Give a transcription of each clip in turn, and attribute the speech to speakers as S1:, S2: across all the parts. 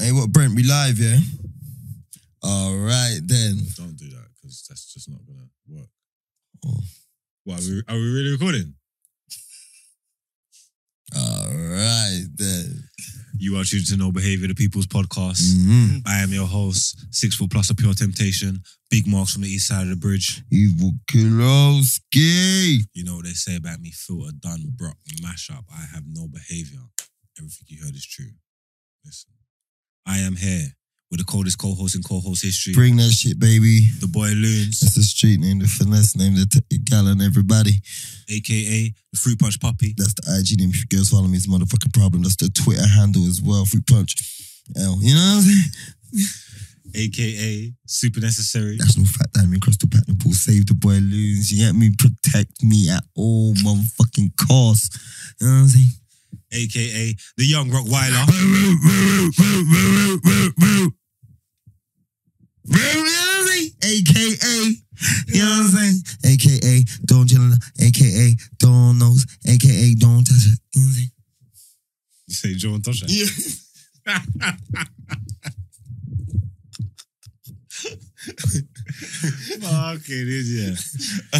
S1: Hey, what, Brent? We live, yeah? All right, then.
S2: Don't do that because that's just not gonna work.
S1: Oh.
S2: What are we, are we really recording?
S1: All right, then.
S2: You are tuned to No Behavior, the People's Podcast.
S1: Mhm.
S2: I am your host, Six Foot Plus of Pure Temptation, Big Marks from the East Side of the Bridge.
S1: Evil Kilowski.
S2: You know what they say about me: filter, done, brock, mash up. I have no behavior. Everything you heard is true. Listen, I am here with the coldest co-host in co-host history,
S1: Bring that shit, baby.
S2: the boy Loons,
S1: That's the street name, the finesse name, the t- gallon, everybody.
S2: aka the Fruit Punch Puppy.
S1: That's the IG name. If you girls follow me, it's a motherfucking problem. That's the Twitter handle as well. Fruit Punch. L. You know what I'm saying?
S2: aka super necessary.
S1: National Fat Diamond Cross the Platinum Pool. Save the boy loons. You get me? Protect me at all motherfucking costs. You know what I'm saying?
S2: aka the young rock wilder.
S1: AKA, you know what I'm saying? AKA, don't chill, AKA, don't nose, AKA, don't touch it. You know what I'm saying?
S2: You say John eh? Tosha. Fucking idiot.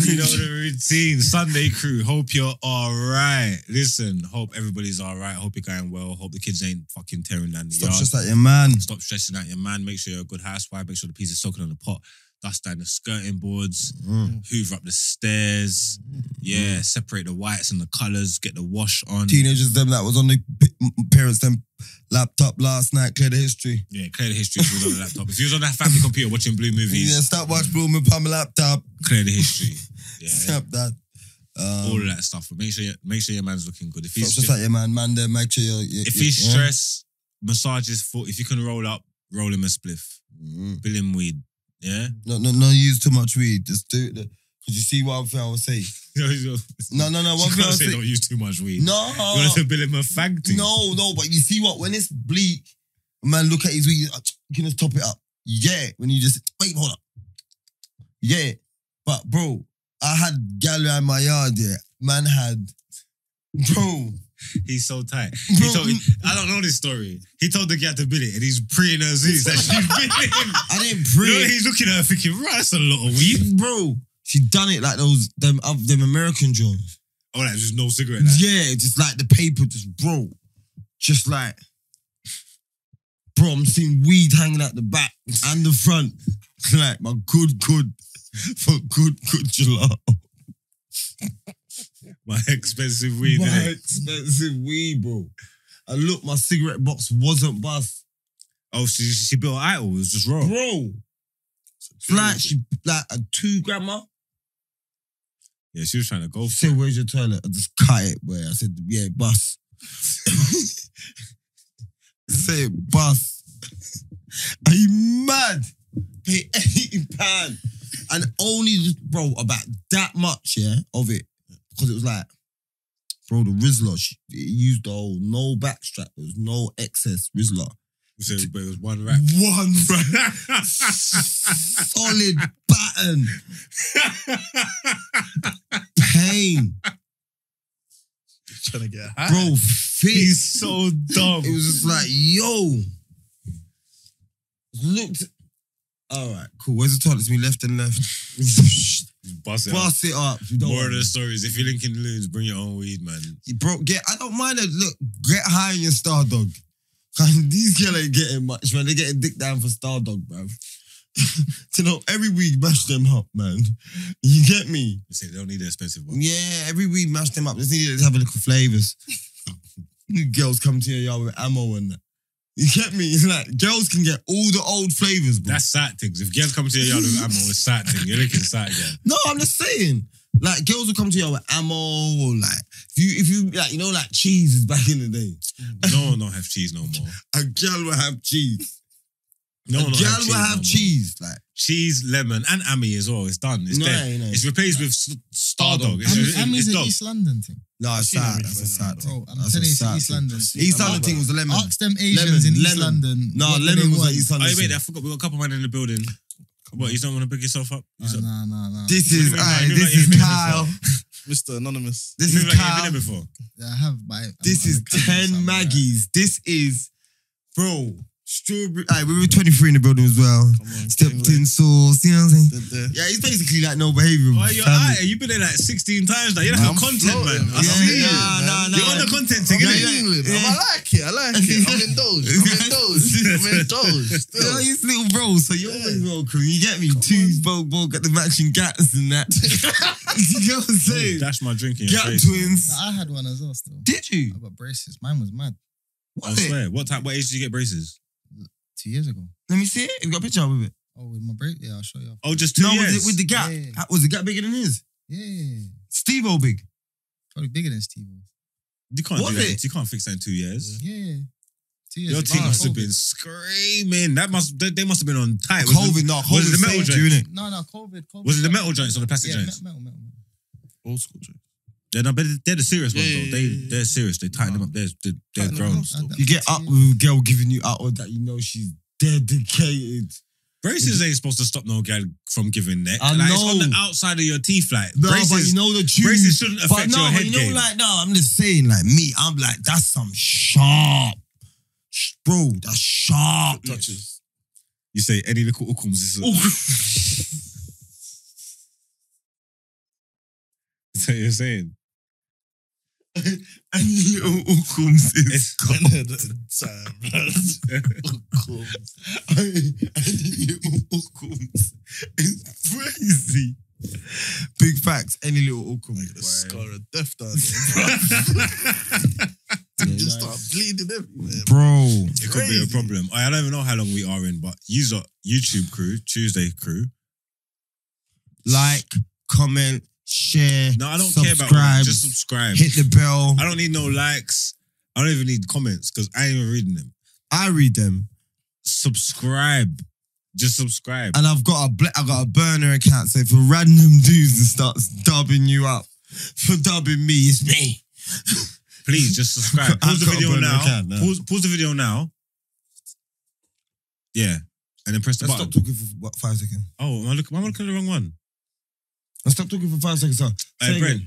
S2: You know the routine. Sunday crew. Hope you're all right. Listen, hope everybody's all right. Hope you're going well. Hope the kids ain't fucking tearing down the
S1: Stop
S2: yard.
S1: just like your man.
S2: Stop stressing out your man. Make sure you're a good housewife. Make sure the peas are soaking on the pot. Dust down the skirting boards.
S1: Mm.
S2: Hoover up the stairs. Yeah, separate the whites and the colors. Get the wash on.
S1: Teenagers, them that was on the p- parents' them laptop last night, clear the history.
S2: Yeah, clear the history if you was on the laptop. If you was on that family computer watching blue movies,
S1: Yeah, stop watch Bloom and Palm laptop.
S2: clear the history. Yeah,
S1: Stop that. Um,
S2: all of that stuff. But make sure your, make sure your man's looking good. If
S1: Stop
S2: he's
S1: just like your man, man, there, make sure you're. you
S2: if he's stressed, massage his foot. If you can roll up, roll him a spliff. Bill him weed. Yeah.
S1: Mm. No, no, no. Use too much weed. Just do it. Because you see one thing I would say. No,
S2: no,
S1: no, no. One thing
S2: you
S1: I
S2: can't
S1: would
S2: say
S1: say.
S2: don't use too much weed.
S1: No,
S2: You want to bill him a fag thing?
S1: no, no. But you see what? When it's bleak, man, look at his weed. you- You can just top it up. Yeah. When you just wait, hold up. Yeah. But bro, I had gallery in my yard. Yeah, man had. Bro,
S2: He's so tight.
S1: Bro,
S2: He told me, I don't know this story. He told the guy to bill it, and he's preying her zoos that she bill him.
S1: I didn't
S2: You know,
S1: pray.
S2: he's looking at her thinking, right, that's a lot of weed.
S1: bro, she done it like those them of them American joints.
S2: Oh, that's just no cigarette. that.
S1: Yeah, just like the paper just broke. Just like, bro, I'm seeing weed hanging out the back and the front. Like my good, good, for good, good gelato.
S2: My expensive weed.
S1: My
S2: innit?
S1: expensive weed, bro. I look, my cigarette box wasn't bust.
S2: Oh, she, she built an idol. It was just raw.
S1: Bro, like she, like a two grandma.
S2: Yeah, she was trying to
S1: She
S2: go for it.
S1: said, where's your toilet? I just cut it, boy. I said, yeah, bus. Say bus. Are you mad? Pay eighty pound and only just bro about that much, yeah, of it because it was like, bro, the Rizzler she, it used the whole no backstrap. There was no excess Rizzler.
S2: So, but it was one rap.
S1: One solid baton pain,
S2: trying to get high.
S1: bro. Fit.
S2: He's so dumb.
S1: It was just like, yo. Looked. All right, cool. Where's the toilet? It's me left and left.
S2: Bust it. out.
S1: Bust it up. You don't
S2: More of
S1: want
S2: the stories. If you're linking loons, bring your own weed, man.
S1: it. Bro, get. I don't mind it. Look, get high in your star dog. These girls ain't getting much, man. They're getting dick down for star dog, bro. you know, every week mash them up, man. You get me?
S2: You say they don't need the expensive one.
S1: Yeah, every week mash them up. Just need to have a little flavors. You girls come to your yard with ammo and that. You get me? It's like girls can get all the old flavors, bro.
S2: That's sad things. If girls come to your yard with ammo, it's sad thing. You're looking sad again.
S1: No, I'm just saying. Like girls will come to you with ammo, or like if you if you like you know like cheese is back in the day.
S2: No one don't have cheese no more.
S1: A girl will have cheese.
S2: No
S1: a
S2: one
S1: girl
S2: don't have cheese.
S1: will
S2: no
S1: have
S2: more.
S1: cheese. Like
S2: Cheese, lemon, and ammy as well. It's done. It's
S1: no,
S2: dead.
S1: no,
S2: It's replaced with s- Star Dog. It's,
S3: Ami-
S2: it's,
S3: Ami's
S2: it's
S3: an
S2: dog.
S3: East London thing.
S1: no, it's
S2: seen
S1: sad.
S2: it
S1: That's a
S2: before,
S1: sad
S2: no,
S1: thing.
S3: Oh, I'm
S1: That's a
S3: telling you, it's
S1: sad
S3: an East
S1: thing.
S3: London.
S1: East
S2: Lemon.
S1: London thing was the lemon.
S3: Ask them Asians
S1: Lemon,
S3: in East
S1: lemon.
S3: London.
S1: No,
S3: what do
S1: lemon
S3: they
S1: was
S3: want.
S1: an East
S2: Oh,
S1: London.
S2: you made
S1: thing.
S2: that. I forgot. We got a couple man in the building. What? You don't want to pick yourself up? You
S3: Oh,
S2: don't-
S3: nah, nah, nah.
S1: This
S2: What do you
S1: is
S2: mean,
S1: alright.
S2: like,
S1: This
S2: you
S1: is
S2: made that
S1: Kyle.
S4: Mr. Anonymous.
S1: This
S2: you
S1: is
S2: look like you ain't
S1: Kyle.
S2: been there before.
S3: I have my.
S1: This is ten Maggies. This is, bro. Strawberry. Aye, we were 23 in the building as well.
S4: Come on.
S1: Stepped in
S4: getting
S1: sauce. You know what I'm saying?
S4: late. Did the-
S1: Yeah, he's basically like no behavior.
S2: Oh,
S1: family.
S2: you're alright. You've been there like 16 times now. You're
S4: Man,
S2: not
S4: I'm
S2: content, man.
S4: floating,
S2: I
S4: man.
S1: Yeah,
S2: see you.
S1: nah, nah, nah.
S2: You're on the content thing,
S4: I'm
S1: Yeah,
S2: innit?
S1: yeah,
S4: feeling it.
S1: yeah.
S4: I like it. I like it. I'm indulged. I'm indulged. I'm
S1: You
S4: indulged.
S1: know,
S4: Still.
S1: he's little bro, so you're
S4: Yeah.
S1: always welcome. You get me? Two bulk bulk at the matching gats and that. you know what I'm
S2: Oh,
S1: saying?
S2: Dash my drink in your
S1: Gap
S2: face.
S1: twins.
S3: I had one as well. Still,
S1: Did you?
S3: I got braces. Mine was mad
S2: I
S1: Was it?
S2: swear. What type? What age did you get braces?
S3: two years ago.
S1: Let me see it. You got a picture with it.
S3: Oh, with my brace. Yeah, I'll show you.
S2: Oh, just two
S1: no, was
S2: years.
S1: it with the gap?
S3: Yeah.
S1: Uh, Was the gap bigger than his?
S3: Yeah,
S1: Steve O big.
S3: probably bigger than Steve.
S2: you can't
S1: Was
S2: do that.
S1: it?
S2: You can't fix that in two years.
S3: Yeah, two years.
S2: Your
S3: ago.
S2: team must have
S3: COVID.
S2: been screaming. That must they, they must have been on tight. Was it-
S1: COVID, no,
S2: was it the
S1: COVID
S2: metal
S1: saved you,
S2: joints?
S1: innit?
S3: No, no, COVID. COVID
S2: Hmm. Was it the metal joints or the plastic
S3: Yeah,
S2: joints?
S3: metal, metal, metal.
S4: Old school drink.
S2: They're, not, but they're the serious ones
S4: Yeah,
S2: though.
S4: yeah,
S2: They
S4: yeah, yeah.
S2: they're serious. They tighten them up. They're they're, they're
S4: Tighten them
S2: grown.
S4: up. Still.
S3: I-
S1: You get
S3: two
S1: up
S3: years-
S1: with a girl giving you out or that you know she's dedicated.
S2: Braces ain't supposed to stop no guy from giving neck.
S1: Mm-hmm. I
S2: Like, it's on
S1: know.
S2: the outside of your teeth. Like
S1: No, but
S2: braces,
S1: you know the tune.
S2: braces shouldn't
S1: but
S2: affect
S1: no,
S2: your
S1: but
S2: head
S1: you know,
S2: game.
S1: like no, I'm just saying, like me, I'm like that's some sharp, sh- bro. That's sharp
S4: Touches.
S2: you say any little ookums is that's what you're saying.
S1: and little Ookums is
S4: Time, blood. Cool.
S1: and little Ookums is crazy. Big facts. Any little Ookum.
S4: Like the
S1: bruh.
S4: scar of death down there.
S1: Yeah,
S4: Just
S1: like-
S4: start bleeding everywhere.
S1: bro.
S2: It could be a
S4: Crazy.
S2: problem. I don't even know how long we are in, but use our YouTube crew, Tuesday crew.
S1: Like, comment, share.
S2: No, I don't
S1: subscribe,
S2: care about that. Just subscribe.
S1: Hit the bell.
S2: I don't need no likes. I don't even need comments because I ain't even reading them.
S1: I read them.
S2: Subscribe. Just subscribe.
S1: and I've got a bl- I got a burner account. So for random dudes that starts dubbing you up for dubbing me, it's me.
S2: Please just subscribe.
S1: I've
S2: Pause the
S1: got a
S2: video
S1: burner
S2: now.
S1: account now.
S2: Pause, pause the video now. Yeah. And then press the
S1: Let's
S2: button.
S1: stop talking for what, five seconds.
S2: Oh, am I, look, am I looking at the wrong one?
S1: Let's stop talking for five seconds. Sorry. Say
S2: Hey,
S1: again.
S2: Brent.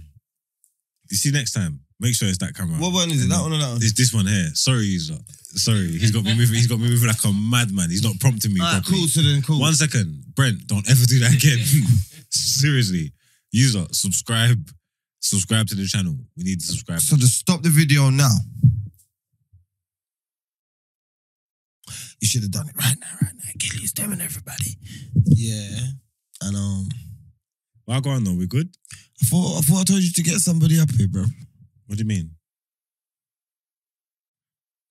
S2: You see next time. Make sure it's that camera.
S1: What one is it? That one or that one?
S2: It's this one here. Sorry, user. Sorry. He's got me moving. He's got me moving like a madman. He's not prompting me
S1: Alright,
S2: properly.
S1: cool. So then, cool.
S2: One second, Brent. Don't ever do that again. Seriously, user, subscribe, subscribe to the channel. We need to subscribe.
S1: So just stop the video now. You should have done it right now, right now. Kelly's doing everybody. Yeah. And um,
S2: Why go on though? We're good.
S1: I thought I thought I told you to get somebody up here, bro.
S2: What do you mean?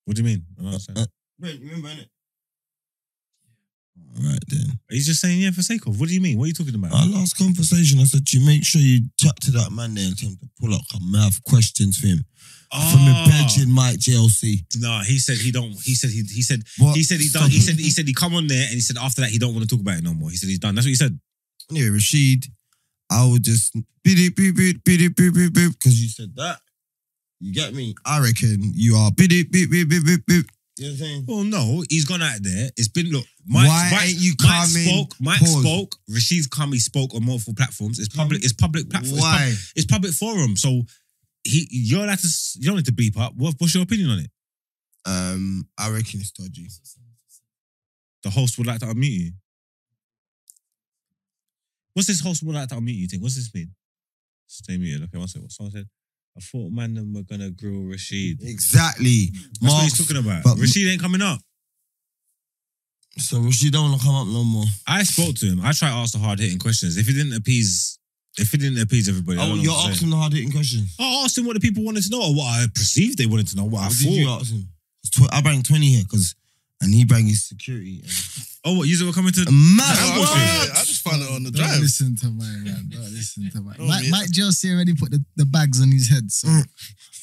S2: What do you mean? I don't understand.
S1: Uh, uh, Brent, you remember it? All right then.
S2: He's just saying yeah for sake of. What do you mean? What are you talking about?
S1: Our last conversation, I said to you, make sure you chat to that man there and tell him to pull up. I have questions for him from the
S2: Ah,
S1: Belgian Mike JLC.
S2: No, he said he don't. He said he he said
S1: What?
S2: he said he done. He said he said he come on there and he said after that he don't want to talk about it no more. He said he's done. That's what he said.
S1: Anyway, Rashid, I would just beep it, beep it, beep it, beep it, beep because you said that. You get me? I reckon you are beep it, beep beep beep beep beep. You know what I'm saying?
S2: Well, no, he's gone out there. It's been look. Mike,
S1: Why
S2: Mike,
S1: ain't you
S2: Mike
S1: coming?
S2: spoke. Mike
S1: Pause.
S2: spoke. Rashid's come. He spoke on multiple platforms. It's public. It's public platform. It's, pub-
S1: Why?
S2: it's public forum. So he, you're allowed to. s- You don't need to beep up. What, what's your opinion on it?
S1: Um, I reckon it's dodgy.
S2: The host would like to unmute you. What's this host would like to unmute you thing? What's this mean? Stay muted. Okay, one second. What someone said. I thought man and we're gonna grill Rashid. That's
S1: Exactly.
S2: what
S1: Mark.
S2: he's talking about.
S1: but-
S2: Rashid ain't coming up.
S1: So Rashid don't want to come up no more.
S2: I spoke to him. I tried to ask the hard hitting questions. If it didn't appease, if it didn't appease everybody, I
S1: Oh,
S2: don't know
S1: you're
S2: what to say.
S1: asking the hard hitting question.
S2: I asked him what the people wanted to know, or what I perceived they wanted to know, what, I
S1: What
S2: thought.
S1: did you ask him? Tw- I bang 20 here because, and he bang his security.
S2: Oh, what you were coming to?
S1: Mad
S4: I, was
S1: what?
S4: here. I just found it on the
S3: Don't
S4: drive.
S3: listen to mine, man. Don't listen to mine.
S1: Oh,
S4: No,
S3: Mike,
S4: mate.
S3: Mike JLC already put the, the bags on his head. So
S1: Mm.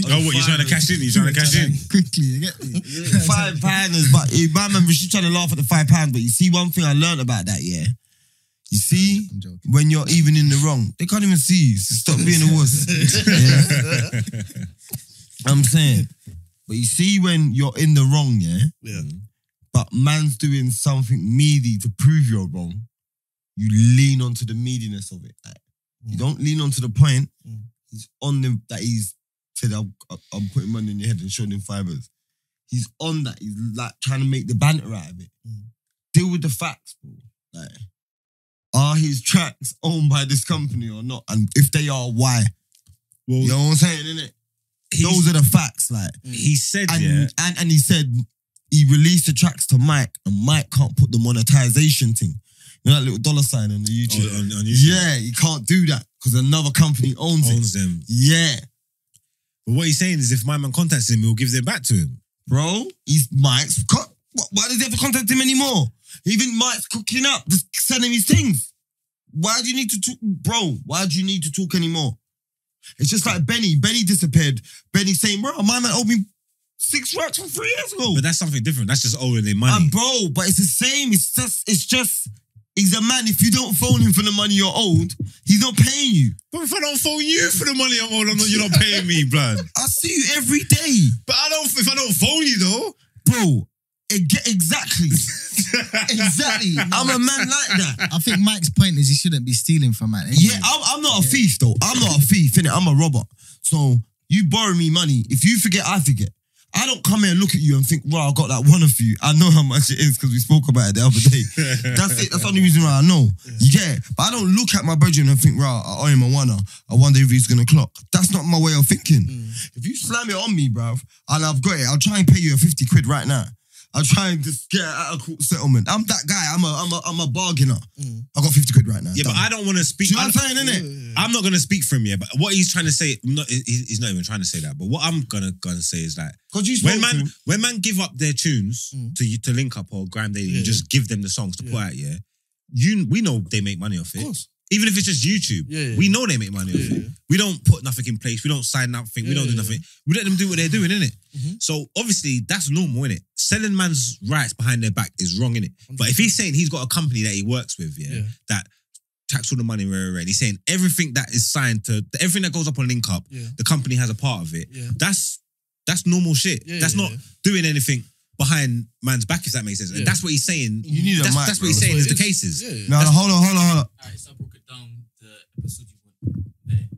S2: oh, what you trying to cash in? You trying to cash in?
S3: quickly. You get me?
S1: Five pounders, but eh, my man, she trying to laugh at the five pounds. But you see, one thing I learned about that, yeah. You see,
S3: I'm joking.
S1: when you're even in the wrong, they can't even see you. So stop being a wuss. Yeah? I'm saying. But you see, when you're in the wrong, yeah,
S4: Yeah.
S1: but man's doing something meaty to prove you're wrong, you lean onto the meatiness of it. Like, You don't lean onto the point.
S4: Mm.
S1: He's on the that he's said. I'm, I'm putting money in your head and showing him fibers. He's on that. He's like trying to make the banter out of it. Deal with the facts, bro. Like, are his tracks owned by this company or not? And if they are, why?
S2: Well,
S1: You know what I'm saying, innit?
S2: he's-
S1: Those are the facts, like.
S2: he said,
S1: And,
S2: yeah,
S1: and and he said he released the tracks to Mike, and Mike can't put the monetization thing. You know that little dollar sign on the
S2: on,
S1: YouTube.
S2: on, on YouTube,
S1: yeah, he can't do that because another company owns it.
S2: owns them.
S1: Yeah,
S2: But what he's saying is, if my man contacts him, he'll give them back to him.
S1: bro, he's Mike's. Co- wh- why does he have to contact him anymore? Even Mike's cooking up, just sending his things. Why do you need to talk, bro? Why do you need to talk anymore? It's just like Benny. Benny disappeared. Benny saying, bro, my man owed me six racks from three years ago.
S2: But that's something different. That's just owing their money.
S1: And bro, but it's the same. It's just, it's just, he's a man. If you don't phone him for the money you're owed, he's not paying you.
S2: but if I don't phone you for the money I'm owed, I'm not, you're not paying me, blood.
S1: I see you every day,
S2: But I don't. If I don't phone you though,
S1: bro. Eg- exactly, exactly. I'm a man like that.
S3: I think Mike's point is he shouldn't be stealing from Mike.
S1: Yeah, I'm, I'm not a thief though. I'm not a thief, innit? I'm a robber. So you borrow me money. If you forget, I forget. I don't come here and look at you and think, "Wow, I got that one of you." I know how much it is because we spoke about it the other day. That's it. That's the only reason why I know. You get it. But I don't look at my bedroom and think, right, I owe him a one. I wonder if he's gonna clock. That's not my way of thinking.
S2: Mm.
S1: If you slam it on me, bruv, and I've got it, I'll try and pay you a 50 quid right now. I'll try and just get out of court settlement. I'm that guy. I'm a I'm a I'm a bargainer.
S4: Mm.
S1: I got 50 quid right now.
S2: yeah, but
S1: Done.
S2: I don't want to speak.
S1: Do you know
S2: I
S1: what
S2: don't-
S1: I'm saying, innit?
S2: I'm not gonna speak for him, yeah. But what he's trying to say, I'm not, he- he's not even trying to say that. But what I'm gonna gonna say is that
S1: Because you spoke
S2: when
S1: to
S2: man
S1: him.
S2: when man give up their tunes
S4: Mm.
S2: to to link up or grind daily
S4: Yeah,
S2: and just give them the songs to put
S4: Yeah.
S2: out, yeah. You we know they make money off
S4: Of
S2: it.
S4: course.
S2: Even if it's just YouTube,
S4: Yeah, yeah.
S2: we know they make money off
S4: Yeah.
S2: it. We don't put nothing in place. We don't sign nothing. we don't do
S4: Yeah.
S2: nothing. We let them do what they're doing, innit?
S4: Mhm.
S2: So obviously that's normal, innit? Selling man's rights behind their back is wrong, innit? But if he's saying he's got a company that he works with, yeah,
S4: Yeah.
S2: that tax all the money, rah, rah, rah, and he's saying everything that is signed to everything that goes up on link up,
S4: Yeah.
S2: the company has a part of it.
S4: Yeah.
S2: That's that's normal shit.
S4: Yeah,
S2: that's
S4: yeah,
S2: not
S4: yeah.
S2: doing anything behind man's back, if that makes sense.
S4: Yeah.
S2: And that's what he's saying.
S1: You need a
S2: that's,
S1: mic,
S2: that's what
S1: bro.
S2: he's saying
S4: That's
S2: is
S4: what
S2: the
S4: it
S2: cases.
S4: Yeah.
S1: No, hold on, hold on, hold on.
S5: Alright, so I broke it down the episode you want there.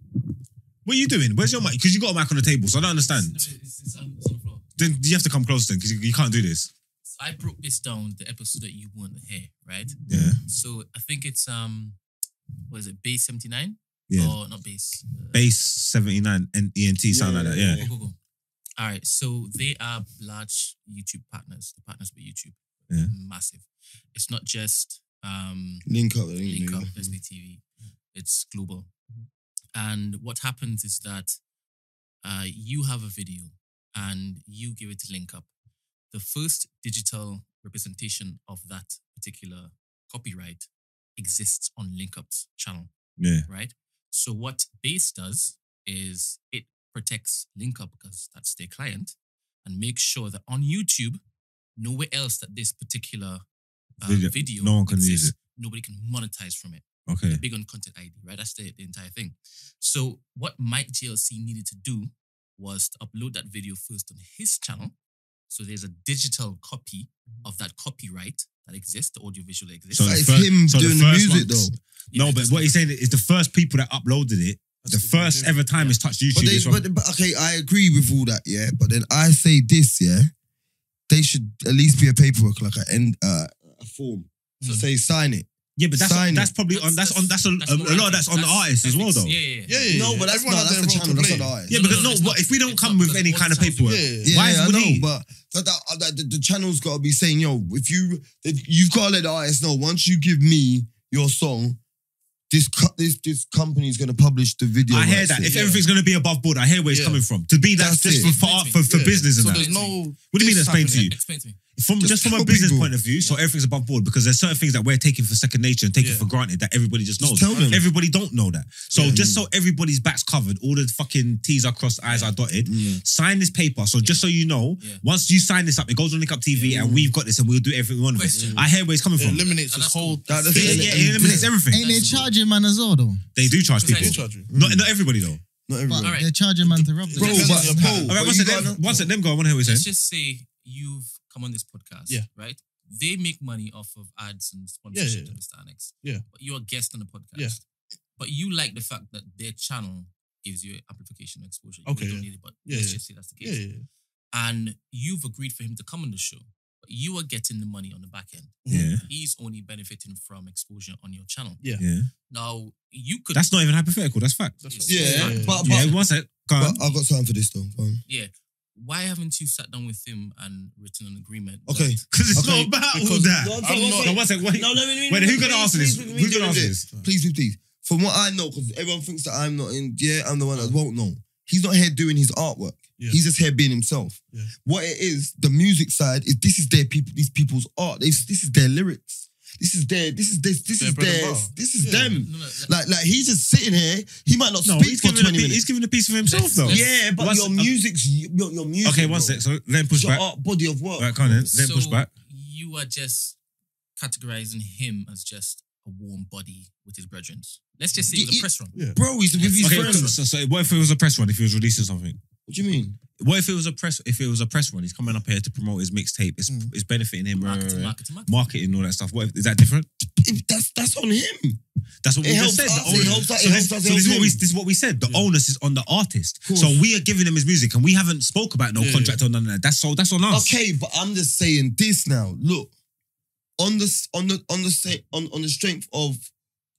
S2: What are you doing? Where's your mic? Because you got a mic on the table, so I don't
S5: No,
S2: understand.
S5: it's, um, it's, on, it's on the floor.
S2: Then you have to come close then, because you, you can't do this.
S5: So I broke this down the episode that you want here, right?
S2: Yeah.
S5: So I think it's um, what is it? Base seventy nine?
S2: Yeah.
S5: Or not base? Uh,
S2: Base 79 and E ENT sound like that, yeah.
S5: Go, go, go. All right. So they are large YouTube partners. The partners with YouTube,
S2: Yeah.
S5: massive. It's not just um,
S1: Link up. Link,
S5: Link Up,
S1: up.
S5: Disney TV. It's global. And what happens is that uh, you have a video and you give it to Link Up. The first digital representation of that particular copyright exists on Link Up's channel
S2: Yeah.
S5: right? So what Base does is it protects LinkUp because that's their client, and makes sure that on YouTube, nowhere else that this particular uh,
S2: Video-
S5: video,
S2: no one can use it.
S5: Nobody can monetize from it.
S2: Okay.
S5: Big on content ID, right? That's the, the entire thing. So what Mike GLC needed to do was to upload that video first on his channel. So there's a digital copy of that copyright that exists, the audiovisual that exists.
S2: Mm-hmm. So
S1: But
S2: the
S1: it's
S2: fir-
S1: him
S2: so the
S1: doing the
S2: first
S1: music
S2: ones-
S1: though.
S5: Yeah,
S2: No, but
S5: that's
S2: what he's saying is the first people that uploaded it, the first ever time it's touched YouTube.
S1: But, they,
S2: is from-
S1: but, but okay, I agree with all that, yeah. But then I say this, yeah. They should at least be a paperwork, like a end, uh, a form. So
S5: Mm.
S1: say sign it.
S2: yeah, but that's
S1: sign
S2: that's
S1: it.
S2: probably on that's on that's on
S5: that's
S2: Um, a,
S5: not
S2: a lot
S5: right.
S2: of that's on the artist as well
S5: ethics.
S2: though.
S5: Yeah, yeah, yeah.
S4: Yeah, yeah,
S1: No, but that's
S4: Everyone
S1: not that's
S4: has their
S1: the
S4: role to
S1: channel. That's
S4: play.
S1: not the artist.
S2: Yeah,
S5: No,
S2: because
S5: no,
S2: no,
S5: no, it's
S2: what,
S5: not-
S2: if we don't
S5: it's
S2: come
S5: not,
S2: with
S5: because
S2: any
S5: all
S2: kind of
S5: sounds
S2: paperwork,
S4: Yeah.
S1: Yeah,
S2: why
S1: yeah,
S2: would
S1: I know,
S2: he?
S1: But that, that, uh, that- the, the channel's got to be saying, yo, if you if you've got to let the artist know once you give me your song, this co- this this company's gonna publish the video.
S2: I hear
S1: rights
S2: that.
S1: to it.
S2: If everything's going to be above board, I hear where it's
S4: Yeah.
S2: coming from. To be that
S1: That's
S2: just
S1: it.
S2: for, for, for, for
S4: Yeah.
S2: business and
S4: So
S2: that.
S4: there's no.
S2: What do you mean
S4: this
S2: explain to
S4: happening.
S2: you?
S5: Explain to me.
S2: from
S1: Just
S2: just from a
S1: tell
S2: business
S1: people.
S2: point of view, so everything's above board because there's certain things that we're taking for second nature and taking
S4: Yeah.
S2: for granted that everybody just knows.
S1: Just tell them.
S2: Everybody don't know that. So
S1: Yeah.
S2: just so everybody's back's covered, all the fucking T's are crossed, I's are dotted.
S1: Yeah.
S2: Sign this paper. So just so you know,
S5: Yeah.
S2: once you sign this up, it goes on Link Up TV, and we've got this, and we'll do everything we want with it.
S5: Question.
S2: I hear where it's coming
S4: It
S2: from.
S4: eliminates this
S5: That's
S4: whole.
S5: cool.
S1: That-
S4: That's
S1: that's
S2: Yeah,
S1: it.
S2: yeah, it eliminates everything.
S3: Ain't they charging man as well though?
S2: They do charge
S5: Precisely.
S2: people, not not everybody though.
S1: Mm. not
S3: But
S1: everyone.
S5: Alright.
S3: they're charging man to rob them.
S1: Bro,
S4: Depends on your
S1: but,
S4: poll.
S2: All right,
S1: but
S2: once
S1: you
S2: at
S1: gotta-
S2: them, once at them go, I want to hear what you're
S5: Let's
S2: saying.
S5: just say you've come on this podcast,
S4: Yeah.
S5: right? They make money off of ads and
S4: Yeah,
S5: sponsorship
S4: yeah, yeah.
S5: and Star Next.
S4: Yeah.
S5: But you're a guest on the podcast.
S4: Yeah.
S5: But you like the fact that their channel gives you amplification and exposure. You
S4: Okay,
S5: don't
S4: yeah.
S5: need it, but
S4: Yeah,
S5: let's
S4: yeah.
S5: just say that's the
S4: Yeah,
S5: case.
S4: yeah,
S5: and you've agreed for him to come on the show, but you are getting the money on the back end.
S2: Yeah.
S5: He's only benefiting from exposure on your channel.
S4: Yeah.
S2: Yeah.
S5: Now you could
S2: That's not even hypothetical. That's fact.
S4: That's
S5: Yeah.
S1: But, but,
S2: Yeah, one sec. Come on.
S1: but I've got time for this though. Go on.
S5: yeah. Why haven't you sat down with him and written an agreement?
S1: Okay.
S5: that-
S2: Because it's
S1: Okay,
S2: not about all
S1: because-
S2: that.
S1: No, I'm sorry,
S2: I'm
S1: one
S2: not.
S1: sec.
S2: No, one sec. Wait,
S1: no, let me.
S2: wait
S1: let
S2: who's going to
S1: me-
S2: answer this?
S1: please, please,
S2: Who's going to
S1: please,
S2: answer this?
S1: Please, please, please. From what I know, because everyone thinks that I'm not in. Yeah, I'm the one that won't know. He's not here doing his artwork.
S4: Yeah.
S1: He's just here being himself.
S4: Yeah.
S1: What it is, the music side is this is their people. These people's art. This, this is their lyrics. This is their. This is this. This
S4: Their
S1: is
S4: bread and
S1: their.
S4: butter.
S1: This is
S4: Yeah.
S1: them.
S5: Hmm. No, no, let-
S1: Like, like he's just sitting here. He might not
S2: No,
S1: speak
S2: he's
S1: for
S2: giving, a,
S1: twenty
S2: pi-
S1: minutes.
S2: he's giving a piece of himself,
S5: Let's-
S2: though.
S5: let's-
S1: yeah, but
S2: One
S1: your
S2: sec.
S1: music's your, your music.
S2: Okay, one
S1: bro.
S2: sec. So let him
S1: It's
S2: push
S1: your
S2: back.
S1: art body of work.
S2: Right, come on then. Let him push
S5: So
S2: back.
S5: You are just categorizing him as just a warm body with his brethren. Let's just say he's
S1: Yeah,
S5: a press run.
S1: Bro, he's with his
S2: Okay,
S1: friends.
S2: so, so what if it was a press run? If he was releasing something,
S1: What do you mean?
S2: what if it was a press? If it was a press run, he's coming up here to promote his mixtape. It's
S1: Mm.
S2: it's benefiting him, right, right,
S5: Marketing,
S2: right.
S5: marketing, marketing.
S2: marketing, and all that stuff. What if, is that different?
S1: If that's that's on him.
S2: That's what
S1: It
S2: we
S1: helps
S2: just
S1: us,
S2: said. The
S1: it
S2: onus-
S1: helps us, it
S2: so this,
S1: helps us,
S2: so this is
S1: helps
S2: what we
S1: him.
S2: this is what we said. The onus is on the artist.
S1: course.
S2: So we are giving him his music, and we haven't spoke about no
S4: Yeah.
S2: contract or none of that. That's so that's on us.
S1: Okay, but I'm just saying this now. Look, on the on the on the sa- on on the strength of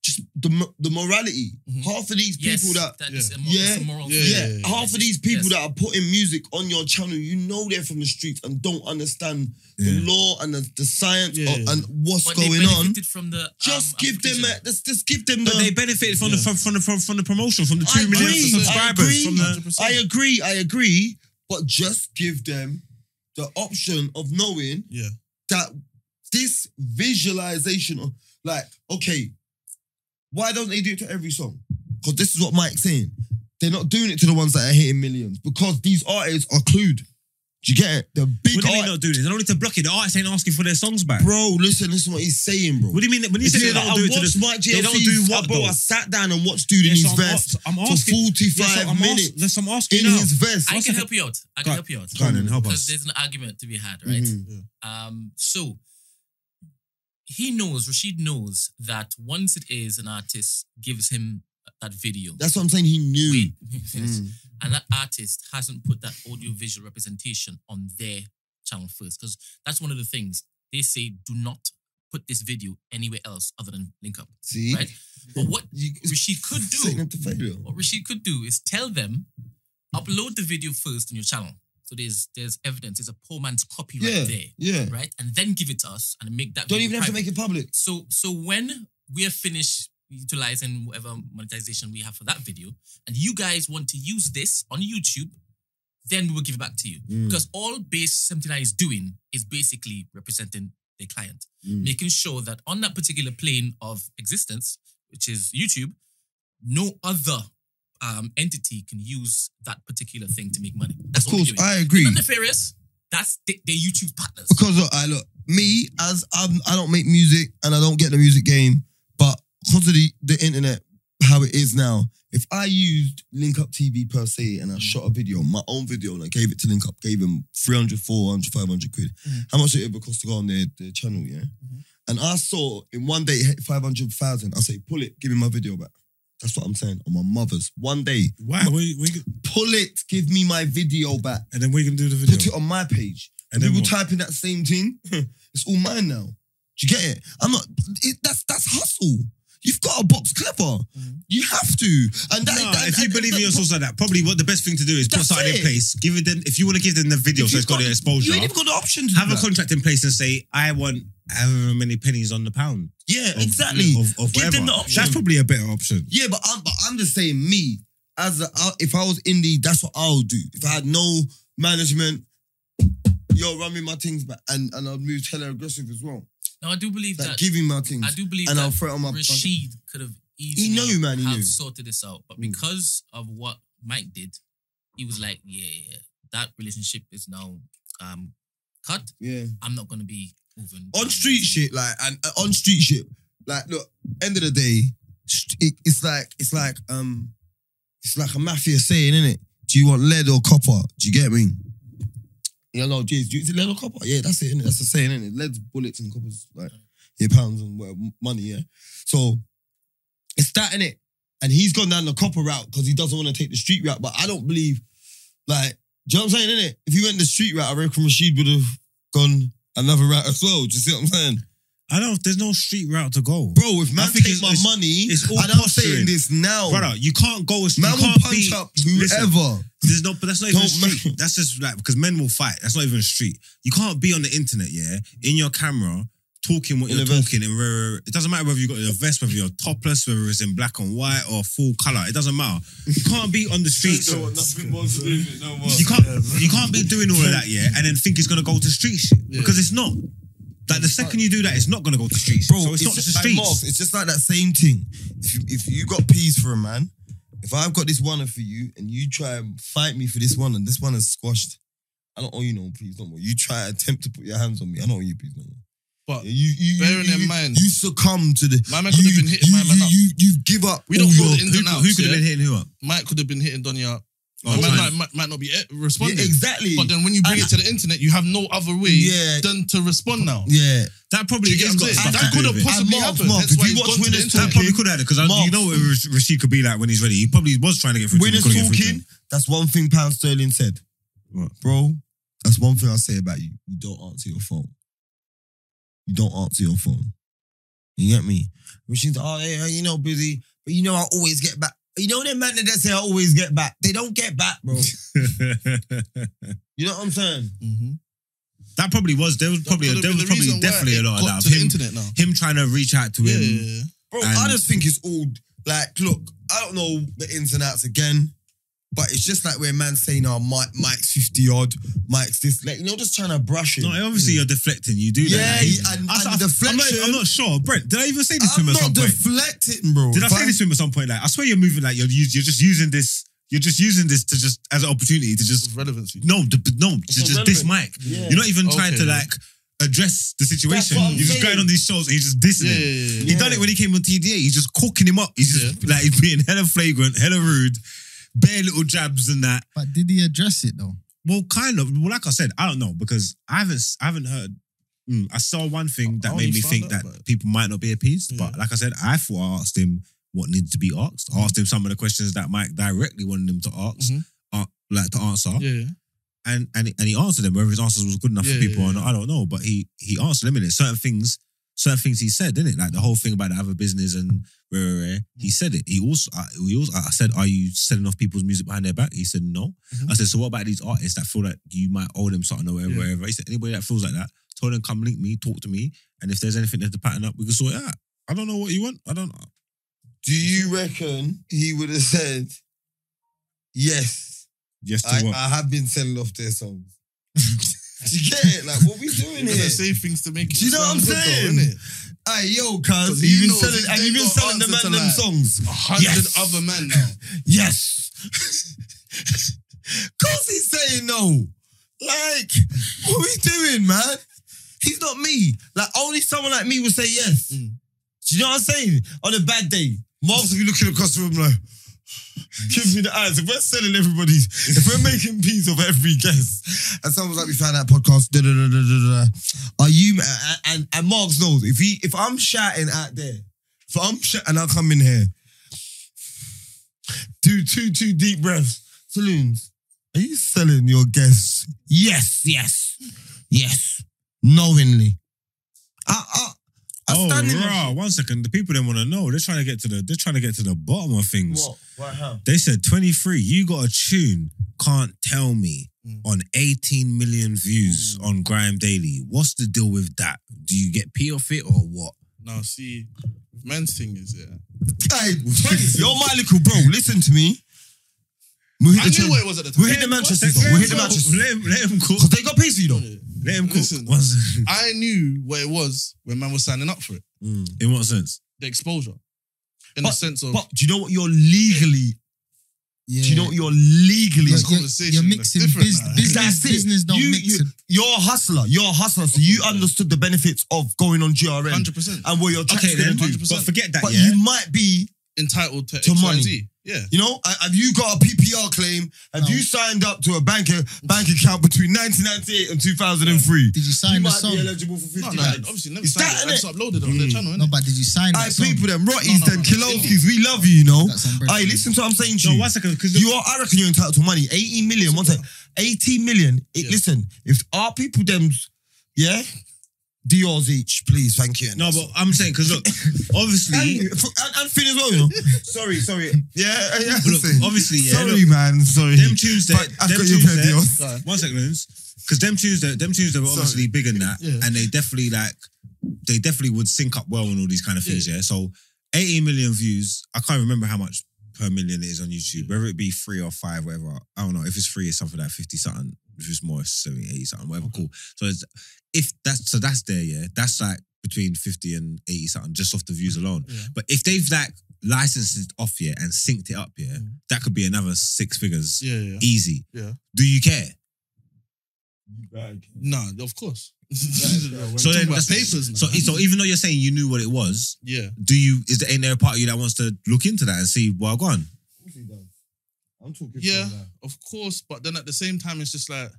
S1: just the mo- the morality.
S4: Mhm.
S1: Half of these
S5: Yes,
S1: people that.
S5: that is
S4: yeah.
S5: a moral, that's a
S1: Yeah,
S5: moral
S4: yeah,
S1: Yeah,
S5: thing.
S4: yeah,
S1: half of these people that are putting music on your channel, you know they're from the streets and don't understand
S2: Yeah.
S1: the law and the, the science
S4: Yeah.
S1: of- and what's
S5: But they
S1: going on.
S5: benefited from the um,
S1: Just give them
S5: application.
S1: a, just, just give them
S2: But
S1: the,
S2: they benefited from the
S4: Yeah.
S2: from, from the from, from the promotion from the
S1: I
S2: two million
S1: agree,
S2: subscribers.
S1: I agree.
S2: from the,
S4: 100%.
S1: I agree, I agree, but just give them the option of knowing
S4: Yeah.
S1: that this visualization of like, okay, why don't they do it to every song? Because this is what Mike's saying. They're not doing it to the ones that are hitting millions because these artists are clued. Do you get it? The
S2: what
S1: big
S2: do you
S1: art,
S2: mean not doing this? They don't need to block it. The artists ain't asking for their songs back.
S1: bro. Listen, this is what he's saying, bro.
S2: What do you mean? that- When you
S1: He's
S2: say they
S1: saying,
S2: don't
S1: I
S2: do it to
S1: watched
S2: the
S1: Mike
S2: they don't
S1: GLC's-
S2: do what,
S1: bro. I
S2: though?
S1: sat down and watched dude in
S2: Yes,
S1: his
S2: I'm
S1: vest
S2: ask- I'm
S1: for
S2: asking. yes,
S1: 45
S2: so I'm ask-
S1: minutes
S2: yes, I'm asking
S1: in
S2: now.
S1: his vest.
S2: One
S5: I can
S2: second.
S5: help you out. I can
S2: Go-
S5: help you out.
S2: Go on then, help
S5: Because
S2: us.
S5: there's an argument to be had, right?
S1: Mhm.
S5: Um, so he knows, Rashid knows that once it is an artist gives him that video,
S1: That's what I'm saying. He knew.
S5: wait, let me finish.
S1: Mm.
S5: and that artist hasn't put that audiovisual representation on their channel first because that's one of the things they say do not put this video anywhere else other than link up
S1: See,
S5: Right? but what
S1: You-
S5: Rashid could
S1: setting
S5: do
S1: them to failure.
S5: what Rashid could do is tell them upload the video first on your channel so there's there's evidence there's a poor man's copy right there
S1: Yeah,
S5: right and then give it to us and make that
S1: don't
S5: video
S1: even have to
S5: private.
S1: make it public.
S5: So so when we are finished utilizing whatever monetization we have for that video, and you guys want to use this on YouTube, then we will give it back to you.
S1: Hmm. Mm.
S5: Because all Base 79 is doing is basically representing their client,
S1: Mm.
S5: making sure that on that particular plane of existence, which is YouTube, no other um, entity can use that particular thing to make money. That's
S1: of
S5: all
S1: course,
S5: they're doing.
S1: I agree
S5: Not nefarious. That's the, their YouTube partners.
S1: because look, I look me as I'm, I don't make music and I don't get the music game, but because of the, the internet, how it is now. If I used Link Up TV per se and I shot a video, my own video, and I gave it to Link Up, gave him 300, 400, 500 quid,
S4: Mhm.
S1: how much it would cost to go on their, their channel, yeah?
S4: Mhm.
S1: And I saw in one day it hit 500,000. I say, pull it, give me my video back. That's what I'm saying on my mother's. One day,
S2: Why? What you- what you-
S1: pull it, give me my video back.
S2: and then we can do the
S1: Put it on my page.
S2: And
S1: And
S2: then
S1: people
S2: what?
S1: type in that same thing. it's all mine now. Do you get it? I'm not. It, that's that's hustle. You've got a box clever.
S4: Mhm.
S1: You have to. And that,
S2: No,
S1: that-
S2: Mm-hmm. if you
S1: and-
S2: believe
S1: and-
S2: in your source like that, probably what the best thing to do is put
S1: That's
S2: something
S1: it.
S2: in place. Give it them if you want to give them the video,
S1: if
S2: so
S1: you've
S2: it's got the
S1: You
S2: exposure.
S1: ain't even got the option to do
S2: Have a
S1: that.
S2: contract in place and say, I want however many pennies on the pound.
S1: Yeah,
S2: of-
S1: exactly.
S2: Of, of
S1: Give them
S2: whatever.
S1: the option.
S2: That's probably a better option.
S1: Yeah, but I'm, but I'm just saying, me as a, I- if I was indie, that's what I'll do. If I had no management, yo, run me my things back, and and I'll move hella aggressive as well.
S5: Now I do believe
S1: Like,
S5: that
S1: give me my things,
S5: I do believe
S1: and
S5: that
S1: I'll throw it on my.
S5: Rashid could have easily
S1: knew, man, he
S5: have
S1: knew.
S5: sorted this out, but
S1: Mm.
S5: because of what Mike did, he was like, "Yeah, yeah, yeah, that relationship is now um, cut.
S1: Yeah.
S5: I'm not gonna be moving
S1: on street shit, like and uh, on street shit, like look, end of the day, st- it, it's like it's like um, it's like a mafia saying, innit? Do you want lead or copper? Do you get me? Yeah, no, geez, do you, is it lead or copper? Yeah, that's it, innit? That's the saying, innit? Lead's bullets and copper's like yeah, pounds and whatever, money, yeah. So it's that in it, and he's gone down the copper route because he doesn't want to take the street route. But I don't believe like Do you know what I'm saying, innit? If you went the street route, I reckon Rashid would have gone another route as well. Do you see what I'm saying?
S2: I don't. There's no street route to go,
S1: Bro, if man
S2: I think
S1: take
S2: it's-
S1: my
S2: it's-
S1: money,
S2: it's all
S1: and I'm
S2: posturing.
S1: saying this now.
S2: brother. You can't go. as- You
S1: man will
S2: can't
S1: punch
S2: be,
S1: up
S2: listen.
S1: whoever.
S2: There's no, but that's not even
S1: Don't
S2: street.
S1: matter.
S2: That's just like because men will fight. That's not even street. You can't be on the internet, yeah, in your camera talking what
S1: In
S2: you're
S1: a vest.
S2: talking. And rah, rah, rah. it doesn't matter whether you got your vest, whether you're topless, whether it's in black and white or full color. It doesn't matter. You can't be on the streets.
S6: nothing more to do with it no more.
S2: You can't. You can't be doing all of that, yeah, and then think it's gonna go to street shit
S4: Yeah.
S2: because it's not. Like the second you do that, it's not gonna go to street. Bro, so it's, not just
S1: just like Marv,
S2: streets.
S1: it's just like that same thing. If you, if you got peas for a man, if I've got this one for you and you try and fight me for this one and this one is squashed, I don't owe you no peas no more. You try and attempt to put your hands on me, I don't owe you peas no more.
S4: But
S1: you, you, you-
S4: bearing in
S1: you-
S4: mind-
S1: you succumb to the.
S4: My man could have been hitting
S1: you,
S4: my man
S1: you,
S4: up.
S1: You, you give up.
S4: We don't
S1: all
S4: go
S1: your-
S4: the ins and outs.
S2: Who could have
S4: yeah?
S2: been hitting who up?
S4: Mike could have been hitting Donny up.
S2: Oh,
S4: might,
S2: fine.
S4: might, might, might not be eh,
S1: Yeah,
S4: responding.
S1: exactly.
S4: But then when you bring
S1: And-
S4: it to the internet, you have no other way
S1: Yeah.
S4: than to respond now.
S1: yeah.
S2: That probably
S4: Do you
S2: is
S4: get what
S2: got
S4: I'm saying?
S2: stuff to
S4: That
S2: do
S4: could
S2: with it.
S4: have possibly
S1: And Marv,
S4: happened.
S1: Marv,
S4: Hence
S1: if
S4: why
S1: you
S4: he's
S1: watch
S4: gone to the
S1: Winners
S4: internet.
S2: That probably could have because I, you
S1: Mark.
S2: know what Rash- Rashid could be like when he's ready. He probably was trying to get through. to
S1: When
S2: him,
S1: it's
S2: couldn't get through to
S1: talking,
S2: him.
S1: that's one thing Pound Sterling said.
S2: What?
S1: Bro, that's one thing I say about you. You don't answer your phone. You don't answer your phone. You get me? Which is, oh, yeah, you know, busy, but you know, I always get back. You know, them man that say I always get back. They don't get back, bro. you know what I'm saying?
S4: Mhm.
S2: that probably was there was probably
S4: That could
S2: there
S4: have
S2: was
S4: been the
S2: probably
S4: reason why
S2: definitely a
S4: it
S2: lot of that.
S4: got to the
S2: Him,
S4: internet now.
S2: him trying to reach out to
S4: Yeah,
S2: him.
S4: yeah, yeah.
S1: Bro, I
S2: And-
S1: just think it's all like, look, I don't know the ins and outs again, but it's just like where man saying, oh, Mike, Mike's 50 odd, Mike's this, like, you know, just trying to brush Mm. it.
S2: No, obviously you're deflecting. You do
S1: Yeah,
S2: that. Like,
S1: and- and
S2: I- I- I'm, not,
S1: deflection.
S2: I'm not sure, Brent. Did I even say this to
S1: I'm
S2: him at
S1: not
S2: some point?
S1: deflecting, bro.
S2: Did I
S1: If
S2: say this to him at some point? Like, I swear you're moving like you're us- you're just using this. You're just using this to just as an opportunity to just
S4: It's relevancy.
S2: no d- no just, just
S1: irrelevant.
S2: diss Mike.
S1: Yeah.
S2: You're not even trying to
S4: Okay.
S2: like address the situation.
S1: what I'm
S2: You're just
S1: saying.
S2: going on these shows and you're just dissing.
S4: Yeah,
S2: him.
S4: yeah, yeah.
S2: He done it when he came on TDA. He's just cooking him up. He's just like he's being hella flagrant, hella rude, bare little jabs and that.
S3: But did he address it though?
S2: Well, kind of. Well, like I said, I don't know because I haven't, I haven't heard. Mm, I saw one thing
S4: I
S2: that
S4: only
S2: made me
S4: found
S2: think
S4: out
S2: that
S4: about it.
S2: people might not be appeased. But
S4: Yeah.
S2: like I said, I thought I asked him what needed to be asked. I asked him some of the questions that Mike directly wanted him to ask,
S4: Mhm.
S2: uh, like to answer,
S4: Yeah, yeah.
S2: and and and he answered them. Whether his answers was good enough for
S4: Yeah,
S2: people
S4: yeah,
S2: or not, I don't know. But he he answered them in it. Certain things, certain things he said, didn't it? Like the whole thing about the other business and rare, rare, rare. He
S4: Mm.
S2: said it. He also I, he also I said, "Are you selling off people's music behind their back?" He said, "No."
S4: Mhm.
S2: I said, "So what about these artists that feel like you might owe them something or whatever?"
S4: Yeah.
S2: whatever? He said, "Anybody that feels like that, tell them come link me, talk to me, and if there's anything that's to pattern up, we can sort it out." I don't know what you want. I don't.
S1: Do you reckon he would have said, yes,
S2: Yes to
S1: I,
S2: what?
S1: I have been selling off their songs? Do you get it? Like, what we doing
S4: You're gonna
S1: here?
S4: say things to make it
S1: Do you know what I'm
S4: sound good though,
S1: saying?
S4: innit?
S1: Hey, yo,
S4: 'Cause
S1: cuz,
S4: he
S1: you've been
S4: knows
S1: selling,
S4: if
S1: and
S4: they
S1: you've been
S4: got
S1: selling the
S4: answer to
S1: man them
S4: that.
S1: songs.
S4: A hundred
S1: Yes.
S4: other men now.
S1: Yes. Cause he's saying no. Like, what are we doing, man? He's not me. Like, only someone like me would say yes.
S4: Mm.
S1: Do you know what I'm saying? On a bad day, Marv's will be looking across the room like, give me the eyes. If we're selling everybody's, if we're making peas of every guest, and someone's like, we found that podcast, da da da da da da. Are you, and, and, and Marv's knows, if he, if I'm shouting out there, if I'm shouting, and I come in here, do two, two deep breaths. Saloons, are you selling your guests? Yes, yes, yes. Knowingly. I, I, I
S2: oh,
S1: stand in that
S2: rah,
S1: shit.
S2: one second. The people don't want to know. They're trying to get to the. They're trying to get to the bottom of things.
S1: What? How?
S2: They said 23, you got a tune, can't tell me,
S4: Mm.
S2: on 18 million views
S1: Mm.
S2: on Grime Daily. What's the deal with that? Do you get pee off it or what?
S4: Now see, man's thing is yeah.
S1: Hey, Frank, you're my little bro. Listen to me. We'll hit
S4: I
S1: the,
S4: knew
S1: Chel-
S4: what it was at the time.
S1: we'll hit the Manchester. song. We'll hit the Manchester.
S2: Let him, let him cook.
S1: Because they got peace for you, though.
S2: Let him cook.
S4: Listen.
S2: One second.
S4: I knew what it was when man was signing up for it.
S1: Mm.
S2: In what sense?
S4: The exposure, in the sense of
S1: But do you know what you're legally?
S3: Yeah.
S1: Do you know what you're legally?
S3: you're,
S4: this
S3: you're-
S4: conversation
S3: you're
S4: is
S3: mixing
S4: different
S3: bus-
S4: now.
S3: business.
S1: That's it.
S3: business don't
S1: you,
S3: mix
S1: you,
S3: it.
S1: you're a hustler. You're a hustler. So you understood the benefits of going on GRN
S4: hundred percent
S1: and what your track's
S2: Okay,
S1: gonna
S2: then.
S1: do.
S4: 100%.
S2: But forget that,
S1: But
S2: yeah?
S1: you might be,
S4: entitled to,
S1: To
S4: X, Y,
S1: money.
S4: Z. Yeah,
S1: you know, uh, have you got a PPR claim? Have
S3: No.
S1: you signed up to a bank bank account between 1998 and 2003?
S3: Did you sign
S1: You
S3: the
S1: might
S3: song?
S1: be eligible for 50
S4: no, no,
S1: lads.
S4: obviously never
S1: It's
S4: signed
S1: that,
S4: it. I just uploaded it on their channel.
S3: No,
S4: innit?
S3: but did you sign
S1: I
S3: that song?
S1: people them
S4: No,
S1: Rotties,
S4: no,
S1: them
S4: no,
S1: Kilowskis, we
S3: Oh.
S1: love you, you know.
S3: That's some bread.
S1: I listen to what I'm saying to
S2: No,
S1: you.
S2: one second. Because
S1: You are, I reckon you're entitled to money. 80 million, one second. 18 million. It,
S4: Yeah.
S1: Listen, if our people dems, yeah, do yours each, please. Thank you.
S2: No, but I'm saying because look, obviously,
S1: and, and, and Finn as well, you know. sorry, sorry. Yeah, yeah.
S2: look,
S1: listen.
S2: obviously, yeah.
S1: sorry,
S2: look,
S1: man. Sorry.
S2: them tunes
S1: But
S2: that,
S1: I
S2: them
S1: got your
S2: tunes
S1: pair
S2: that-
S1: deals.
S2: One second, because them tunes that, them tunes that were
S1: Sorry.
S2: obviously big in that,
S4: Yeah.
S2: and they definitely like, they definitely would sync up well on all these kind of things. Yeah. So 18 million views. I can't remember how much per million it is on YouTube. Whether it be three or five, whatever. I don't know. If it's three, it's something like 50 something. If it's more, it's 70, 80 something, whatever. Cool. So it's, if that's so that's there, yeah. That's like between 50 and 80 something, just off the views alone.
S4: Yeah.
S2: But if they've like licensed it off here and synced it up here,
S1: Mm.
S2: that could be another six figures.
S4: Yeah, yeah.
S2: Easy.
S4: Yeah.
S2: Do you care?
S4: Nah, of course.
S2: So then,
S4: about
S2: that's-
S4: papers, man.
S2: so, so even though you're saying you knew what it was,
S4: yeah.
S2: do you is there ain't there a part of you that wants to look into that and see well gone?
S1: I'm talking.
S4: Yeah, of course. But then at the same time, it's just like,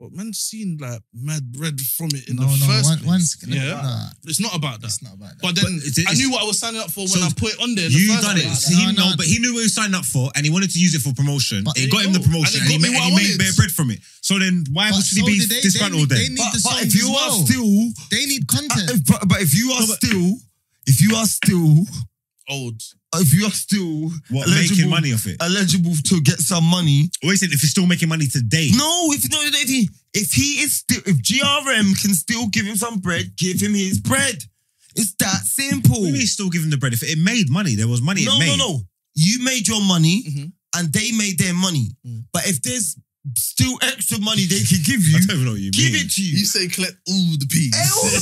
S4: but man, seen like mad bread from it in
S3: no,
S4: the
S3: no,
S4: first
S3: one,
S4: place.
S3: once.
S4: yeah,
S3: nah,
S4: it's not about that.
S3: it's not about that.
S4: But then
S2: But it's- it's-
S4: I knew what I was signing up for when
S2: So
S4: I put it on there. In
S2: You
S4: the first
S2: done it.
S4: place.
S2: So he,
S3: No,
S2: no,
S3: no.
S2: but he knew what he was signing up for, and he wanted to use it for promotion.
S3: But-
S2: it got him
S4: There
S2: the
S4: you go.
S2: promotion, and, he,
S4: And it got
S2: made,
S4: me
S2: and
S4: what I
S2: he made
S4: wanted.
S2: bare bread from it. So then, why
S3: But
S2: would he
S3: so
S2: be
S3: did they- they
S2: disgruntled
S3: need- they
S2: then?
S3: need-
S1: But,
S3: the
S1: but
S3: songs
S1: if you
S3: as well.
S1: are still,
S3: they need content.
S1: if, but, but if you are
S2: No, but-
S1: still, if you are still,
S4: Old.
S1: if you are still
S2: What
S1: eligible- Uh,
S2: making money off it?
S1: eligible to get some money.
S2: Or he said if he's still making money today,
S1: No, if no, if he, if he is still, if GRM can still give him some bread, give him his bread. It's that simple.
S2: maybe he's still giving the bread. If it made money, there was money. Mm-hmm.
S1: No,
S2: it made.
S1: no, no. You made your money
S4: Mhm.
S1: and they made their money.
S4: Mm.
S1: But if there's still extra money they can give you,
S2: I don't even know what you
S1: give
S2: mean.
S1: it to you.
S4: You say collect all the peas.
S1: Eh, all the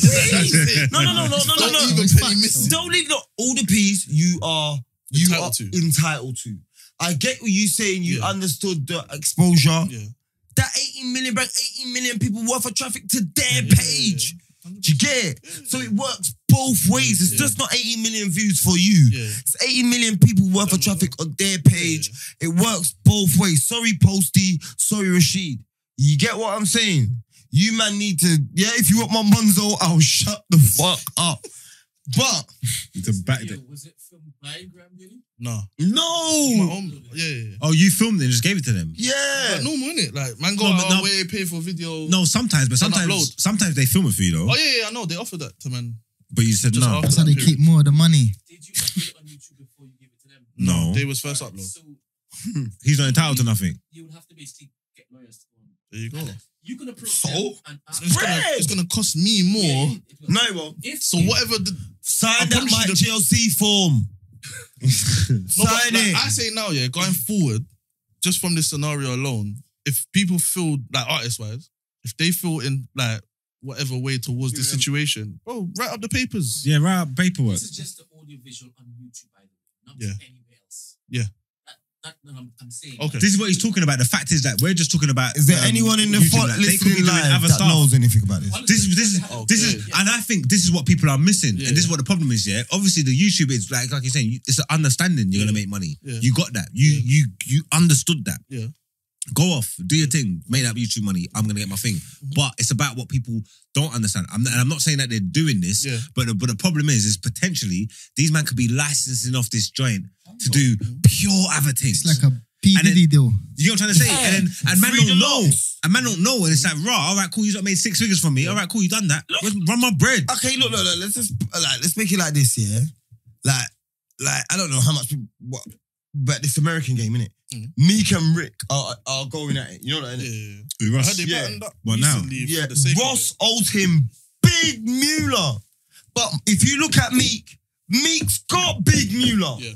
S1: peas. No, no, no, no, no, no,
S4: Don't
S1: no.
S4: even
S3: It's
S4: penny
S3: facts,
S4: missing.
S1: Don't leave the, all the peas you are you
S4: Entitled
S1: are
S4: to.
S1: entitled to. I get what you saying. You
S4: Yeah.
S1: understood the exposure.
S4: Yeah.
S1: That 18 million brought 18 million people worth of traffic to their
S4: Yeah, yeah,
S1: page.
S4: yeah, yeah.
S1: Do you get it? So it works both ways. It's
S4: Yeah.
S1: just not 18 million views for you.
S4: Yeah.
S1: It's 80 million people worth of
S4: Don't know.
S1: traffic on their page. It works both ways. Sorry, Posty. Sorry, Rashid. You get what I'm saying? You man need to, yeah, if you want my monzo, I'll shut the fuck up. But
S2: It's a back.
S5: Video, was it filmed by Graham Daly?
S4: No. My
S1: no.
S4: own. Yeah, yeah. yeah.
S2: Oh, you filmed it and just gave it to them.
S1: Yeah.
S4: Like normal, innit? Like, man, go
S2: No,
S4: no,
S2: but
S4: out
S2: no-
S4: our way, pay for video.
S2: No, sometimes, but
S4: Don't
S2: sometimes,
S4: upload.
S2: sometimes they film it for you though.
S4: Oh, yeah, yeah, I know. They offered that to man.
S2: But you said
S4: Just
S2: no.
S4: after
S3: That's how they
S4: Period.
S3: keep more of the money.
S5: Did you upload it on YouTube before you gave it to them?
S2: No.
S4: They was first
S5: Alright,
S4: upload.
S5: So
S2: He's not entitled to nothing.
S5: you would have to basically get lawyers to go on.
S4: There you go.
S5: You can approach
S1: So?
S5: them and ask
S4: It's gonna, it's gonna cost me more.
S5: Yeah, it will.
S1: No, it won't.
S5: If
S4: So
S5: you-
S4: whatever the I
S1: Sign that
S4: promise you
S1: Mike
S4: the-
S1: GLC form.
S4: No, but,
S1: Sign
S4: like,
S1: it.
S4: I say now, yeah, going forward, just from this scenario alone, if people feel like artist wise, if they feel in like whatever way towards the situation, bro, write up the papers.
S2: Yeah, right. Paperwork.
S5: This is just the audio visual on YouTube, by the way, not
S4: Yeah.
S5: anywhere else.
S4: Yeah.
S5: That, that no, I'm, I'm saying.
S1: Oh,
S4: Okay.
S2: This is what he's talking about. The fact is that we're just talking about.
S1: Is there
S2: um,
S1: anyone in the
S2: YouTube,
S1: fo-
S2: like, they could be
S1: listening
S2: doing
S1: live
S2: other
S1: that
S2: stuff.
S1: knows anything about this?
S5: Honestly,
S2: This is this is
S5: they
S2: this
S5: have-
S2: is,
S5: yeah.
S2: and I think this is what people are missing,
S4: Yeah.
S2: and this is what the problem is. Yeah, obviously the YouTube is like like you're saying, you- it's an understanding. You're gonna
S4: Yeah.
S2: make money.
S4: Yeah.
S2: You got that. You
S4: Yeah.
S2: you you understood that.
S4: Yeah.
S2: Go off, do your thing, make that YouTube money. I'm gonna get my thing,
S4: Mm-hmm.
S2: but it's about what people don't understand. I'm, and I'm not saying that they're doing this,
S4: Yeah.
S2: but the, but the problem is, is potentially these man could be licensing off this joint
S4: Oh.
S2: to do
S4: Mm-hmm.
S2: pure other things.
S3: It's like a P
S2: And then-
S3: Diddy deal.
S2: You know what I'm trying to say? And then, and man
S1: Free
S2: don't
S1: the
S2: know.
S1: locks.
S2: And man don't know. And it's like, rah, all right, cool. You just made six figures from me. All right, cool. You done that. Where's- Run my bread.
S1: Okay, look, look, look. Let's just like let's make it like this, yeah. Like, like I don't know how much people, what, but this American game, innit?
S4: Mhm.
S2: Mm.
S1: Meek and Rick are, are going at it. You know that,
S4: Yeah,
S1: innit?
S4: yeah.
S2: Who,
S4: I
S2: Russ?
S4: heard they
S1: Yeah.
S4: battened up
S2: Well, now.
S4: recently for
S1: Yeah,
S4: the sake of
S1: Ross owes him big Mueller, but if you look at Meek, Meek's got big Mueller.
S4: Yeah.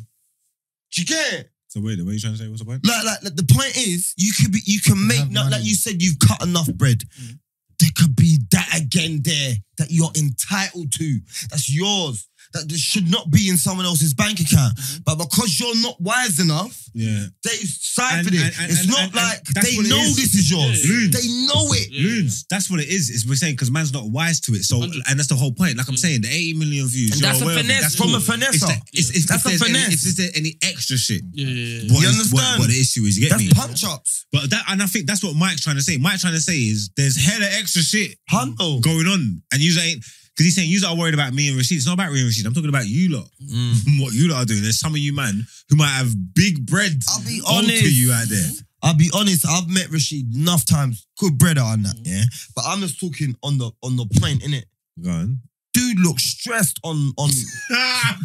S1: Do you get it?
S2: So wait, what are you trying to say? What's the point?
S1: Like, like, like, the point is, you could be, you can make,
S3: have
S1: not, like
S3: money.
S1: you said, you've cut enough bread.
S4: Mhm.
S1: There could be that again there that you're entitled to. That's yours. That this should not be in someone else's bank account.
S4: Mm-hmm.
S1: But because you're not wise enough,
S2: Yeah.
S1: they ciphered
S2: And-
S1: it.
S2: and- and-
S1: it's
S2: and-
S1: not
S2: and-
S1: like
S2: and that's
S1: they
S2: what it
S1: know
S2: is.
S1: this is yours.
S4: Yeah, yeah,
S2: yeah.
S1: They know it.
S4: Yeah, yeah.
S2: Loons. That's what it is. Is we're saying because man's not wise to it. So
S4: Hundred.
S2: and that's the whole point. Like I'm saying, the 80 million views.
S1: And
S2: you're
S1: that's a
S2: aware of it,
S1: finesse
S2: that's
S1: from a
S2: cool. It's
S1: finesser.
S2: the- it's- it's-
S1: That's
S2: if
S1: a
S2: there's any-
S1: finesse.
S2: If there's any extra shit,
S4: it. Yeah, yeah, yeah.
S2: what
S1: You
S2: is- what-
S1: understand?
S2: what the issue is? You get
S1: That's
S2: me?
S1: punch ups.
S2: But that and I think that's what Mike's trying to say. Mike's trying to say is there's hella extra shit
S1: Hunto.
S2: going on, and you ain't because he's saying you are worried about me and Rashid. It's not about me and Rashid. I'm talking about you lot.
S1: Mm.
S2: what you lot are doing. There's some of you man who might have big bread
S1: I'll be
S2: owed
S1: honest.
S2: to you out there.
S1: I'll be honest, I've met Rashid enough times, good brother on
S2: Mm.
S1: that, yeah. But I'm just talking on the on the plane, innit?
S2: Go on.
S1: Dude look stressed on on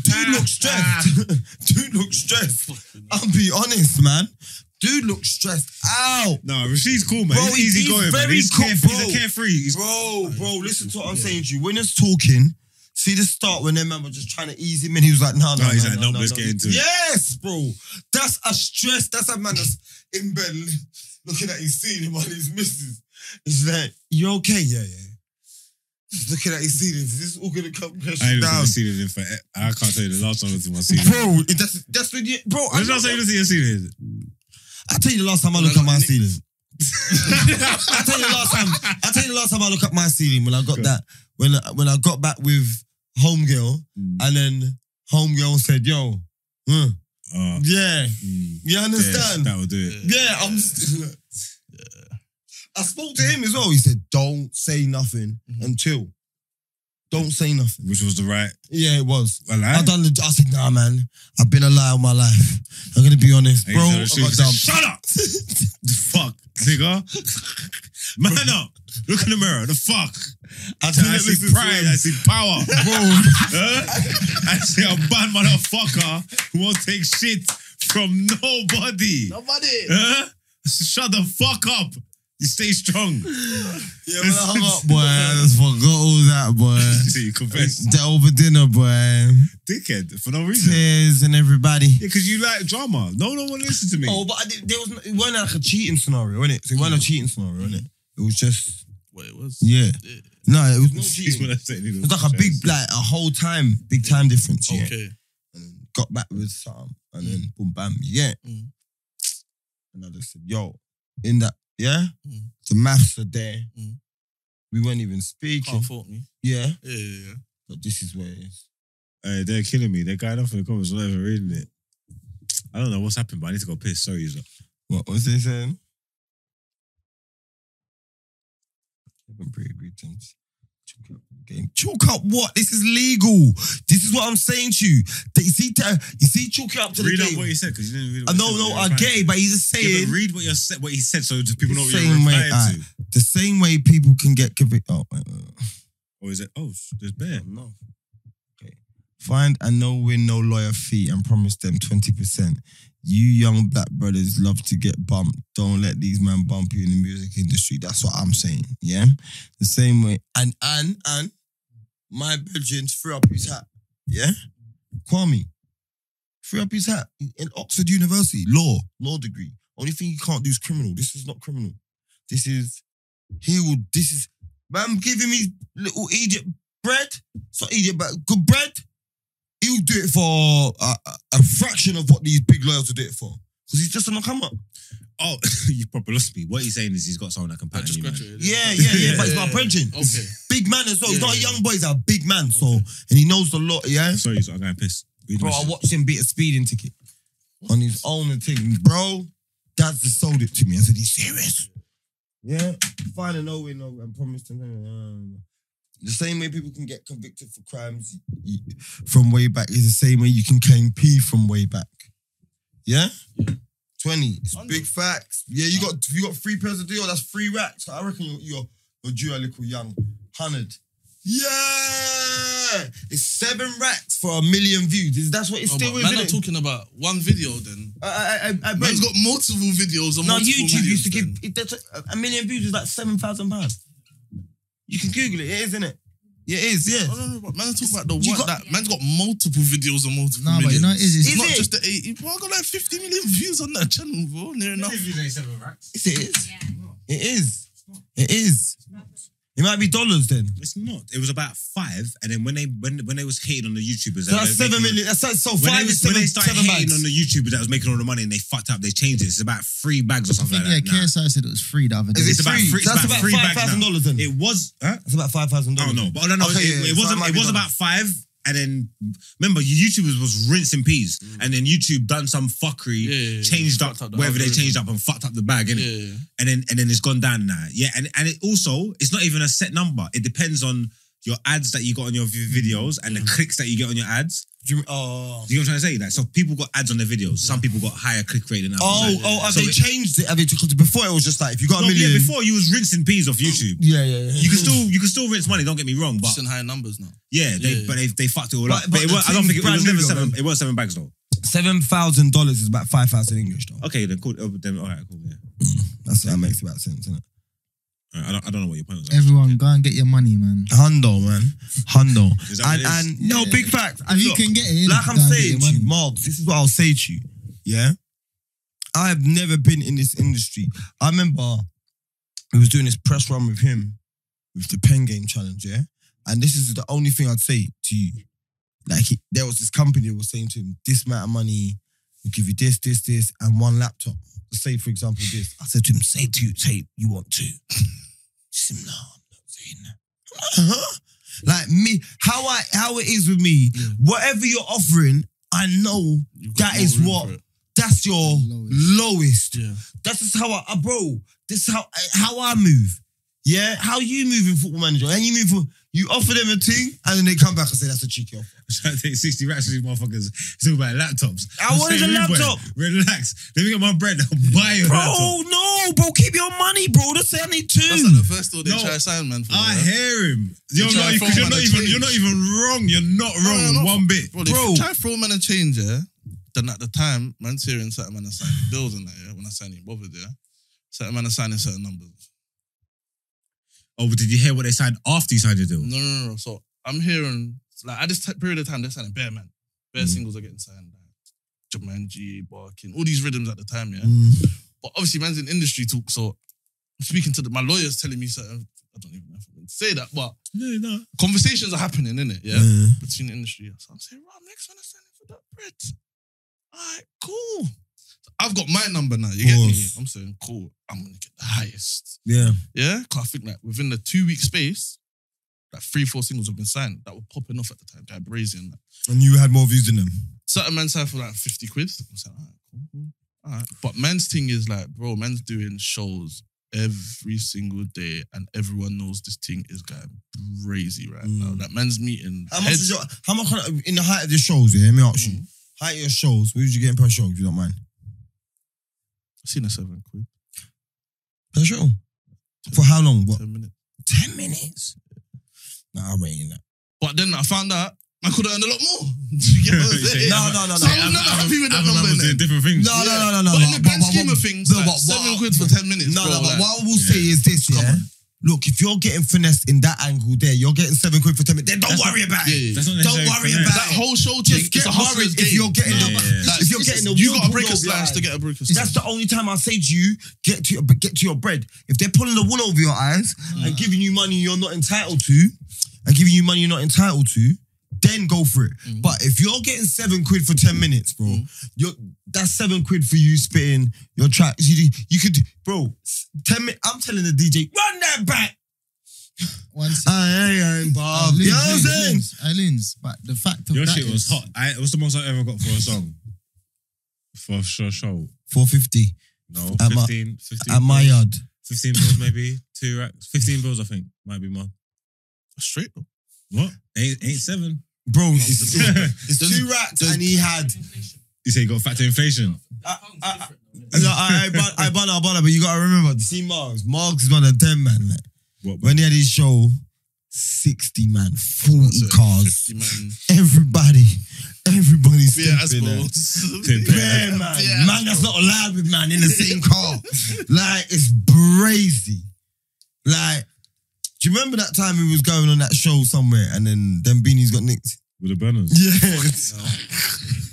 S1: dude look stressed. dude look stressed. I'll be honest, man. Dude look stressed out.
S2: No, Rashid's cool, man.
S1: Bro,
S2: he's easy
S1: he's
S2: going, man.
S1: very
S2: He's,
S1: cool,
S2: carefree.
S1: bro.
S2: he's a carefree. He's
S1: Bro, bro, listen to what I'm saying to you. When it's talking, see the start when their man was just trying to ease him in. He was like, no, no,
S2: No, he's
S1: no,
S2: like,
S1: no,
S2: nope,
S1: no,
S2: let's
S1: no.
S2: get into it.
S1: Yes, bro. That's a stress. That's a man that's in bed looking at his ceiling while his missus. He's like, you okay? Yeah, yeah. Just looking at his ceiling. This is all going to come
S2: I
S1: crashing
S2: ain't
S1: down.
S2: down. seen it for. I can't tell you the last time I looked at my ceiling.
S1: Bro, it- that's, that's when you... Bro, I,
S2: When's the last time you looked at your ceiling?
S1: I tell you the last time I looked at my ceiling. I tell you the last time. I tell you the last time I look at my ceiling when I got that when when I got back with homegirl
S2: Mm.
S1: and then homegirl said, "Yo, huh,
S2: Uh,
S1: yeah,
S2: mm,
S1: you
S2: yes,
S1: understand?
S2: that will do it.
S1: yeah, I'm." Still, I spoke to him as well. He said, "Don't say nothing
S4: Mhm.
S1: until." Don't say nothing.
S2: Which was the right.
S1: Yeah, it was.
S2: A lie?
S1: I done the. I said, nah, man. I've been a lie all my life. I'm gonna be honest,
S2: And
S1: bro.
S2: he
S1: I
S2: said,
S1: got
S2: Rashid,
S1: dumped.
S2: Shut up! fuck, nigga. Man up. Look in the mirror. The fuck.
S1: I
S2: I,
S1: didn't
S2: see
S1: listen to
S2: pride. I
S1: him.
S2: see power.
S1: Bro,
S2: Huh? I see a bad motherfucker who won't take shit from nobody.
S4: Nobody.
S2: Huh? Shut the fuck up. You stay strong.
S1: Yeah, when I hung up, boy, I just forgot all that, boy.
S2: See, you confess.
S1: That over dinner, boy.
S2: Dickhead for no reason.
S1: Tears and everybody.
S2: Yeah, because you like drama. No, no one listen to me.
S1: Oh, but I did, there was no, it wasn't like a cheating scenario, innit? So it wasn't a cheating scenario, innit? It was just
S4: What it was?
S1: yeah.
S4: Yeah.
S1: No, it was no
S2: He's
S1: cheating.
S2: what
S1: It
S2: I'm saying.
S1: was like a big, like a whole time, big time difference. Yeah.
S4: Okay.
S1: And got back with something, and then boom, bam, yeah.
S4: Mm.
S1: And I just said, yo, in that, yeah,
S4: Mm.
S1: the maths are there.
S4: Mm.
S1: We weren't even speaking.
S4: Can't fault Oh, me.
S1: Yeah,
S4: Yeah, yeah, yeah.
S1: but this is where it is.
S2: Hey, they're killing me. They're going off in the comments. I'm not even reading it. I don't know what's happened, but I need to go piss. Sorry, user.
S1: What was they saying? Haven't pre-agreed terms. Chalk up the game. Chalk up what? This is legal. This is what I'm saying to you. That you see, ta- you see, chalk it up to
S2: Read
S1: the
S2: out
S1: game.
S2: what he said because you didn't read.
S1: I
S2: What
S1: know, no, I get it, but he's just
S2: Yeah,
S1: saying
S2: but read what you said. What he said, so that people know what you're
S1: Same
S2: replying
S1: way,
S2: to.
S1: alright. the same way people can get convicted. Oh, wait, wait, wait.
S2: Or is it? Oh, there's bear.
S1: no. Okay. Find and no win, no lawyer fee, and promise them twenty percent. You young black brothers love to get bumped. Don't let these men bump you in the music industry. That's what I'm saying. Yeah, the same way. And and and my brethren threw up his hat. Yeah, Kwame threw up his hat in Oxford University, law, law degree. Only thing you can't do is criminal. This is not criminal. This is he will. This is man giving me little idiot bread. It's not idiot, but good bread. He'll do it for a, a- a fraction of what these big lawyers will do it for. Because he's just on the come up.
S2: Oh, you probably lost me. What he's saying is he's got someone that can
S4: I
S2: pattern
S4: just
S2: you, man.
S4: graduated.
S1: Yeah, yeah, yeah. but he's my
S4: Yeah.
S1: brethren.
S4: Okay.
S1: Big man as well. he's
S4: Yeah,
S1: not a
S4: yeah.
S1: young boy, he's a big man. So, and he knows the law, yeah?
S2: Sorry, user. I'm going piss. Read
S1: Bro,
S2: what
S1: I
S2: you
S1: watched him beat a speeding ticket on his own and thing. Bro, that's just sold it to me. I said, he's serious. Yeah. Find a no way, no, and promise to The same way people can get convicted for crimes y- y- from way back is the same way you can claim P from way back. Yeah? 20. It's
S4: Under.
S1: big facts. Yeah, you got you got three pairs of deal. That's three racks. I reckon you're you're, you're due a little young. Hundred. Yeah! It's seven racks for a million views. Is that's what it
S4: Oh,
S1: still
S4: but
S1: is,
S4: man,
S1: isn't
S4: I'm
S1: it?
S4: talking about one video then.
S1: I, I, I, I
S4: Man's got multiple videos on
S1: no,
S4: multiple
S1: YouTube used to
S4: videos
S1: give
S4: then.
S1: it, that's a, a million views is like seven thousand pounds. You can Google it, it is, isn't it? Yeah, it is, yeah.
S4: Oh, No, no, no, but man, I'm talking about the
S1: You
S4: one
S1: got-
S4: that man's got multiple videos on multiple.
S3: Nah, but you know what it is,
S4: It's
S1: Is
S4: not
S1: it?
S4: just the eight. Bro, I got like 50 million views on that channel, bro. Near enough.
S1: Yes, it is. It is. It is. It might be dollars then.
S2: It's not. It was about five, and then when they when when they was hating on the YouTubers,
S1: So
S2: they
S1: that's
S2: was
S1: seven million.
S2: making-
S1: That's so
S2: When
S1: five
S2: they,
S1: is
S2: was,
S1: seven,
S2: when they started
S1: seven
S2: hating
S1: bags.
S2: on the YouTubers that was making all the money and they fucked up, they changed it. It's about three bags or
S3: I
S2: something
S3: think, yeah,
S2: like that. now.
S3: KSI said it was free the other day.
S1: Is
S2: It's
S1: it
S2: about
S1: free?
S2: free- it's
S1: That's
S2: about
S1: about
S2: free
S1: five
S2: bags now.
S1: thousand dollars then.
S2: It was. Huh?
S1: That's about five thousand
S2: I
S1: dollars.
S2: don't know, but I don't know.
S1: Okay,
S2: it,
S1: yeah, yeah,
S2: it
S1: so
S2: wasn't.
S1: it might
S2: It
S1: be
S2: was
S1: done.
S2: about five, and then remember, YouTubers was rinse and peas, and then YouTube done some fuckery,
S4: Mm. Yeah, yeah, yeah.
S2: changed up
S4: Fucked up the
S2: whether they
S4: algorithm.
S2: changed up and fucked up the bag,
S4: Yeah,
S2: innit?
S4: yeah, yeah.
S2: and then and then it's gone down now. Yeah, and and it also it's not even a set number. It depends on your ads that you got on your vi- videos and the clicks that you get on your ads.
S1: Mm. Do you, oh.
S2: You know what I'm trying to say? Like, so people got ads on their videos. Some people got higher click rate than others.
S1: Oh,
S2: Like,
S1: oh, have
S2: so
S1: they
S2: it-
S1: changed it? Have they, because before it was just like, if you got
S2: no,
S1: a
S2: but yeah,
S1: million. Oh.
S2: before you was rinsing peas off YouTube.
S1: yeah, yeah, yeah.
S2: You can still you can still rinse money. Don't get me wrong, but
S4: Just in high numbers now.
S2: yeah, they,
S4: Yeah, yeah.
S2: but they, they fucked it all
S1: But-
S2: up. But,
S1: but
S2: it
S1: the
S2: was, I don't
S1: thing's
S2: think it, it was
S1: brand
S2: never
S1: new,
S2: seven.
S1: though.
S2: It was seven bags though.
S1: $7,000 is about 5,000 English, though.
S2: Okay, then cool. Oh, then all right, cool. Yeah,
S1: That's that makes about sense, isn't it?
S2: All right, I don't I don't know what your point was.
S3: Everyone, go and get your money, man.
S1: Hundo, man. Hundo.
S2: Is that what
S1: And,
S2: it is?
S1: and no,
S3: Yeah.
S1: big facts. And
S3: If you
S1: look,
S3: can get it,
S1: like I'm
S3: go and get
S1: saying
S3: your
S1: to you,
S3: money.
S1: Marks, this is what I'll say to you. Yeah. I have never been in this industry. I remember we was doing this press run with him with the pen game challenge, yeah? And this is the only thing I'd say to you. Like he, there was this company that was saying to him, this amount of money, we'll give you this, this, this, and one laptop. Say, for example, this. I said to him, say two, say you want two. He said, no, I'm not saying that. Huh? Like me, how I how it is with me, whatever you're offering, I know
S4: You've got
S1: that
S4: more
S1: is
S4: room
S1: what
S4: for it.
S1: that's your lowest.
S4: Yeah.
S1: That's just how I, uh, bro. This is how I, how I move. Yeah, how you move in football manager, and you move for you offer them a thing, and then they come back and say that's a cheeky offer.
S2: trying to take 60 racks with these motherfuckers. It's all about laptops.
S1: I
S2: I'm
S1: wanted
S2: saying,
S1: a
S2: rude boy,
S1: laptop.
S2: Relax. Let me get my bread. I'll buy you a
S1: Bro,
S2: laptop.
S1: no, bro, keep your money, bro. That's I need
S4: That's like
S1: two.
S4: the first deal they
S2: No.
S4: try to sign, man. For,
S2: I
S4: man.
S2: hear him. You're not,
S4: try and
S2: you
S4: throw him
S2: you're
S4: on
S2: not
S4: the
S2: even
S4: change.
S2: you're not even wrong. You're not wrong
S4: no, no.
S2: one bit.
S4: Bro,
S1: Bro.
S4: they try to throw man a change, yeah. Then at the time, man's hearing certain man are signing bills and that, yeah. When I sign it, bothered, yeah. Certain man are signing certain numbers.
S2: Oh, but did you hear what they signed after you signed your deal?
S4: No, no, no, no. So I'm hearing like at this t- period of time they're signing bare man, bare singles are getting signed. Like, Jumanji, Barking, all these rhythms at the time, yeah.
S2: Mm.
S4: But obviously, man's in industry talk, so I'm speaking to the, my lawyers telling me certain. I don't even know if I can say that, but
S2: No, no.
S4: conversations are happening, innit? Yeah,
S1: Yeah.
S4: between the industry. So I'm saying, right, next one is signing for that bread. All right, cool. I've got my number now. You get me?
S1: Course.
S4: I'm saying, cool. I'm gonna get the highest.
S1: Yeah.
S4: Yeah, because I think like within the two week space, like three, four singles have been signed that were popping off at the time. They're brazy and that.
S1: And you had more views than them.
S4: Certain men signed for like 50 quid. I'm saying, all right, cool, cool. All right. But man's thing is like, bro, man's doing shows every single day and everyone knows this thing is going crazy right now. That man's meeting.
S1: Mm. How much
S4: heads-
S1: is your how much kind of- in the height of the shows, yeah? Let me ask you.
S4: Mm.
S1: Height of your shows, what was you getting per show, if you don't mind?
S4: I've seen a seven quid,
S1: Per show? For how long? What?
S4: 10 minutes.
S1: Ten minutes. Nah, I'm rating that.
S4: But then I found out I could have earned a lot more. Do you get what I'm
S2: You say,
S4: saying?
S1: No, no, no,
S4: So
S1: no.
S4: I'm never happy with that
S2: Other
S4: number.
S2: man was doing
S4: innit?
S2: different things.
S1: No,
S4: Yeah.
S1: no, no, no, no.
S4: But in the grand
S1: but
S4: scheme
S1: what-
S4: of things,
S1: no,
S4: like,
S1: but what-
S4: seven quid for ten minutes.
S1: No,
S4: bro,
S1: no, but
S4: like,
S1: what I will say is this, yeah. Look, if you're getting finessed in that angle there, you're getting seven quid for ten minutes. Then don't
S2: That's
S1: worry about
S4: yeah,
S1: it.
S4: yeah,
S2: That's not
S1: Don't
S2: necessarily
S1: worry
S2: finesse.
S1: about
S4: That whole show thing,
S1: Just
S4: it's
S1: get
S4: a hustler's
S1: worried
S4: game.
S1: if you're getting
S2: Yeah,
S1: the,
S2: yeah, yeah.
S1: like, if you're
S4: It's-
S1: getting the
S4: you
S1: will
S4: gotta
S1: pulled
S4: break a
S1: over your
S4: slice to
S1: eye.
S4: get a break a
S1: That's
S4: slice.
S1: the only time I say to you, get to your get to your bread. If they're pulling the wool over your eyes and giving you money you're not entitled to, and giving you money you're not entitled to, then go for it. But if you're getting seven quid for ten minutes, bro, you're that's seven quid for you spitting your tracks. You, you could, bro, s- ten minutes. I'm telling the DJ, run that back.
S3: Once
S1: I ain't Bob. You know what Uh, I'm saying?
S3: I lose, but the fact of
S2: Your
S3: that
S2: shit was
S3: is-
S2: hot. I, what's the most I ever got for a song? For a show, show.
S1: Four fifty
S2: No,
S1: At my-
S2: 15, 15
S1: at my
S2: bills.
S4: uh,
S1: yard.
S2: 15 bills maybe, two racks. 15 bills, I think, might be mine.
S4: straight. though.
S2: What? Eight, eight, seven.
S1: Bro, it's,
S2: you
S1: it's two racks and he had
S2: say you got factor inflation.
S1: No, I, I, ban, I ban, I ban, but you gotta remember, see Marks. Marks is one of them, man. Like,
S2: What?
S1: when he had his show, 60 man, 40
S4: So,
S1: cars,
S4: 50 man.
S1: everybody, everybody
S4: Yeah, as
S1: sleeping.
S4: well.
S1: Yeah,
S2: Yeah,
S1: yeah, man.
S4: Yeah.
S1: man, that's not allowed with man in the same car. like, it's brazy. Like, do you remember that time we was going on that show somewhere and then them beanies got nicked?
S2: With the banners.
S1: Yes.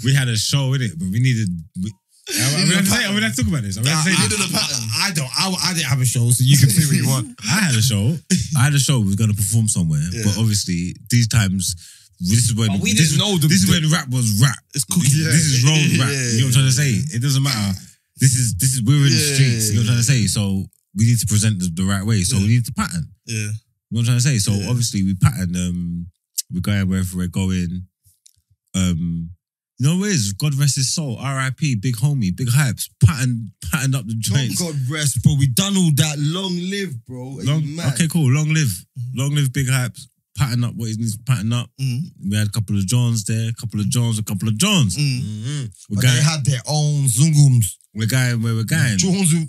S2: We had a show in it, but we needed. We, I, I, mean, I, have to say, I mean, I have to talk about this. I, mean, I, have to
S1: I,
S2: say,
S1: I- I don't. I, I didn't have a show, so you can say what you want.
S2: I had a show. I had a show. We was going to perform somewhere, but obviously these times, this is when
S1: But we
S2: this,
S1: didn't know the-
S2: This is when rap was rap. It's cooking. This is road rap.
S4: Yeah.
S2: You know what I'm trying to say? It doesn't matter. This is this is we're in the
S4: Yeah.
S2: streets. You know what I'm trying to say? So we need to present the, the right way. So we need to pattern.
S4: Yeah.
S2: You know what I'm trying to say? So
S4: Yeah.
S2: obviously we pattern um we're going wherever we're going. Um you know what it is? God rest his soul, R.I.P., big homie, big hypes, pattern, pattern up the
S1: Don't
S2: joints.
S1: God rest, bro. We done all that. Long live, bro. Are you
S2: Long,
S1: mad?
S2: okay, cool. Long live. Long live big hypes. pattern up what he needs to pattern up.
S4: Mm,
S2: We had a couple of Johns there, a couple of Johns, a couple of Johns.
S4: mm.
S1: Mhm.
S2: We're
S1: But they
S2: going,
S1: had their own zungums.
S2: we're going where we're going.
S1: Jones, you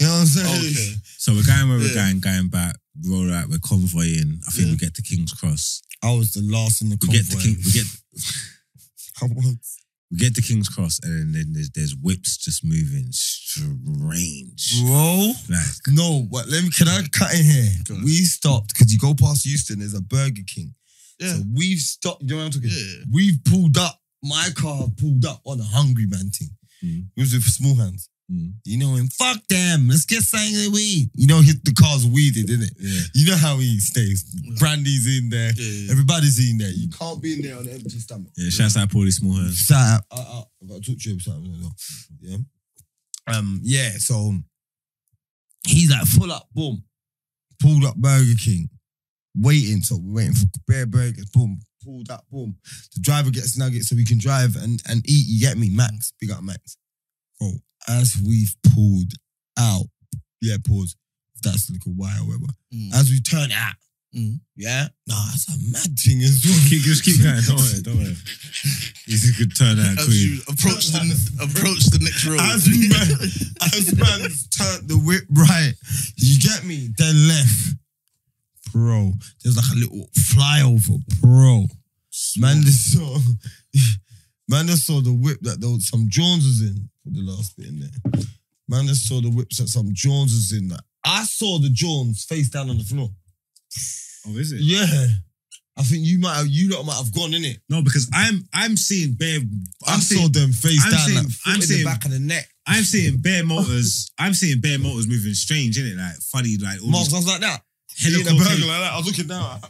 S1: know what I'm saying?
S4: Okay.
S2: So we're going where we're
S4: Yeah.
S2: going, going back, roll out, we're convoying. I think
S4: Yeah.
S2: we get to King's Cross.
S1: I was the last in the
S2: We
S1: convoy.
S2: get to King, we get
S1: I was.
S2: we get to King's Cross, and then there's, there's whips just moving strange.
S1: Bro.
S2: Like
S1: No, but let me. Can I cut in here?
S4: Go on.
S1: We stopped because you go past Houston. There's a Burger King.
S4: Yeah.
S1: So we've stopped. You know what I'm talking?
S4: Yeah.
S1: We've pulled up. My car pulled up on a hungry man thing.
S2: Mm.
S1: It was with small hands.
S2: Mm.
S1: You know, and fuck them. Let's get something to weed. You know, his, the car's weeded, isn't it?
S2: Yeah.
S1: You know how he stays. Brandy's in there.
S4: Yeah, yeah, yeah.
S1: Everybody's in there. You can't be in there on an empty stomach.
S2: Yeah, shouts out Paulie Smallhand.
S1: Shut up. Uh, uh, I've got to talk to you about something. as well. Yeah. Um, yeah, so he's like full up, boom. Pulled up Burger King. Waiting, so we're waiting for bare burgers, boom, pulled up, boom. The driver gets nuggets so we can drive and, and eat. You get me, Max? Big up Max. Bro, as we've pulled out, yeah, pause. That's like a while, whatever.
S4: Mm.
S1: As we turn out,
S4: Mm.
S1: yeah, nah, that's a mad thing as well.
S2: Keep, just keep going. Don't worry, don't worry. He's a good turnout
S4: As
S2: queen.
S4: you approach the approach the next road.
S1: As we went- As man's turned the whip right, you get me? Then left. Bro, there's like a little flyover, bro. Man, just saw, man, just saw the whip that there was some Jones was in for the last bit in there. Man, just saw the whips that some Jones was in. Like, I saw the Jones face down on the floor.
S2: Oh, is it?
S1: Yeah, I think you might have, you lot might have gone in it.
S2: No, because I'm I'm seeing bare
S1: I
S2: I'm
S1: saw
S2: seeing
S1: them face
S2: I'm
S1: down,
S2: seeing-
S1: like foot
S2: I'm
S1: in the
S2: seeing-
S1: back of the neck.
S2: I'm seeing bare motors. I'm seeing bare motors moving strange, innit? Like funny, like all
S1: Marks,
S2: these
S1: I was like that.
S2: hella
S1: Eating a burger
S2: Caucasian-
S1: like that. I was looking down.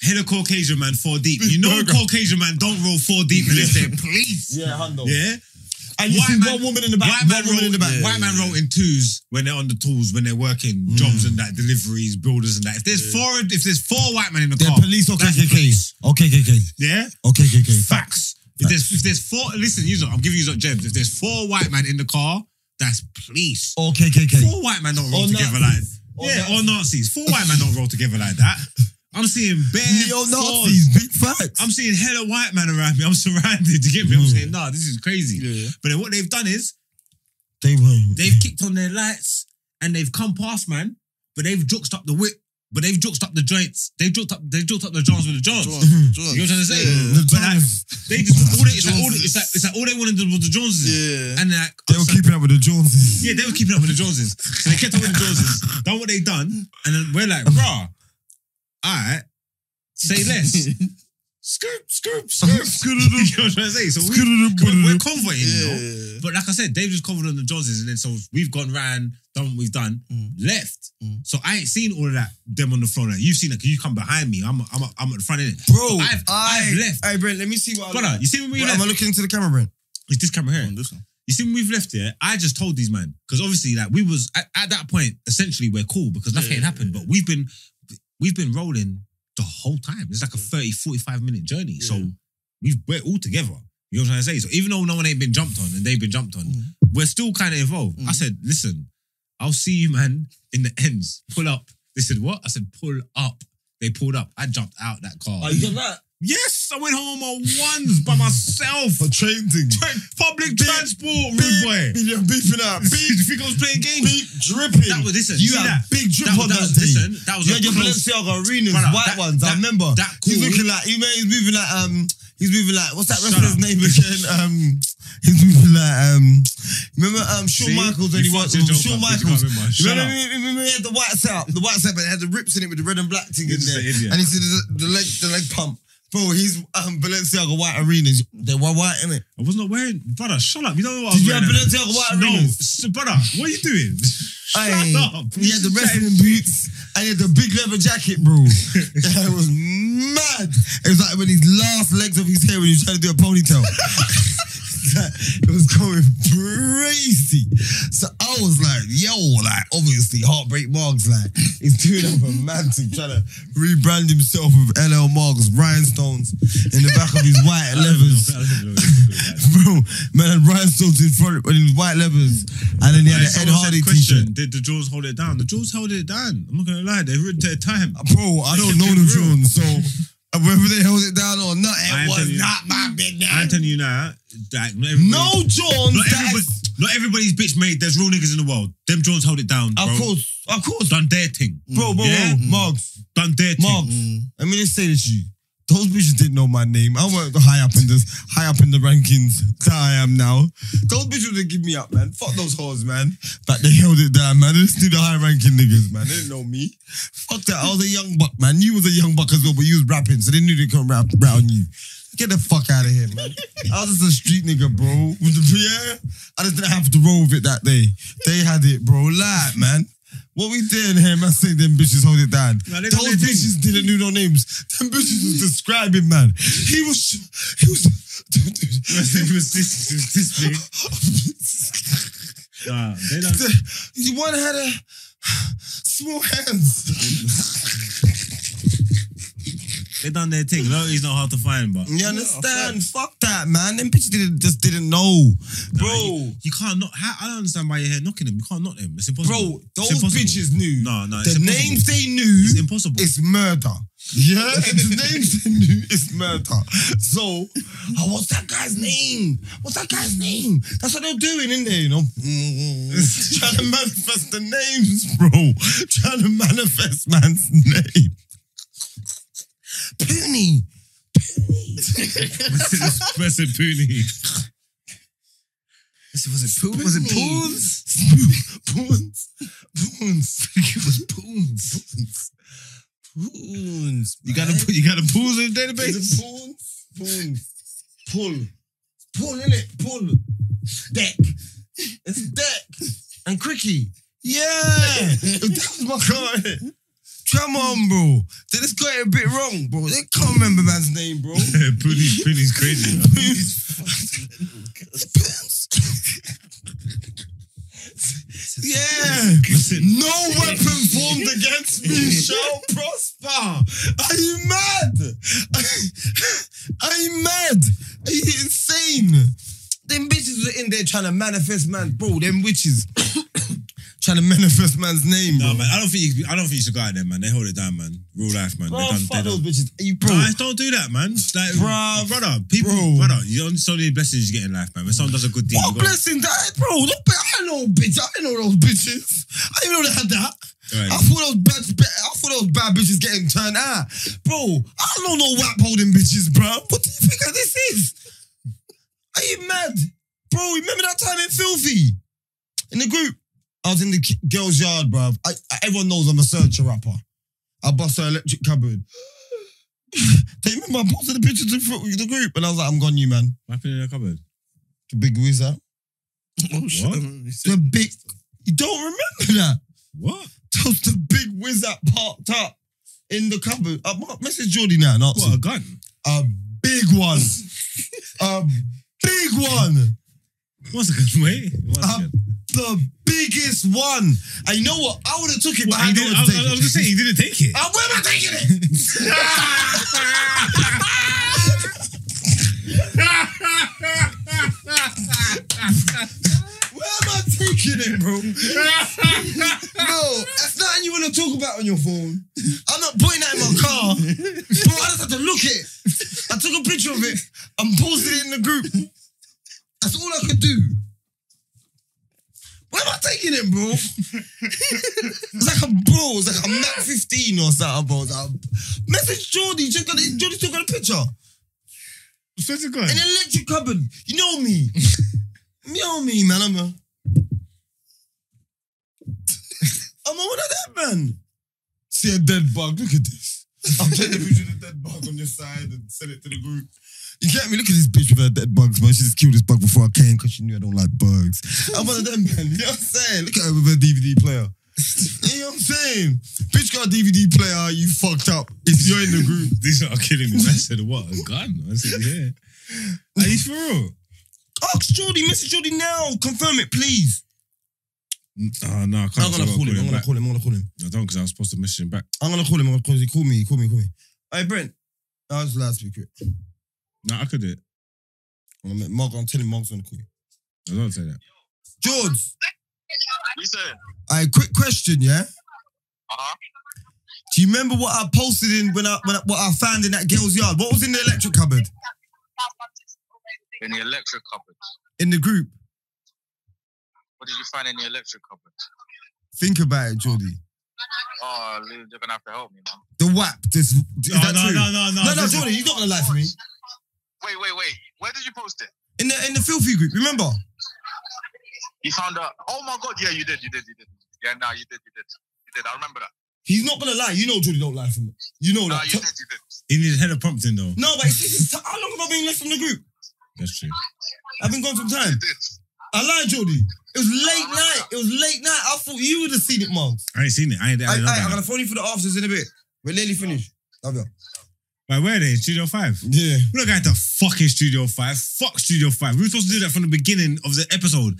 S2: hella Caucasian man four deep. You know Caucasian man don't roll four deep unless they're police.
S1: Yeah, handle.
S2: Yeah?
S1: And you
S2: White
S1: see
S2: man-
S1: one woman in the back,
S2: white
S1: one
S2: man
S1: woman
S2: roll
S1: in the back. Mm.
S2: White man roll in twos when they're on the tools, when they're working jobs and that, deliveries, builders and that. If there's four, if there's four white men in the
S1: They're
S2: car,
S1: police or
S2: that's
S1: KKK.
S2: police.
S1: Okay, KKK.
S2: yeah,
S1: Okay, KKK.
S2: facts. If there's if there's four, listen, you know, I'm giving you some gems. If there's four white men in the car, that's police.
S1: Or KKK.
S2: Four white men don't roll
S1: Or
S2: together
S1: Nazis. Or
S2: like yeah,
S1: Nazis.
S2: or Nazis. Four white men don't roll together like that. I'm seeing bare
S1: Neo
S2: fours.
S1: Nazis, big facts.
S2: I'm seeing hella white men around me. I'm surrounded. You get me? I'm
S1: Mm.
S2: saying, nah, this is crazy.
S4: Yeah.
S2: But then what they've done is
S1: They were.
S2: They've kicked on their lights and they've come past, man. But they've juxed up the whip. But they've juxed up the joints. They've juxed up. They've juxed up the johns with the johns.
S4: John, John.
S2: You know what I'm trying to say?
S4: Yeah.
S1: The
S2: But like,
S1: Joneses.
S2: they just all they, it's, like, all,
S4: Joneses.
S2: it's, like, it's like all they wanted to do was the joneses.
S4: Yeah.
S2: And like,
S1: They were
S2: so-
S1: keeping up with the Joneses.
S2: yeah, they were keeping up with the joneses. So they kept up with the joneses. Done what they done, and then we're like, bruh, all right, say less. Scoop, scoop, scoop. you know what I'm trying to say? So we, we're, we're convoying, you know?
S4: yeah.
S2: But like I said, they've just covered on the Joneses, and then so we've gone round, done what we've done,
S4: Mm.
S2: left.
S4: Mm.
S2: So I ain't seen all of that them on the floor. Like you've seen it, 'cause you come behind me. I'm I'm I'm at the front end.
S1: Bro,
S2: I've- I've left.
S1: Hey, Brent, let me see what I
S2: Brother,
S1: left.
S2: you see when we
S1: Brent,
S2: left?
S1: Am I looking into the camera, Brent?
S2: It's this camera here.
S4: On this one.
S2: You see when we've left here? I just told these man because obviously, like we was at, at that point. Essentially, we're cool because nothing
S4: Yeah,
S2: had happened. But we've been we've been rolling the whole time. It's like a 30, 45 minute journey. So
S4: Yeah.
S2: we've we're all together. You know what I'm trying to say? So even though no one ain't been jumped on and they've been jumped on,
S4: Mm.
S2: we're still kind of involved. I
S4: Mhm.
S2: said, listen, I'll see you, man, in the ends. Pull up. They said, what? I said, pull up. They pulled up. I jumped out that car.
S1: you got that?
S2: yes, I went home on my ones by myself.
S1: For train thing.
S2: Public transport, rude boy.
S1: You're beefing up. Big,
S2: You think I was playing games?
S1: big dripping.
S2: That was listen.
S1: You
S2: see
S1: had
S2: that?
S1: big drip
S2: That,
S1: on that
S2: was- that was
S1: day.
S2: listen. That was
S1: You
S2: a
S1: had your
S2: close-
S1: Balenciaga arenas,
S2: Brother,
S1: white
S2: that-
S1: ones. I
S2: that-
S1: remember.
S2: that
S1: He's
S2: call-
S1: looking like he made, he's moving like um he's moving like what's that
S2: Shut
S1: wrestler's
S2: up.
S1: name again? Um he's moving like um remember um Shawn
S2: See?
S1: Michaels
S2: You
S1: when he
S2: fucked
S1: was
S2: your joke
S1: Shawn
S2: up,
S1: Michaels.
S2: because you can't remember. Shut
S1: Remember
S2: up.
S1: when he- remember he had the white set the white set but it had the rips in it with the red and black thing
S2: You're
S1: in
S2: just
S1: there.
S2: an idiot.
S1: And he said the, the leg the leg pump. Bro, he's um Balenciaga white arenas. They were white, innit?
S2: I was not wearing, brother. Shut up. You don't know what
S1: Did you
S2: I
S1: have
S2: was wearing.
S1: Balenciaga white
S2: no,
S1: arenas?
S2: s- brother. What are you doing? Shut
S1: Aye.
S2: up.
S1: He had the wrestling boots and he had the big leather jacket, bro. Yeah, it was mad. It was like when his last legs of his hair when he was trying to do a ponytail. was like, it was going crazy. So I was like, yo, like obviously Heartbreak Marks like is doing up a man thing, trying to rebrand himself with LL Marks rhinestones in the back of his white levers. Bro, man had rhinestones in front of in his white levers, and then he had an Ed Hardy t-shirt.
S2: Did the Jaws hold it down? The Jaws held it down. I'm not gonna lie, they ruined their time.
S1: Bro, I don't know the
S2: Real.
S1: tune, so uh, whether they held it down or not,
S2: I
S1: it
S2: ain't telling
S1: was
S2: you.
S1: not my business.
S2: I'm telling you now, that not everybody-
S1: No Johns,
S2: not, everybody,
S1: that's-
S2: not everybody's bitch made. There's real niggas in the world. Them Jaws hold it down, bro.
S1: of course, of course,
S2: Done their thing.
S1: bro, bro,
S2: Yeah?
S1: bro, Marks.
S2: Done their thing.
S1: Marks,
S4: Mm.
S1: let me just say this to you. Those bitches didn't know my name. I weren't high up in this, high up in the rankings that I am now. Those bitches would give me up, man. Fuck those hoes, man. But they held it down, man. They just knew the high ranking niggas, man. They didn't know me. Fuck that. I was a young buck, man. You was a young buck as well, but you was rapping, so they knew they couldn't rap around you. Get the fuck out of here, man. I was just a street nigga, bro. With the- Yeah, I just didn't have to roll with it that day. They had it, bro. Like, man. What we doing here, man? Say them bitches hold it down.
S2: Nah, they done
S1: Those
S2: their thing.
S1: bitches didn't know no names. Them bitches was describing, man. He was, he was. Dude,
S2: it was this, it was this big. Nah, they done.
S1: dude. One had a small hands.
S2: They done their thing. No, he's not hard to find, but
S1: You understand? fuck. that, man. Them bitches didn't, just didn't know, bro.
S2: you, you can't knock. How, I don't understand why you're here knocking them. You can't knock them. It's impossible.
S1: Bro, those
S2: It's impossible.
S1: bitches knew.
S2: No, no, it's
S1: the
S2: impossible.
S1: names they knew.
S2: It's impossible.
S1: It's murder. Yeah, the names they knew is murder. So, oh, what's that guy's name? What's that guy's name? That's what they're doing, isn't they? You know,
S2: Mm.
S1: trying to manifest the names, bro. Trying to manifest man's name. Puny.
S2: Where's it, Pooney? Was it Poon? Was it Poon?
S1: Poons? Poons. Poons. It was Poons. Poons. Poons.
S2: You gotta put. You gotta pools in the database.
S1: Is it Poons? Poons. Pull. Pull, innit? Pull. Deck. It's deck. And cricky. Yeah. that was my car, innit? Come on, bro. They just got it a bit wrong, bro. They can't remember man's name, bro.
S2: Pooney, Pooney's crazy. Man.
S1: Yeah. No weapon formed against me shall prosper. Are you mad? Are you mad? Are you insane? Them bitches were in there trying to manifest man, bro. Them witches trying to manifest man's name.
S2: No
S1: bro.
S2: man, I don't think you, I don't think you should go out there, man. They hold it down, man. Real life, man.
S1: Bro,
S2: they done,
S1: fuck
S2: they
S1: those
S2: done.
S1: bitches. You bro.
S2: Guys, don't do that, man. Like,
S1: Bruh.
S2: brother, people,
S1: Bro.
S2: brother, you don't so many blessings you get in life, man. When someone does a good deed,
S1: What
S2: you gotta-
S1: blessing that, bro? Don't be, I know, bitch. I didn't know those bitches. I didn't know they had that.
S2: Right.
S1: I thought those bad, bad- I thought those bad bitches getting turned out, bro. I don't know no wap holding bitches, bro. What do you think that this is? Are you mad, bro? Remember that time in Filthy, in the group? I was in the ki- girls' yard, bro. I, I- everyone knows I'm a searcher rapper. I bust her electric cupboard. they remember I posted the picture to the fr- the group, and I was like, "I'm gone, you man."
S2: What happened in the cupboard?
S1: The big wizard.
S4: Oh shit!
S2: What?
S1: The big. You don't remember that?
S2: What?
S1: Just the big wizard parked up in the cupboard. Uh, Mark, message Jordy now and ask
S2: What a
S1: him.
S2: gun?
S1: A big one. a big one.
S2: What's a gun? Wait, what's
S1: Uh,
S2: a gun?
S1: The biggest one. And you know what? I would have took it, but
S2: He
S1: I
S2: didn't-
S1: didn't
S2: I, was-
S1: take
S2: I was
S1: it.
S2: gonna say he didn't take it.
S1: Uh, where am I taking it? Where am I taking it, bro? no, that's nothing you want to talk about on your phone. I'm not putting that in my car. Bro, I just have to look it. I took a picture of it. I'm posting it in the group. That's all I could do. Where am I taking it, bro? It's like a bro, it's like a Mac 15 or something, bro. It's like, message Jordy, just got a, Jordy took a picture.
S2: What's a
S1: An electric cupboard. You know me. you know me, man. I'm a. I'm a one of them, man. See a dead bug. Look at this. I'll take the picture of the dead bug on your side and send it to the group. You get me? Look at this bitch with her dead bugs, man. She just killed this bug before I came because she knew I don't like bugs. I'm one of them, man. You know what I'm saying? Look at her with her DVD player. You know what I'm saying? Bitch got a DVD player, you fucked up. If you're in the group.
S2: These are killing me. man. I said, what a gun? I said, yeah. Are you for real?
S1: I Ask Jordy, message Jordy now. Confirm it, please.
S4: Ah,
S2: Oh, no, I can't.
S1: I'm
S2: so
S1: gonna
S2: I gotta
S1: call him. I'm gonna
S2: back.
S1: call him. I'm gonna call him.
S2: No, don't because I was supposed to message him back.
S1: I'm gonna call him. I'm gonna call him. Call me. He called me. Call me. Hey Brent. I was last week.
S2: No, I could do it.
S1: I'm gonna Mark. I'm telling Mark's gonna call you.
S2: No, don't say that.
S1: George.
S7: We said,
S1: I quick question. Yeah.
S7: Uh-huh.
S1: Do you remember what I posted in when I, when I what I found in that girl's yard? What was in the electric cupboard
S7: in the electric cupboard.
S1: in the group?
S7: What did you find in the electric cupboard?
S1: Think about it, Jordy.
S7: Oh, Lou, you're gonna have to help me, man.
S1: The WAP. This is that true?
S2: no,
S1: no, no, Jordy, you're not gonna lie to me.
S7: Wait, wait, wait. Where did you post it?
S1: In the in the filthy group, remember?
S7: You found out. Oh my God! Yeah, you did. You did. You did. Yeah, no, you did. You did. You did. I remember that.
S1: He's not gonna lie. You know Jordy don't lie from it. You know
S7: No,
S1: that.
S7: you did. You did.
S2: He needed head of prompting though.
S1: No, but it's, this is, how long have I been left from the group?
S2: That's true.
S1: I've been gone some
S7: You
S1: time.
S7: did.
S1: I lied, Jordy. It was late night. It was late night. I thought you would have seen it, Mom.
S2: I ain't seen it. I ain't. I
S1: I,
S2: ain't know
S1: I, am
S2: about
S1: gonna
S2: that.
S1: phone you for the afters in a bit. We're nearly finished. Love you.
S2: Like, where are they? Studio Five.
S1: Yeah.
S2: We're not going to fucking Studio Five. Fuck Studio Five. We were supposed to do that from the beginning of the episode.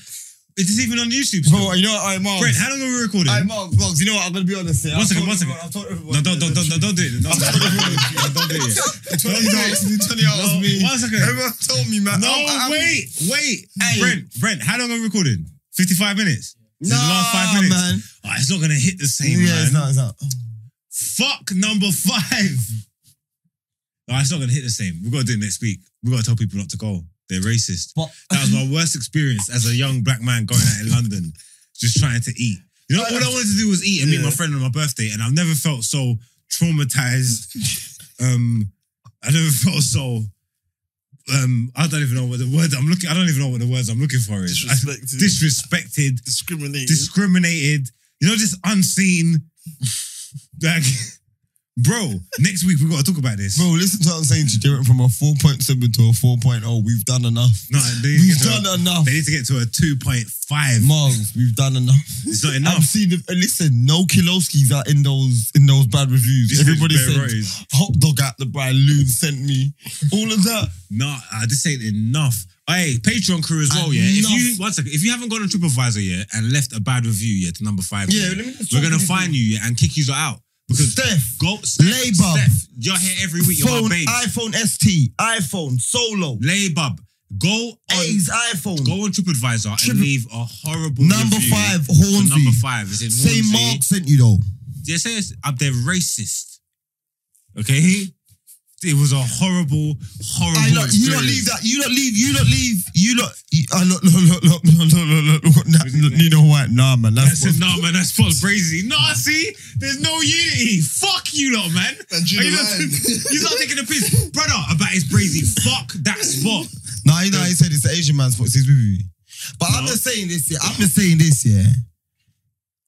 S2: Is this even on YouTube? Still?
S1: Bro, you know what? All right, Mom.
S2: Brent, how long are we recording?
S1: All right, Mom. Mom, you know what? I'm gonna be honest here. I've
S2: One second,
S1: told
S2: one
S1: everyone-
S2: second.
S1: I've told everyone-
S2: no, don't, don't, don't, don't, don't do it. No, don't do it. No, don't do it.
S1: Twenty hours, Twenty hours.
S2: No,
S1: me.
S2: One second.
S1: Everyone told me, man.
S2: No,
S1: I'm- I'm-
S2: wait, wait.
S1: Hey.
S2: Brent, Brent, how long are we recording? 55 minutes? This is
S1: Nah,
S2: the last five minutes.
S1: man.
S2: Oh, it's not going to hit the same,
S1: Yeah, it's
S2: man.
S1: not. It's not.
S2: Fuck number five. No, it's not going to hit the same. We've got to do it next week. We've got to tell people not to go. They're racist.
S1: But-
S2: That was my worst experience as a young black man going out in London, just trying to eat. You know, all I wanted to do was eat and meet my friend on my birthday, and I've never felt so traumatized. um, I never felt so. Um, I don't even know what the word I'm looking. I don't even know what the words I'm looking for is. I-
S4: Disrespected.
S2: disrespected
S4: discriminated.
S2: discriminated. You know, just unseen. like, bro, next week we got to talk about this.
S1: Bro, listen to what I'm saying to you. They went from a 4.7 to a 4.0. We've done enough.
S2: no, they need, to
S1: We've
S2: get to
S1: done enough.
S2: a, they need to get to a 2.5.
S1: Moms, we've done enough.
S2: it's not
S1: I've
S2: enough.
S1: seen them. and Listen, no Kiloskis are in those in those bad reviews.
S2: This
S1: Everybody
S2: is bare
S1: said
S2: roties.
S1: hot dog at the Brian Loon sent me all of that.
S2: Nah, uh, this ain't enough. Hey, Patreon crew as well, yeah. If you one second, if you haven't gone on TripAdvisor yet and left a bad review yet to number five,
S1: Yeah,
S2: yet,
S1: let me just
S2: we're
S1: talk
S2: gonna
S1: to you.
S2: find you yeah, and kick you out because
S1: Steph,
S2: go Steph,
S1: Labour.
S2: Steph, you're here every week. You're my
S1: phone,
S2: babe.
S1: iPhone ST, iPhone Solo,
S2: Labour, go on
S1: A's iPhone.
S2: Go on TripAdvisor
S1: Trip-
S2: and leave a horrible
S1: Number
S2: review
S1: five,
S2: for
S1: Hornsey.
S2: Number five, it's in
S1: Say
S2: Hornsey.
S1: Mark sent you though.
S2: They say it's up there racist. Okay, it was a horrible, horrible.
S1: I look, you don't
S2: experience.
S1: leave that. You don't leave. You don't leave. You don't. I look, look, look, look, look, look, look, look, look, look, Nina White. Nah, man.
S2: I
S1: That's
S2: said, no, man, that's false crazy. No, see, there's no unity. Fuck you lot, man.
S4: And you
S2: Are you
S4: the
S2: not,
S4: man.
S2: he's not taking a piss. Brother, about his brazy. Fuck that spot.
S1: Nah, you know, he said it's the Asian man's fault. He's with you. But I'm
S2: No.
S1: just saying this. Yeah, I'm just saying this. Yeah,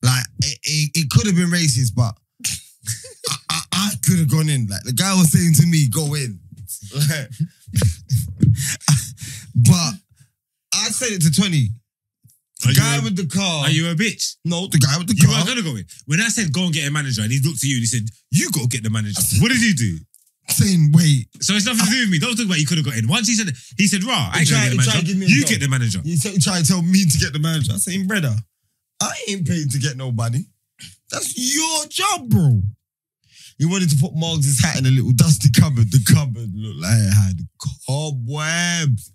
S1: like it, it, it could have been racist, but I, I, I could have gone in. Like the guy was saying to me, "Go in," Like, but I said it to twenty.
S2: Are
S1: The guy
S2: you a,
S1: with the car.
S2: are you a bitch?
S1: no, the guy with the
S2: You
S1: car.
S2: are gonna go in. When I said go and get a manager, and he looked at you and he said, "You go get the manager." What did he do?
S1: saying, "Wait."
S2: So it's nothing to do with me. Don't talk about you could have got in. Once he said, he said, "Raw,
S1: He
S2: I ain't gonna
S1: tried-
S2: get
S1: he
S2: a manager.
S1: tried to give me a
S2: you
S1: job.
S2: get the manager."
S1: You t- try to tell me to get the manager. I saying, brother, I ain't paid to get nobody. That's your job, bro. He wanted to put Margs' hat in a little dusty cupboard. The cupboard looked like it had cobwebs.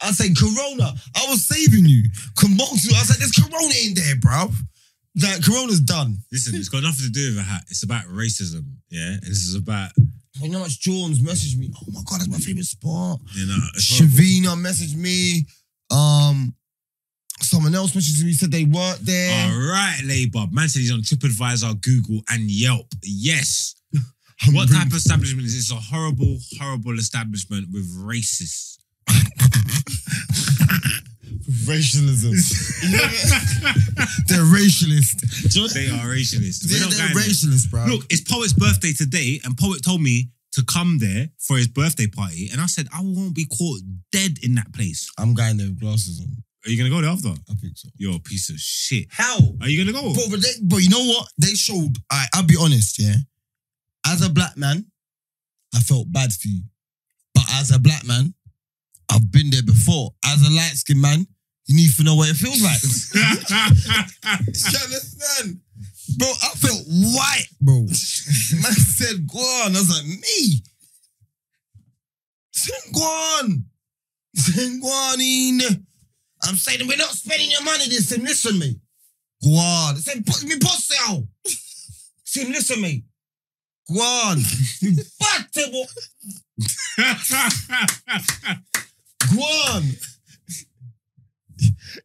S1: I said, Corona, I was saving you. Come on, I was like, there's Corona in there, bro. Like, Corona's done.
S2: Listen, it's got nothing to do with a hat. It's about racism, yeah. And this is about
S1: You know how much Jones messaged me? Oh my God, that's my favorite spot.
S2: you know. it's horrible.
S1: Shavina messaged me. Um, someone else messaged me, said they weren't there.
S2: All right, Labour. Man said he's on TripAdvisor, Google, and Yelp. Yes.
S1: I'm
S2: What
S1: bringing-
S2: type of establishment is this? A horrible, horrible establishment with racists.
S1: racialism. They're racialist.
S2: they are racialists. We're
S1: They're,
S2: not
S1: they're
S2: going there.
S1: racialist, bro.
S2: Look, it's Poet's birthday today, and Poet told me to come there for his birthday party. And I said, I won't be caught dead in that place.
S1: I'm going there with glasses on.
S2: Are you going to go there after?
S1: I think so.
S2: You're a piece of shit.
S1: How?
S2: Are you going to go?
S1: But, but, they, but you know what? They showed, I, I'll be honest, yeah. As a black man, I felt bad for you. But as a black man, I've been there before. As a light skinned man, you need to know what it feels like. Do you understand? Bro, I felt white, bro. Man said, go on. I was like, me. Senguan. Senguanin. I'm saying we're not spending your money this time. Listen, mate. Go on. I said, put me post out. Sim, listen, mate. Go on. You battered, bro. Go on.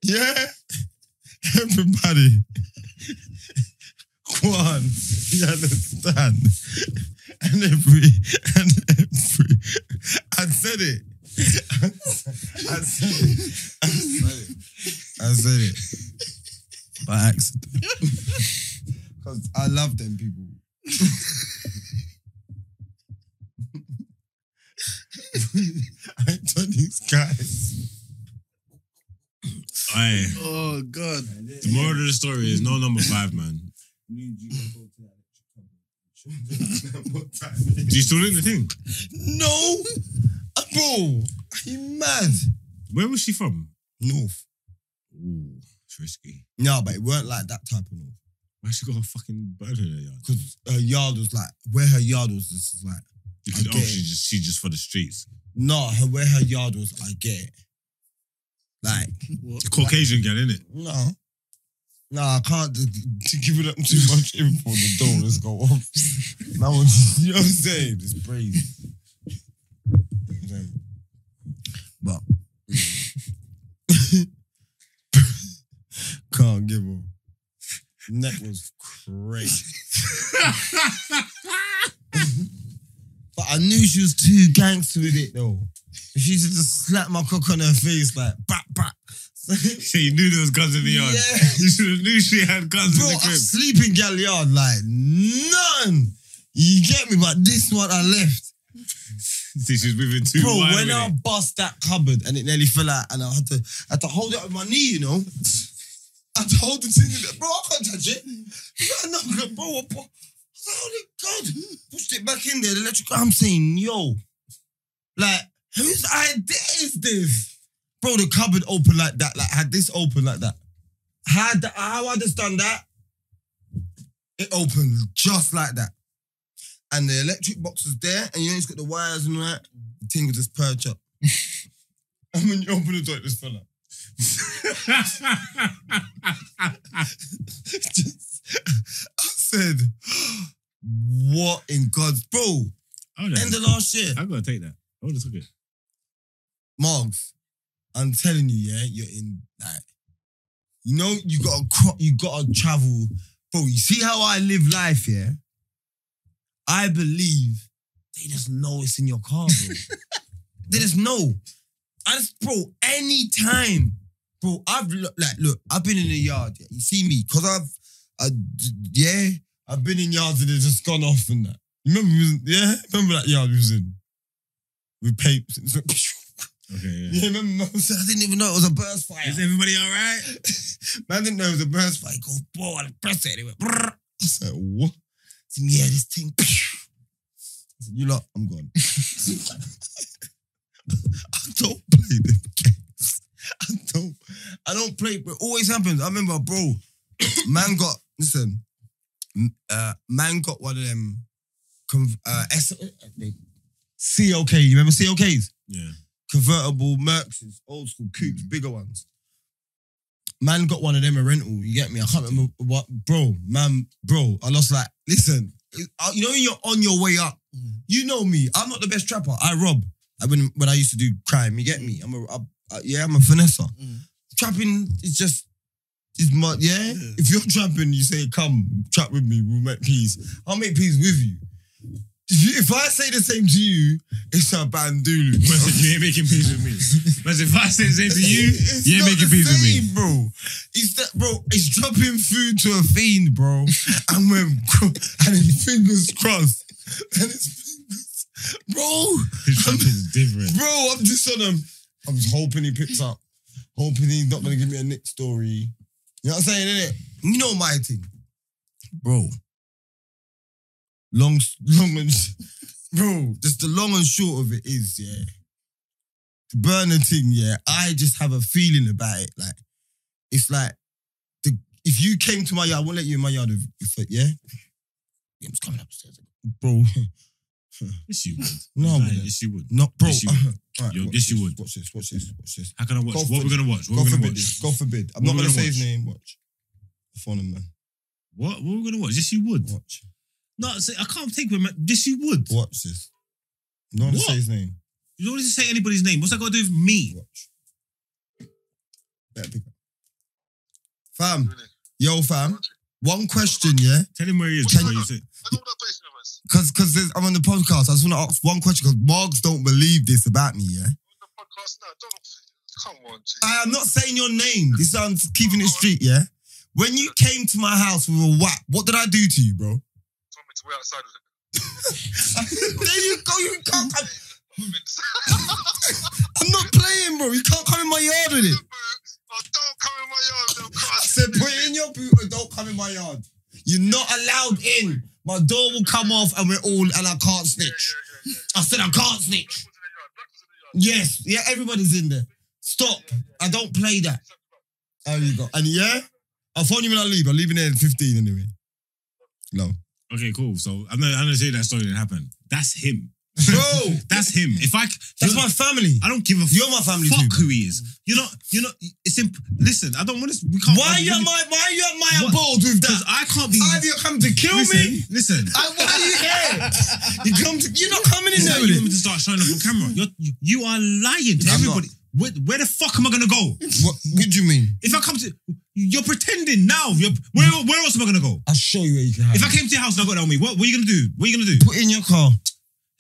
S1: Yeah. Everybody. Go on. You understand? And every, and every. I said it. I said it. I said it. I said it. By accident. Because I love them people. I told these guys.
S2: Aye.
S4: Oh God.
S2: The moral of the story is no number five, man. Do you still in the thing?
S1: No, Uh, bro, are you mad?
S2: Where was she from?
S1: North.
S2: Ooh, it's risky.
S1: No, but it weren't like that type of north.
S2: Why she got a fucking bird in her yard?
S1: Because her yard was like where her yard was. This is like
S2: You could, oh,
S1: Okay.
S2: she just she just for the streets.
S1: no, her where her yard was. I get it. Like
S4: What?
S2: The Caucasian girl, innit?
S1: no, no, I can't d- d- give it up too much info. The door let's go off. That one's you know what I'm saying. It's crazy. You know what I'm saying? But can't give up. Neck was crazy. but I knew she was too gangster with it though. She used to just slap my cock on her face like bat bat.
S2: So you knew there was guns in the yard.
S1: Yeah.
S2: You should have knew she had guns
S1: Bro,
S2: in
S1: I
S2: the crib.
S1: sleep in Galliard like none. You get me? But this one I left.
S2: See, she's moving too
S1: Bro,
S2: wide.
S1: when
S2: innit?
S1: I bust that cupboard and it nearly fell out and I had to I had to hold it up with my knee, you know. I had to hold the thing. in there. Bro, I can't touch it. No, no, bro, I pu- Holy God. Pushed it back in there, the electrical. I'm saying, yo. Like, whose idea is this? Bro, the cupboard open like that. Like, had this open like that. Had the, how I just done that? It opened just like that. And the electric box was there, and you know, it's got the wires and all that. The thing would just perch up. and when you open the door, it just fell out. Just- I said, what in God's bro?
S2: I would've-
S1: End of last year.
S2: I gotta take that. Oh, I would have took it.
S1: Margs, I'm telling you, yeah, you're in like, you know, you gotta cro- you gotta travel, bro. You see how I live life, yeah. I believe they just know it's in your car, bro. they just know. I just, bro, anytime, bro. I've lo- like, look, I've been in the yard. Yeah, you see me, cause I've, I, d- yeah, I've been in yards and it's just gone off and that. You remember, we was, yeah, remember that yard we was in with papes. It's like,
S2: Okay, yeah.
S1: yeah, remember, man said, I didn't even know it was a burst fire.
S2: Is everybody all right?
S1: man didn't know it was a burst fire. He goes, boy, I press it. It went, brrr. I said, what? I said, yeah, this thing. I said, you lot, I'm gone. I don't play them games. I don't. I don't play. But it always happens. I remember, bro, man got, listen, m- uh, man got one of them conv- uh, S- COK. You remember COKs?
S2: Yeah.
S1: convertible Mercs, old school coupes,
S4: Mm.
S1: bigger ones. Man got one of them a rental. You get me? I can't remember what, bro. Man, bro, I lost like. Listen, uh, you know when you're on your way up.
S4: Mm.
S1: You know me. I'm not the best trapper. I rob. I when when I used to do crime. You get me? I'm a I, I- yeah. I'm a finesser.
S4: Mm.
S1: Trapping is just. Is my, yeah?
S4: Yeah.
S1: If you're trapping, you say, "Come trap with me. We'll make peace. I'll make peace with you." If, you, if I say the same to you, it's a bandulu.
S2: Man said, you ain't making peace with me. Man said, if I say the same to you,
S1: It's
S2: you ain't
S1: not
S2: making
S1: the
S2: peace with me.
S1: same, bro. It's that, bro. It's dropping food to a fiend, bro. and when and his fingers crossed, and his fingers, bro,
S2: His trap is different.
S1: bro. I'm just on him. I'm just hoping he picks up. Hoping he's not gonna give me a Nick story. You know what I'm saying, innit? You know my thing, bro. Long, long and bro. Just the long and short of it is, yeah. burner thing, yeah, I just have a feeling about it. Like, it's like the if you came to my yard, I won't let you in my yard if, if yeah. Game's coming upstairs. Bro,
S2: Yes, you would.
S1: no,
S2: Nah,
S1: I'm gonna-
S2: yes, you would.
S1: no, bro.
S2: Yes, you
S1: Alright,
S2: Yo,
S1: watch
S2: yes, you
S1: this,
S2: would.
S1: Watch this, watch this, watch this.
S2: How can I watch?
S1: God
S2: what are we gonna watch? What
S1: God
S2: are we gonna
S1: forbid,
S2: watch?
S1: this. God forbid. I'm
S2: What
S1: not
S2: we
S1: gonna
S2: gonna
S1: say his
S2: watch?
S1: name. Watch. I found him, man.
S2: What, what are we gonna watch? Yes, you would.
S1: Watch.
S2: No, say- I can't take him. Yes, you would.
S1: Watch this. No one
S2: What?
S1: say his name.
S2: You don't need to say anybody's name. What's that got to do with me?
S1: Watch. Better pick up. Fam, yo, fam. One question, yeah.
S2: Tell him where he is.
S7: Can
S2: before
S7: you-
S2: you say-
S7: Look at that place with us.
S1: Cause, cause there's- I'm on the podcast. I just want to ask one question because Margs don't believe this about me. Yeah,
S7: The podcast now. Don't come on, G.
S1: I am not saying your name. This I'm keeping it street. Yeah, when you came to my house with a whack, what did I do to you, bro?
S7: told me to wait outside with it.
S1: there you go. You can't. I'm,
S7: I'm inside.
S1: I'm not playing, bro. You can't come in my yard with it.
S7: Oh, don't come in my yard. Don't come.
S1: I said, put it in your boot or don't come in my yard. You're not allowed in. My door will come off and we're all and I can't
S7: Yeah, yeah,
S1: snitch.
S7: yeah, yeah.
S1: I said I can't snitch.
S7: Black was in the yard. Black was in the yard.
S1: Yes, yeah, everybody's in there. Stop. I don't play that. There you go. And yeah, I'll phone you when I leave. I'm leaving there in 15 anyway. No.
S2: Okay, cool. So I'm gonna, I'm gonna tell you that story that happened. That's him.
S1: Bro,
S2: That's him. If I,
S1: that's my family.
S2: I don't give a
S1: You're my family
S2: fuck
S1: too.
S2: who he is. You're not. You're not. It's imp- Listen, I don't want to. We can't.
S1: Why
S2: I
S1: you
S2: really-
S1: my why you my
S2: What?
S1: bold with
S2: Because
S1: that?
S2: I can't be.
S1: Either you come to kill
S2: listen,
S1: me.
S2: Listen.
S1: I, why are you here? You come to, you're not coming in
S2: It's
S1: there with
S2: like you want me
S1: it.
S2: to start showing up on camera. You're, you you are lying to
S1: I'm
S2: everybody. Where, where the fuck am I gonna go?
S1: What, what do you mean?
S2: If I come to, you're pretending now. You're, where where else am I gonna go?
S1: I'll show you where you can have
S2: If
S1: it.
S2: I came to your house and I got it on me, what, what are you gonna do? What are you gonna do?
S1: Put it in your car.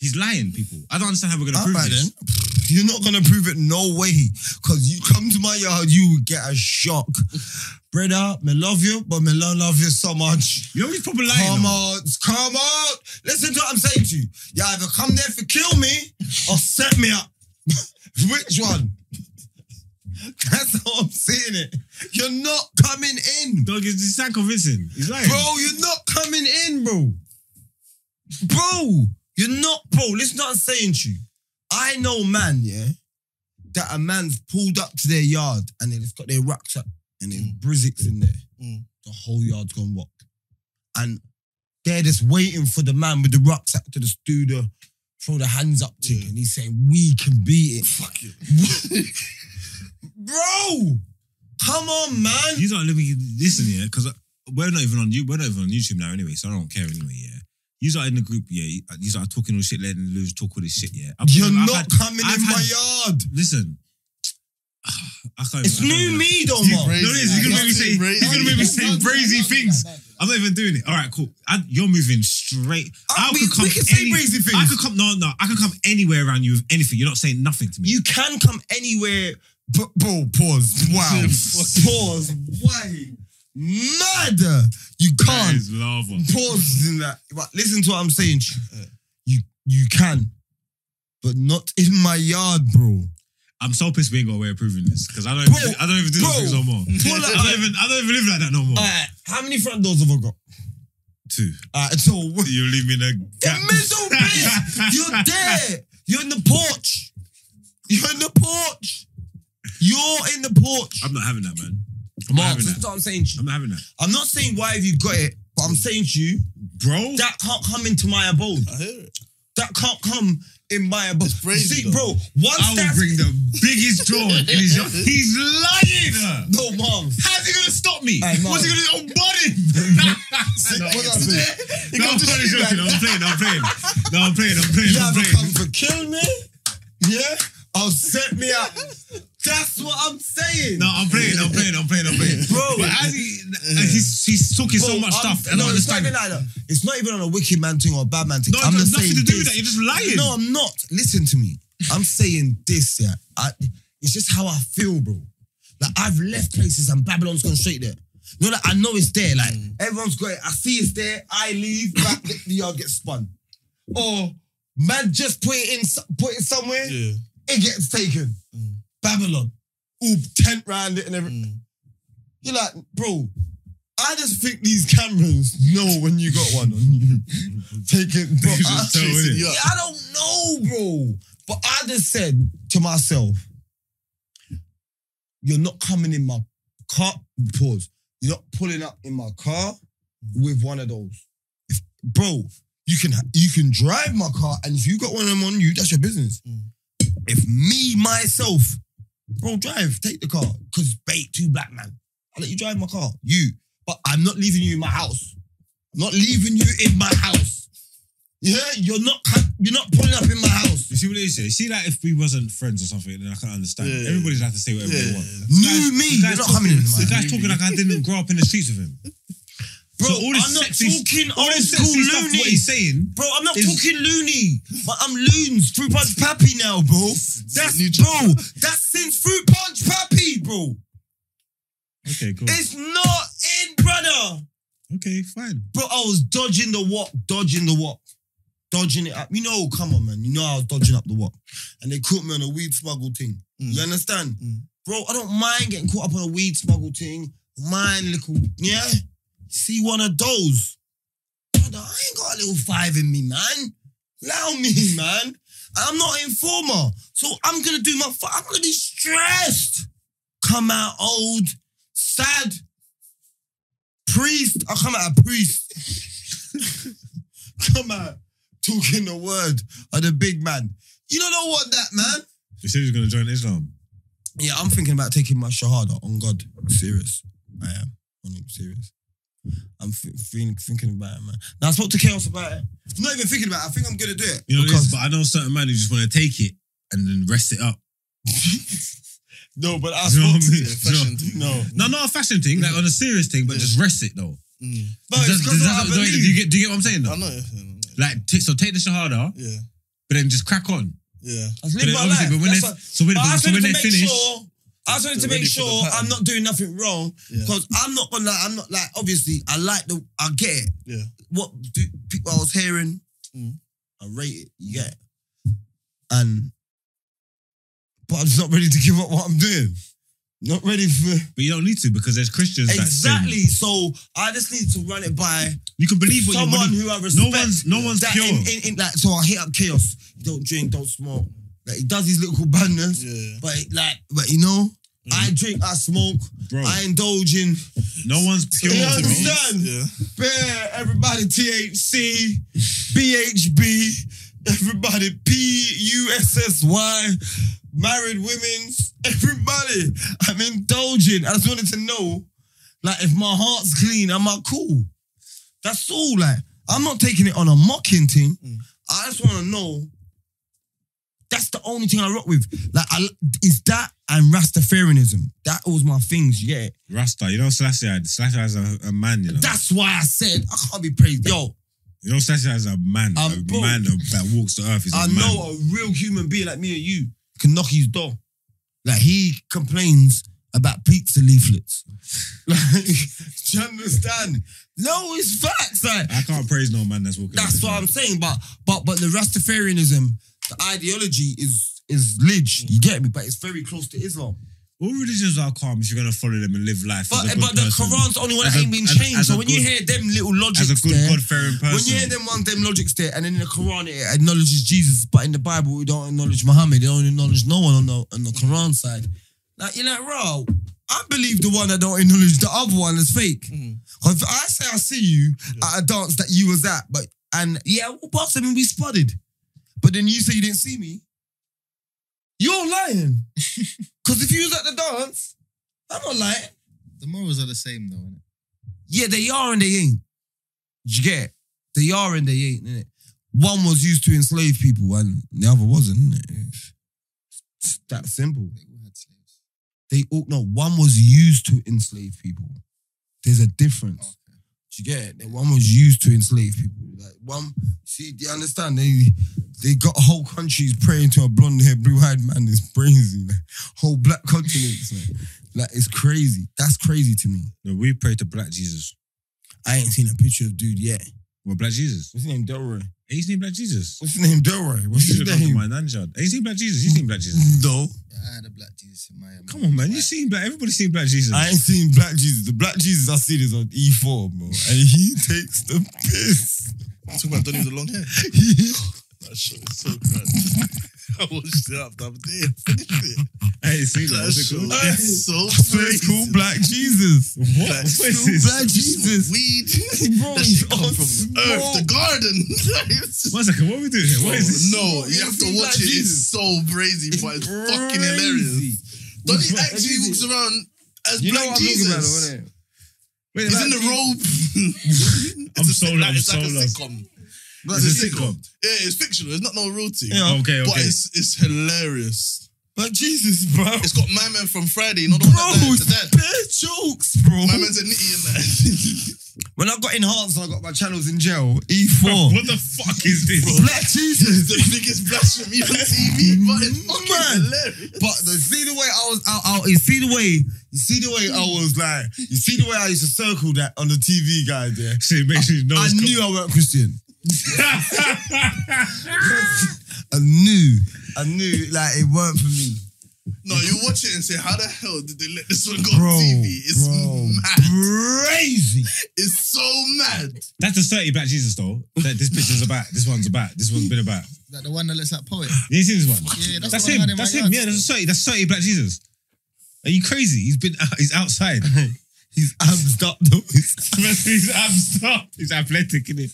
S2: He's lying, people. I don't understand how we're gonna
S1: All
S2: prove
S1: right,
S2: this.
S1: then. You're not gonna prove it no way. Cause you come to my yard, you will get a shock. Brother, me love you, but me lo- love you so much.
S2: You know he's probably lying.
S1: Come
S2: though.
S1: on, come on. Listen to what I'm saying to you. You either come there to kill me or set me up. Which one? That's how I'm seeing it. You're not coming in.
S2: Dog, it's, it's not convincing. He's lying.
S1: Bro, you're not coming in, bro. Bro, you're not, bro. Listen to what I'm saying to you. I know a man, yeah, that a man's pulled up to their yard and they've got their rucksack and there's Brizzicks in there.
S4: Mm.
S1: The whole yard's gone rock. And they're just waiting for the man with the rucksack to just do the throw the hands up to
S4: Yeah.
S1: and he's saying, we can beat it. Fuck you. bro! Come on, man.
S2: You don't let me listen, yeah, because we're not even on you. We're not even on YouTube now, anyway. So I don't care anyway, yeah. You are in the group, yeah. You are talking all shit, letting lose talk all this shit, yeah. I've-
S1: You're
S2: I've
S1: not
S2: had-
S1: coming
S2: I've
S1: in
S2: had-
S1: my yard.
S2: Listen, I can't.
S1: It's
S2: I can't
S1: new
S2: even-
S1: me though,
S4: You
S1: Mark.
S4: crazy.
S2: No, it is. He's gonna make me say. He's gonna make me say crazy things. I'm not even doing it. All right, cool. I, you're moving straight.
S1: I,
S2: I,
S1: Oh, we,
S2: could come
S1: we can say
S2: any-
S1: crazy things.
S2: I could come. No, no. I could come anywhere around you with anything. You're not saying nothing to me.
S1: you can come anywhere. But, bro, pause. Wow. pause. Why? Mad. You
S2: That
S1: can't.
S2: is lava.
S1: Pause in that. But listen to what I'm saying. Ch- You you can, but not in my yard, bro.
S2: I'm so pissed we ain't got a way of proving this because I don't.
S1: Bro,
S2: even, I don't even do
S1: bro.
S2: those things no more.
S1: Pull up.
S2: I don't even. I don't even live like that no more.
S1: Alright, how many front doors have I got?
S2: Two.
S1: Alright, so
S2: You leave me in a
S1: the
S2: gap.
S1: middle bit. You're there. You're in the porch. You're in the porch. You're in the porch.
S2: I'm not having that, man. I'm not
S1: Mark,
S2: having
S1: this is
S2: that.
S1: what I'm saying to you.
S2: I'm not having that,
S1: I'm not saying why have you got it, but I'm saying to you,
S2: bro.
S1: that can't come into my abode.
S4: I hear it.
S1: That can't come in my abode.
S4: It's
S1: See,
S4: crazy, though.
S1: bro, once
S2: I will
S1: that's
S2: bring the biggest draw in his yard. He's lying.
S1: no mom.
S2: How's he gonna stop me?
S1: Hey, man.
S2: What's he gonna do? Oh,
S1: What
S2: buddy!
S1: I say?
S2: No, I'm playing, joking. I'm playing, I'm playing. No, I'm playing, I'm playing,
S1: You
S2: I'm
S1: ever
S2: playing.
S1: come to kill me? Yeah? I'll set me up. That's what I'm saying.
S2: No, I'm playing, I'm playing, I'm playing, I'm playing.
S1: Bro.
S2: but as he, he's, he's talking
S1: Bro,
S2: so much
S1: I'm-
S2: stuff. and I
S1: no,
S2: don't
S1: it's not
S2: understand.
S1: even like that. It's not even on a wicked man thing or a bad man thing.
S2: No, it
S1: I'm
S2: has
S1: just
S2: nothing
S1: saying
S2: to do with
S1: this.
S2: that. You're just lying.
S1: No, I'm not. Listen to me. I'm saying this, yeah. I, it's just how I feel, bro. Like I've left places and Babylon's gone straight there. You know, like I know it's there. Like everyone's got it. I see it's there. I leave, back the the yard gets spun. Or man, just put it in, so- put it somewhere.
S4: Yeah.
S1: It gets taken.
S4: Mm.
S1: Babylon, all tent round it and everything.
S4: Mm.
S1: You're like, bro. I just think these cameras know when you got one on you. Take it, bro.
S2: You just
S1: I-
S2: tell, innit?
S1: yeah, I don't know, bro. But I just said to myself, you're not coming in my car. Pause. You're not pulling up in my car
S4: Mm.
S1: with one of those. If- bro, you can you can drive my car, and if you got one of them on you, that's your business.
S2: Mm.
S1: If me myself, bro, drive, take the car, cause bait two black man. I will let you drive my car, you. But I'm not leaving you in my house. I'm not leaving you in my house. Yeah, you're not you're not pulling up in my house.
S2: You see what it is? yeah? You see, like if we wasn't friends or something, then I can understand.
S4: Yeah.
S2: Everybody's allowed to say whatever they
S4: Yeah.
S2: want.
S1: New me,
S2: The
S1: you're
S2: guy's
S1: not
S2: talking-
S1: coming in my
S2: The guy's talking like I didn't grow up in the streets with him.
S1: Bro,
S2: So all this
S1: I'm not
S2: sexy-
S1: talking
S2: All
S1: old
S2: this
S1: school
S2: sexy stuff,
S1: loony.
S2: what he's saying.
S1: Bro, I'm not
S2: Is-
S1: talking loony, but I'm loons. Fruit punch pappy now, bro. That's bro. That's since fruit punch pappy, bro.
S2: Okay, cool.
S1: It's not in, brother. Eh.
S2: Okay, fine.
S1: Bro, I was dodging the walk, dodging the walk, dodging it up. You know, come on, man. You know I was dodging up the walk, and they caught me on a weed smuggle thing.
S4: Mm.
S1: You understand,
S4: Mm.
S1: bro? I don't mind getting caught up on a weed smuggle thing. Mind little, yeah. See one of those, brother. I ain't got a little five in me, man. Allow me, man. I'm not an informer, so I'm gonna do my. Fu- I'm gonna be stressed. Come out old, sad. Priest, I come out a priest. come out talking the word of the big man. You don't know what that man.
S2: He said he's gonna join Islam.
S1: Yeah, I'm thinking about taking my shahada. On God, serious, I am. On it, serious. I'm th- think- thinking about it, man. Now I spoke to chaos about it. I'm not even thinking about it. I think I'm gonna do it.
S2: You know what it
S1: because
S2: is? But I know certain man who just want to take it and then rest it up.
S1: no, but I
S2: You know
S1: spoke
S2: what I
S1: to
S2: mean?
S1: it.
S4: Fashion thing.
S1: No,
S2: No, not a fashion thing, like on a serious thing, but
S4: Yeah.
S2: just rest it though.
S4: Mm.
S1: but it's
S2: Does-
S1: because
S2: does that-
S1: I
S2: do you
S1: believe.
S2: get do you get what I'm saying
S4: I
S2: though?
S4: know. yeah,
S2: Like t- so take the shahada,
S4: Yeah.
S2: but then just crack on.
S4: Yeah.
S1: I live
S2: But then
S1: my
S2: obviously,
S1: life.
S2: but when
S1: That's
S2: they
S1: what-
S2: so when,
S1: But I
S2: so
S1: just
S2: when
S1: wanted
S2: they
S1: to make
S2: finish,
S1: sure. I just wanted to
S4: They're
S1: make
S4: ready for the
S1: sure
S4: pattern.
S1: I'm not doing nothing wrong
S4: Yeah.
S1: because I'm not gonna. I'm not like obviously. I like the. I get it.
S4: Yeah.
S1: What do, people I was hearing,
S4: Mm.
S1: I rate it. You get it. And but I'm just not ready to give up what I'm doing. Not ready for
S2: but you don't need to because there's Christians that sin.
S1: exactly. So I just need to run it by
S2: You can believe what you
S1: someone
S2: believe.
S1: who I respect.
S2: one's- no one's
S1: that
S2: pure.
S1: In, in, in, like, so I hit up chaos. Don't drink. Don't smoke. Like, he does his little badness.
S4: Yeah.
S1: But it, like, but you know, I drink, I smoke,
S2: Bro.
S1: I indulge in.
S2: No one's pure.
S1: You
S2: bro.
S1: understand?
S4: Yeah.
S1: Bear, everybody THC, BHB, everybody PUSSY, married women's, everybody. I'm indulging. I just wanted to know, like, if my heart's clean, am I cool? That's all. Like, I'm not taking it on a mocking thing.
S4: Mm.
S1: I just want to know. That's the only thing I rock with. Like, I, is that and Rastafarianism. That was my things. Yeah.
S2: Rasta, you know Slasher. Slasher as a, a man, you know.
S1: That's why I said I can't be praised. Yo,
S2: you know Slasher as a man,
S1: I'm
S2: a
S1: broke.
S2: man of- that walks the earth. Is a
S1: Um, I
S2: man.
S1: know a real human being like me and you can knock his door. Like he complains about pizza leaflets. Like, do you understand? No, it's facts. Like
S2: I can't praise no man that's walking.
S1: that's
S2: the
S1: what I'm
S2: earth.
S1: saying. But but but the Rastafarianism, the ideology is is
S2: Mm.
S1: lidge. You get me? But it's very close to Islam.
S2: All religions are calm if you're gonna follow them and live life.
S1: But eh,
S2: as a good
S1: but the
S2: person.
S1: Quran's the only one
S2: As
S1: that
S2: a-
S1: ain't been
S2: as-
S1: changed.
S2: as
S1: so
S2: a
S1: when you
S2: good-
S1: hear them little logics
S2: as a good
S1: there,
S2: God fearing person.
S1: When you hear them ones, them logics there, and in the Quran it acknowledges Jesus, but in the Bible we don't acknowledge Muhammad. They don't acknowledge no one on the on the Quran side. Like you're like, bro, I believe the one that don't acknowledge the other one is fake.
S4: Mhm.
S1: 'Cause If I say I see you at a dance that you was at, but and yeah, well, boss, I mean we spotted, but then you say you didn't see me. You're lying, because if you was at the dance, I'm not lying.
S3: The morals are the same though, innit?
S1: Yeah, they are and they ain't. Did you get it? They are and they ain't, innit? One was used to enslave people and the other wasn't, innit? It's- It's that simple.
S3: They all had slaves.
S1: They all, no, one was used to enslave people. There's a difference. Did you get it? That One was used to enslave people. Like one, see, do you understand? They they got whole countries praying to a blonde haired, blue eyed man. It's crazy. Like, whole black continents. Like, like it's crazy. That's crazy to me.
S2: No, we pray to Black Jesus.
S1: I ain't seen a picture of dude yet.
S2: Well, Black Jesus.
S1: What's his name? Delroy.
S2: Ain't his name Black Jesus?
S1: What's his name? Delroy. What's
S2: You
S1: his
S2: should have come to
S1: name?
S2: my nanjad. Ain't seen Black Jesus. You seen Black Jesus?
S1: No.
S3: Yeah, I had a black Jesus in my.
S2: Come on, man. You seen Black. Everybody seen Black Jesus.
S1: I ain't seen Black Jesus. The Black Jesus I see is on E4, bro. And he takes the piss.
S4: Talking about Donnie with the long hair.
S1: He-
S4: That shit is so bad. I watched it up the other day. I finished it.
S2: I ain't seen that. What's it
S4: That's so,
S2: called?
S4: that's so
S1: It's called Black Jesus.
S2: What? What
S4: That's
S2: is
S4: so
S2: this?
S1: Black Jesus.
S4: Weed.
S1: Bro,
S4: That shit
S1: oh,
S4: come from Earth, the
S1: smoke.
S4: garden. It's-
S2: One second, what are we doing here? What is this?
S4: no, you have to
S1: Black
S4: watch it.
S1: Jesus.
S4: It's so crazy, but it's fucking hilarious. Don't he actually walks around as
S1: You know
S4: Black
S1: what I'm talking about,
S4: Jesus?
S1: though, innit?
S2: Wait,
S4: He's
S2: like-
S4: in the robe.
S2: I'm
S4: It's a
S2: so
S4: sit-
S2: lost,
S4: It's
S2: I'm
S4: like a
S2: so lost.
S4: sitcom.
S2: It's a sitcom.
S4: Yeah, it's fictional. There's not no real to it.
S1: Yeah.
S2: Okay, okay.
S4: But it's it's hilarious.
S1: Black Jesus, bro.
S4: It's got my man from Friday, not the one
S1: Bro,
S4: that died, the
S1: it's
S4: dad.
S1: bare jokes, bro.
S4: My man's a nitty in that.
S1: When I got enhanced, and I got my channels in jail. E4.
S2: what the fuck is this?
S1: Black Jesus.
S4: the biggest blasphemy on TV, but it's fucking
S1: Man.
S4: hilarious.
S1: But the, see the way I was out, out. You see the way. You see the way I was like. You see the way I used to circle that on the TV guide there.
S2: So it makes you know.
S1: I
S2: it's
S1: knew I weren't Christian. I knew. I knew like it weren't for me.
S4: No, you watch it and say, how the hell did they let this one go
S1: Bro,
S4: on TV? It's
S1: bro,
S4: mad.
S1: crazy.
S4: It's so mad.
S2: That's the 30 Black Jesus, though. That this picture's about. This one's about. This one's been about.
S3: That the one that looks like poet.
S2: You ain't seen this one?
S3: Yeah, that's,
S2: That's
S3: the one I
S2: him.
S3: had in my
S2: That's him.
S3: yard
S2: Yeah, that's
S3: still.
S2: 30. That's 30 Black Jesus. Are you crazy? He's been. he's outside.
S1: His abs up though.
S2: he's abs He's athletic, innit?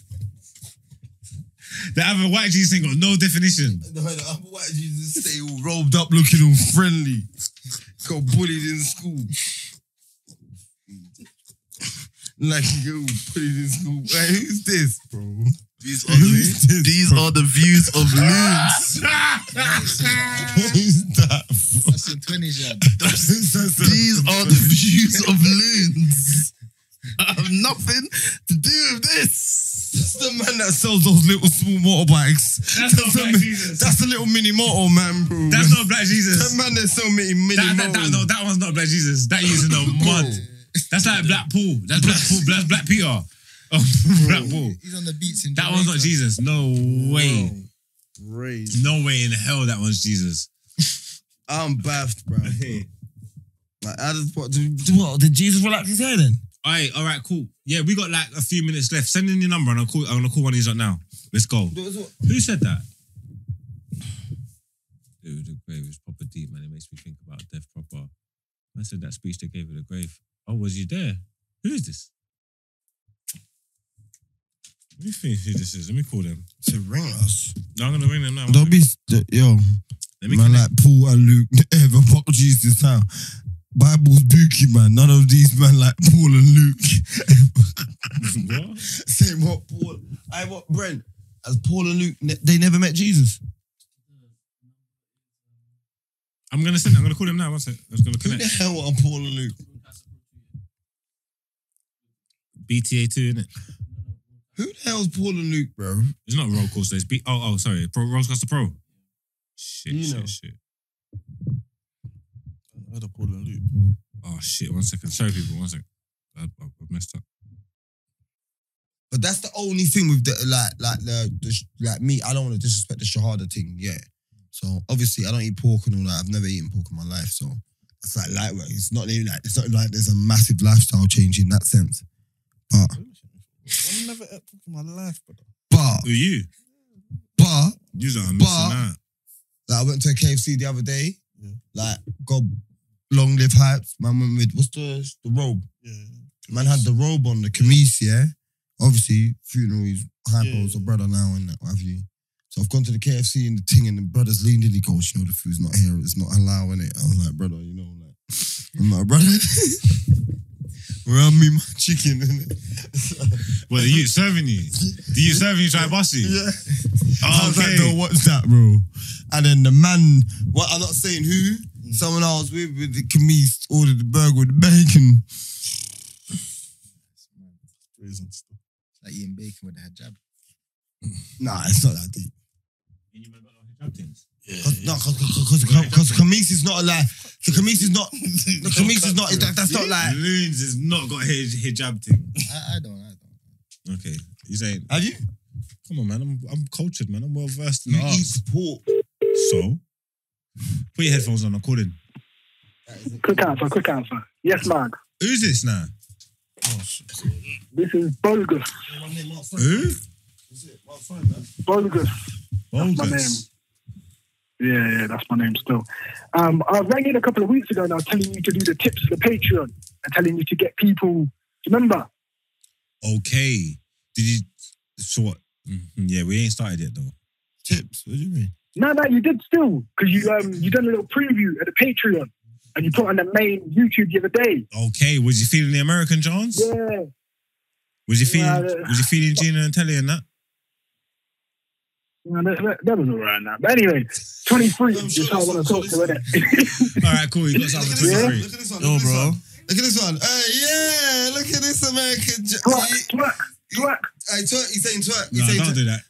S2: The other white Jesus ain't got no definition.
S1: The way the other white Jesus stay all robed up, looking all friendly. Got bullied in school. Like you got bullied in school. Like, who's this, bro?
S4: These are
S1: Who's
S4: the,
S1: this,
S4: these are the views of loons.
S1: Who's that? bro?
S3: That's in twenties, yeah.
S1: That's- that's-
S4: These are the views of loons. I have nothing to do with this.
S1: That's the man that sells those little small motorbikes.
S2: That's not
S1: the
S2: Black
S1: man-
S2: Jesus.
S1: That's a little mini motor, man, bro.
S2: That's not Black Jesus.
S1: that man that sell mini mini
S2: That, that, that,
S1: motors.
S2: no, that one's not Black Jesus. That is in the mud. That's like Blackpool. That's Blackpool. That's Black Peter. Oh, Blackpool.
S3: He's on the beats in
S2: That one's not
S3: Jamaica.
S2: Jesus. No way.
S4: Crazy.
S2: No way in hell that one's Jesus.
S1: I'm baffed, bro. like, I just what, do, do what? Did Jesus relax his hair then?
S2: All right, all right, cool. Yeah, we got like a few minutes left. Send in your number and I'll call. I'm gonna call one of these up now. Let's go. Who said that? Dude, the grave is proper deep, man. It makes me think about death proper. I said that speech they gave at the grave. Oh, was you there? Who is this? Let me think who this is. Let me call them.
S1: To ring us.
S2: No, I'm gonna ring them now.
S1: Don't be uh, yo,
S2: Let me
S1: man.
S2: connect.
S1: Like Paul and Luke, ever fuck Jesus now. Bible's dookie, man. None of these man like Paul and Luke.
S2: What?
S1: Same what Paul. I what Brent. As Paul and Luke, ne- they never met Jesus.
S2: I'm gonna send. I'm gonna call them now. One sec. I was gonna
S1: Who the
S2: connect.
S1: hell are Paul and Luke?
S2: BTA two, innit?
S1: Who the hell's Paul and Luke, bro?
S2: It's not roll call. So it's B. Oh, oh, sorry. Pro Rollcaster Pro. Shit,
S1: You
S2: shit,
S1: know.
S2: shit.
S4: I had a Paul and Luke.
S2: Oh shit! One second. Sorry, people. One second. I, I, I messed up.
S1: But that's the only thing with the like like the, the sh- like me. I don't want to disrespect the shahada thing. Yeah. So obviously I don't eat pork and all that. I've never eaten pork in my life. So it's like lightweight. It's not even like it's not like there's a massive lifestyle change in that sense. But
S4: I've never ate pork in my life, brother.
S1: but
S2: Who you?
S1: but
S2: You are missing
S1: But-
S2: out.
S1: like, I went to a KFC the other day.
S4: Yeah.
S1: Like God, long live hypes. Man went with what's the the robe?
S4: Yeah.
S1: Man had the robe on, the camise, yeah. Obviously, funeral is hyper,
S4: Yeah.
S1: it's a brother now and that, what have you. So I've gone to the KFC and the thing, and the brother's leaned in. He goes, You know, the food's not here, it's not allowing it. I was like, Brother, you know, like, I'm like, Brother, around me, my chicken, innit?
S2: Well, are you serving you? Do you serving you? Try bust you?
S1: yeah. I
S2: Oh,
S1: was like,
S2: okay.
S1: Don't watch that, bro. And then the man, well, I'm not saying who, someone I was with with the camise ordered the burger with the bacon.
S4: Crazy and stuff.
S3: Like Ian Bacon with the hijab.
S1: Nah, it's not that deep.
S4: Yeah.
S1: Cause, no, because cause, cause, cause Kamis is not a like the Kamis is not the Kamis is not that, that's not like
S2: Loons has not got his hijab thing.
S3: I, I don't. I don't.
S2: Okay, you saying?
S1: have you?
S2: Come on, man. I'm I'm cultured, man. I'm well versed in
S1: You
S2: the arts.
S1: eat pork.
S2: So, put your headphones on. I'm calling.
S8: Quick answer, quick answer. Yes, man.
S2: Who's this now?
S8: This is Bulgus.
S2: Who?
S8: Bulgus. That's my name.
S2: Bogus.
S8: Yeah, yeah, that's my name still. Um, I rang in a couple of weeks ago now telling you to do the tips for the Patreon and telling you to get people. Remember?
S2: Okay. Did you? So what? Mhm, Yeah, we ain't started yet though.
S1: Tips. What do you mean?
S8: No, no, you did still because you um you done a little preview at the Patreon and you put on the main YouTube the other day.
S2: Okay. Was you feeling the American Johns?
S8: Yeah,
S2: Was you feeling?
S8: Yeah, I-
S2: was you feeling Gina and Telly and that?
S8: no, that, that, that was alright now. But anyway, twenty three
S6: I'm
S8: is
S6: sure
S8: how I want
S6: that's
S8: to
S6: not
S8: talk to it.
S2: All right. Cool. You got something for
S8: Yeah.
S2: twenty
S6: one,
S2: three.
S6: Look at this one.
S1: Yo,
S6: look at this
S1: bro.
S6: one. Look at this one. Uh, yeah, look at this American. J-
S8: Twerk, twerk, twerk.
S6: I twerk. He's saying twerk. He's
S2: No,
S6: saying
S2: don't
S6: twerk.
S2: do that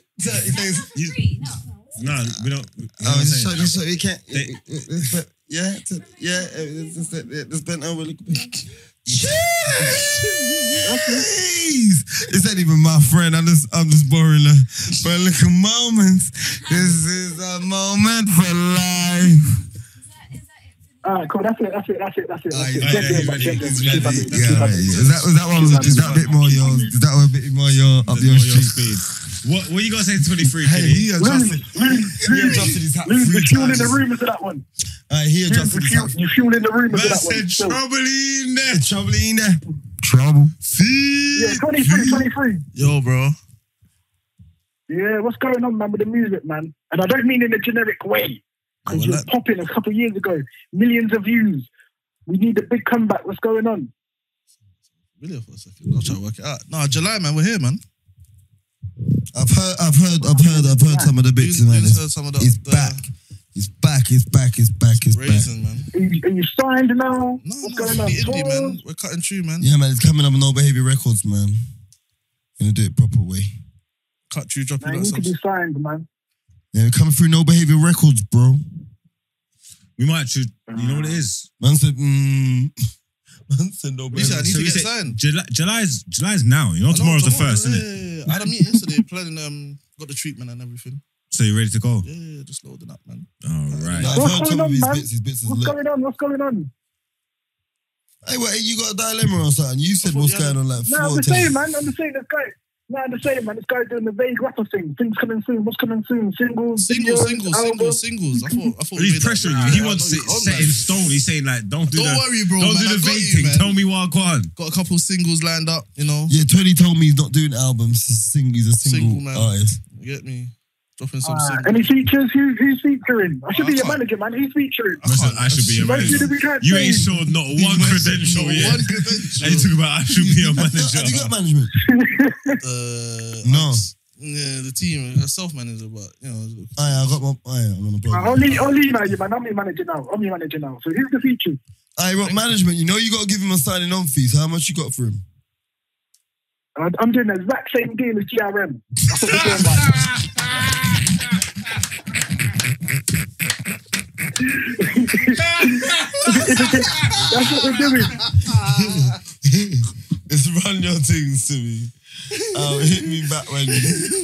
S2: because
S6: He's saying.
S2: you-
S9: Three, no, no.
S2: no, we don't. you know what
S1: Oh,
S2: I'm
S1: just
S2: saying?
S1: show, just show. You can't.
S2: They-
S6: Yeah, t- yeah. uh, This this- this- this bent over. Look.
S1: Jeez, it's not even my friend. I'm just, I'm just borrowing her. But look at moments. This is a moment for life.
S9: Is that, is that it for the
S8: All right, Ah, cool. That's it. That's it. That's it. That's it. That's
S2: Alright,
S8: it.
S2: alright,
S8: Get them
S2: he's
S8: back,
S2: ready,
S8: get them
S2: he's ready.
S8: back, get them back.
S1: Yeah, right. Is that, was that one? Is that a bit more your? Is that a bit more your up your
S2: That's not your
S1: street?
S2: speed. What? What you got to say? Twenty three.
S1: Hey, he
S4: uh,
S8: Lose,
S1: adjusted.
S8: lose,
S1: He
S8: lose,
S1: adjusted his hat
S8: lose the
S1: three
S8: fuel in the
S1: times.
S8: rumors of that one.
S1: Alright, he
S8: Lose
S1: adjusted his
S8: the fuel,
S1: hat.
S8: you fuel in the rumors of
S2: Man
S8: that one.
S2: said
S8: So,
S2: trouble in there.
S1: Trouble in there. Trouble. See.
S8: yeah, 23, 23.
S4: Yo, bro.
S8: Yeah, what's going on, man, with the music, man? And I don't mean in a generic way. Because
S1: well,
S8: you were
S1: that-
S8: popping a couple of years ago, millions of views. We need a big comeback. What's going on?
S4: Really for a second. I'll try to work it out. Nah, July, man. We're here, man.
S1: I've heard, I've heard, I've heard, I've heard some of the bits,
S4: You-
S1: man.
S4: you heard some of the,
S1: It's
S4: the
S1: back. It's back. It's back. It's back. It's back.
S4: raisin, man.
S8: Are you, are you signed now?
S4: No,
S8: what's
S4: no,
S8: going on?
S4: the indie,
S8: Tours?
S4: man. We're cutting through, man.
S1: Yeah, man, it's coming up on No Behavior Records, man. Gonna do it proper way.
S4: Cut through, dropping
S8: Man, you
S4: that
S8: need to be
S4: stuff.
S8: signed, man.
S1: Yeah, we're coming through No Behavior Records, bro.
S2: We might should. You know what it is.
S1: Man said, mm. man said No
S4: You said
S1: Behavior.
S2: So
S4: I need to
S2: you
S4: get
S2: said-
S4: signed.
S2: July, July's July's now. You know tomorrow's the first, isn't it?
S4: it? I had a meeting yesterday planning, um, got the treatment and everything.
S2: So you ready to go?
S4: Yeah, just loading up, man.
S2: All right.
S1: I've heard
S8: What's going
S1: some of
S8: on,
S1: his
S8: man?
S1: bits. His bits is
S8: What's
S1: lit.
S8: going on? What's going on?
S1: Hey, wait, you got a dilemma or something? You said
S4: thought
S1: what's
S4: you had
S1: going on like
S8: No, I'm
S1: four
S8: the
S1: times.
S8: same, man. I'm the same. This guy. No, I'm the same, man. This guy's doing the vague rapper thing. Things coming soon. What's coming soon? Singles,
S4: Singles,
S8: videos,
S4: singles, singles,
S8: albums.
S4: singles. I thought, I thought we
S2: He's
S4: made that
S2: pressuring
S4: plan.
S2: you. He
S4: Yeah,
S2: wants
S4: I
S2: it
S4: know
S2: set in
S4: you-
S2: stone. He's saying like, don't do
S4: Don't
S2: that.
S4: worry, bro.
S2: don't
S4: man.
S2: do
S4: I
S2: the
S4: got
S2: vague
S4: you,
S2: thing.
S4: man.
S2: Tell me what I got on.
S4: Got a couple singles lined up, you know.
S1: Yeah, Tony told me he's not doing albums. He's a sing- he's a single,
S4: Single, man.
S1: artist.
S4: You get me? Dropping some
S8: Uh,
S4: singles.
S8: any features? Who, who's featuring? I
S4: I
S8: should be your
S4: can't-
S8: manager, man. Who's featuring?
S4: I can't-
S2: Listen, I should be a
S8: Don't do the
S2: manager.
S8: big rap
S2: You
S8: thing.
S2: ain't showed not one credential
S4: Not
S2: yet.
S4: One
S2: And you
S4: credential.
S2: talk about I should be a
S1: Have you got- have you got
S2: manager.
S1: management?
S4: Uh,
S1: No.
S4: us- Yeah, the team, self manager, but you know,
S1: Aye, I got my. Aye, I'm gonna
S8: Uh,
S1: blow.
S8: only, only now, you man. I'm your manager now. I'm your manager now. So who's the feature?
S1: I got management. You know you gotta give him a signing on fee. So how much you got for him?
S8: Uh, I'm doing the exact same deal as GRM. That's what we're doing, man. That's what we're doing.
S1: It's run your things to me. Um, hit me back when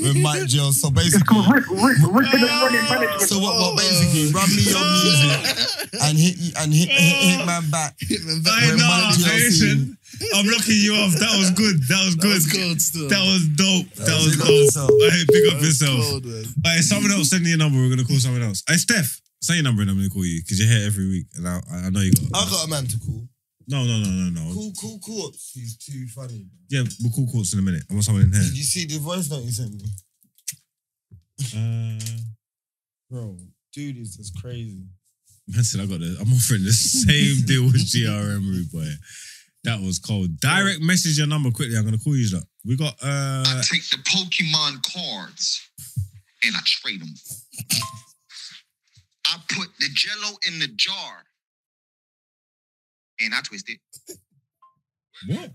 S1: when Mike Jones. So basically,
S8: Called Rick, Rick, Rick and running management.
S1: so what? What basically? Run me your music and hit you- and hit hit, hit man back.
S2: I
S1: When
S2: know,
S1: Mike Jones
S2: Jason. I'm knocking you off. That was good. That was good.
S4: good still.
S2: That was dope. That was
S1: Big up
S2: dope.
S1: yourself.
S2: Hey, big up
S4: That's
S2: yourself.
S4: cold, man.
S2: Hey, someone else, send me your number. We're gonna call someone else. Hey, Steph, send your number and I'm gonna call you because you're here every week. And I, I know you got.
S1: I got a man to call.
S2: No, no, no, no, no.
S1: Cool, cool, cool. He's too funny.
S2: Yeah, we'll call courts in a minute. I want someone in
S1: Did
S2: here.
S1: you see the voice note you sent me,
S2: Uh,
S1: bro? Dude, this is crazy.
S2: Man said I got the. I'm offering the same deal with GRM Rude Boy. That was cold. Direct message your number quickly. I'm gonna call you. Lot. We got
S7: I
S2: uh
S7: take the Pokemon cards and I trade them. I put the jello in the jar and I twist it.
S2: what?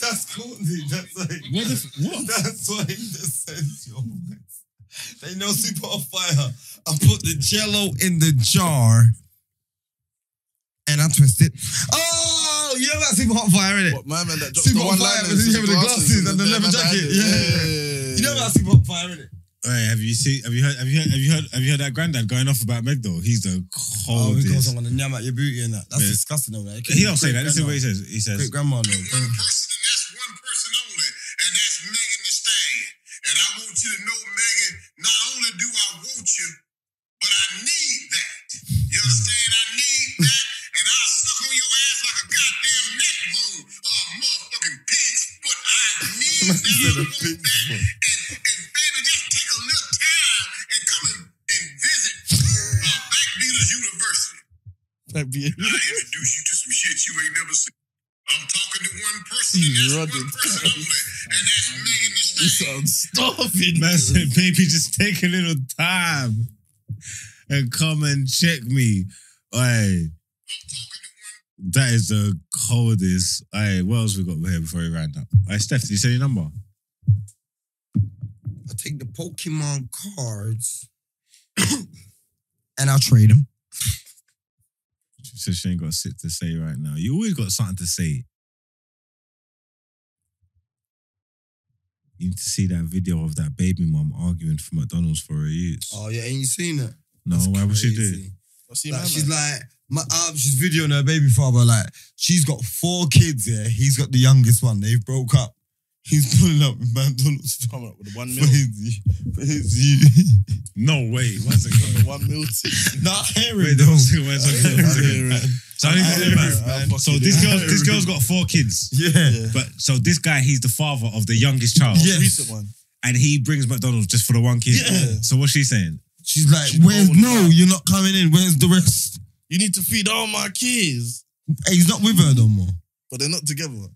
S1: That's cool, dude. That's like
S2: What? The, f- what?
S1: That's why he just says yo. They know super on fire. I put the jello in the jar and I twist it. Oh, you know that's super hot fire, innit?
S4: What my man that dropped
S1: See,
S4: the
S1: what
S4: one
S1: fire
S4: line
S1: was he having the glasses and the leather jacket? Yeah, yeah,
S4: yeah.
S1: You know that's super hot fire, innit?
S2: Hey, have you seen? Have you heard? Have you heard? Have you heard? Have you heard that granddad going off about Meg though? He's the
S1: Oh, because I'm
S2: coldest.
S1: gonna yam at your beauty and that. That's
S2: Yeah.
S1: disgusting, though. Like.
S2: he don't say that. This is what he says. He says,
S1: Great grandma, though.
S7: One person and that's one person only, and that's Megan Thee Stallion. And I want you to know, Megan, not only do I want you, Oh, just take a little time and come and, and visit uh, Black Beatles University.
S4: That'd be it.
S7: I introduce you to some shit you ain't never seen. I'm talking to one person, and
S4: He's
S7: that's
S4: running.
S7: one person only, and that's Megan Thee
S4: You
S7: Stallion.
S4: sound starving, man.
S2: Man said, baby, just take a little time and come and check me. Aye. That is the coldest. Aye, what else we got here before we round up? Aye, Steph, did you say your number?
S1: I take the Pokemon cards and I'll trade them.
S2: She said she ain't got shit to say right now. You always got something to say. You need to see that video of that baby mom arguing for McDonald's for her years.
S1: Oh yeah, ain't you seen it?
S2: no,
S1: That's
S2: why would she do
S1: crazy.
S2: it?
S4: What's he,
S1: Like,
S4: man,
S1: she's
S4: man?
S1: like, my um, she's videoing her baby father. Like, she's got four kids. Yeah, he's got the youngest one. They've broke up. He's pulling up with McDonald's for
S4: coming up with a one mil.
S1: his, for his
S2: No way. One second.
S4: The one mil. tick.
S1: Not hearing
S2: Wait, one second. One second. One second.
S4: Yeah,
S2: So I need to
S1: I
S2: say
S1: hear
S2: this.
S1: it, man.
S2: So Oh, this
S4: Fucking
S2: girl,
S4: hell.
S2: this girl's got four kids.
S1: Yeah.
S4: yeah.
S2: But so this guy, he's the father of the youngest child,
S1: Yeah. Yes.
S4: Recent one.
S2: and he brings McDonald's just for the one kid.
S4: Yeah.
S2: So what's she saying?
S1: She's like,
S4: She's
S1: where's
S4: old.
S1: no? You're not coming in. Where's the rest?
S4: You need to feed all my kids,
S1: Hey, he's not with her no more.
S4: but they're not together.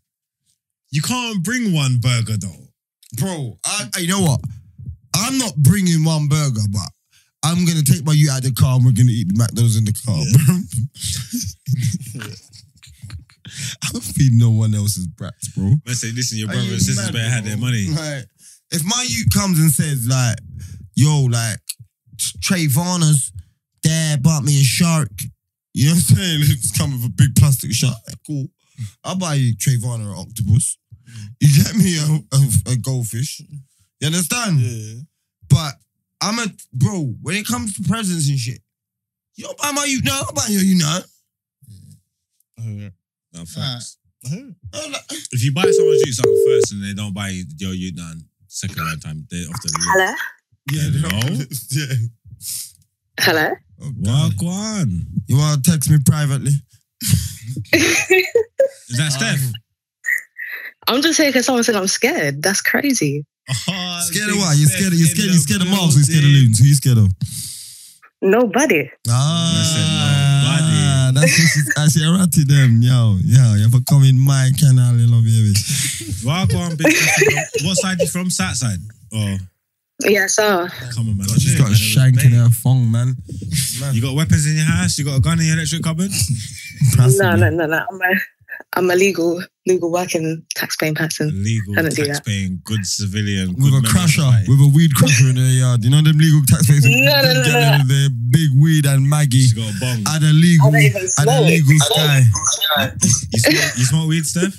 S2: You can't bring one burger though.
S1: Bro, I, I- you know what? I'm not bringing one burger, but I'm gonna take my you out of the car and we're gonna eat the McDonald's in the car, bro. I don't feed no one else's brats, bro.
S2: Man, say, listen, your
S1: Are
S2: brother
S1: you
S2: and sisters
S1: mad,
S2: better have
S1: bro?
S2: their money.
S1: Like, if my youth comes and says, like, yo, like, Trayvana's dad bought me a shark. You know what I'm saying? It's coming with a big plastic shark. Like, cool. I'll buy you Trayvana an octopus. You get me a, a, a goldfish. You understand?
S4: Yeah.
S1: But I'm a bro, when it comes to presents and shit, you don't buy my you no, I'm buying your you know.
S4: Alright.
S2: No, facts.
S1: I'm like,
S2: If you buy someone's juice out first and they don't buy your you none second round time, they off the
S10: Hello?
S2: Hello?
S1: yeah.
S10: Hello?
S1: Oh, God.
S2: Walk on.
S1: You wanna text me privately?
S2: Is
S1: Ah.
S2: that Steph?
S10: I'm just here because someone said I'm scared. That's crazy.
S2: Oh,
S1: Scared of
S2: big
S1: what? You're
S2: Steph
S1: scared of you're
S2: in
S1: scared
S2: the
S1: you're scared of moms, you're scared of
S2: building.
S1: loons. Who you scared of?
S10: Nobody.
S1: Ah, that's what she's as she ratty them, yo, yo, you're for coming my canal, you love baby.
S2: Walk on, big Steph. What side you from? Sat side? Oh,
S10: Yeah, so
S2: come on, man.
S1: God, she's got a shank in her thong, man.
S2: You got weapons in your house? You got a gun in your electric cupboard?
S10: no, no, no, no. I'm a, I'm a legal, legal working, tax-paying person.
S2: Legal,
S10: I don't do that.
S2: tax-paying, good civilian.
S1: With
S2: good
S1: a
S2: member of
S1: crusher,
S2: society.
S1: with a weed crusher in her yard. You know them legal taxpayers?
S10: No, no, no, no.
S1: They're big weed and Maggie.
S2: She got a bong.
S1: at a legal,
S10: I don't
S1: at
S10: even
S1: a
S10: smoke.
S1: legal sky.
S2: You smoke, you smoke weed, Steph?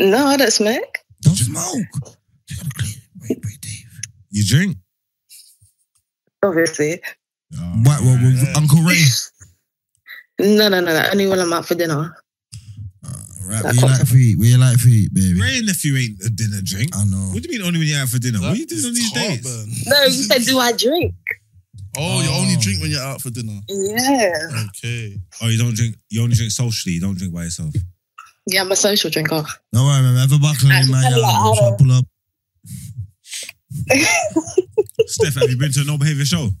S10: No, I don't smoke.
S1: Don't smoke. You gotta clean it. Wait, wait, Dave.
S2: You drink?
S10: Obviously.
S2: Oh,
S1: What, what, what, Uncle Ray.
S10: No, no, no, no. Only when I'm out for dinner.
S1: Oh, Right, where you like feet? Where you like feet, baby?
S2: Ray and nephew ain't a dinner drink.
S1: I know.
S2: What do you mean only when you're out for dinner? what are
S4: That
S2: you doing on
S4: is
S2: these days?
S4: heartburn.
S10: No, you said, do I drink?
S4: Oh, you only
S2: Oh.
S4: drink when you're out for dinner.
S10: Yeah.
S4: Okay.
S2: Oh, you don't drink. You only drink socially. You don't drink by yourself.
S10: Yeah, I'm a social drinker.
S1: Don't worry, man. I have a buckle in my yard. I'm trying to pull up.
S2: Steph, have you been to a no behavior show?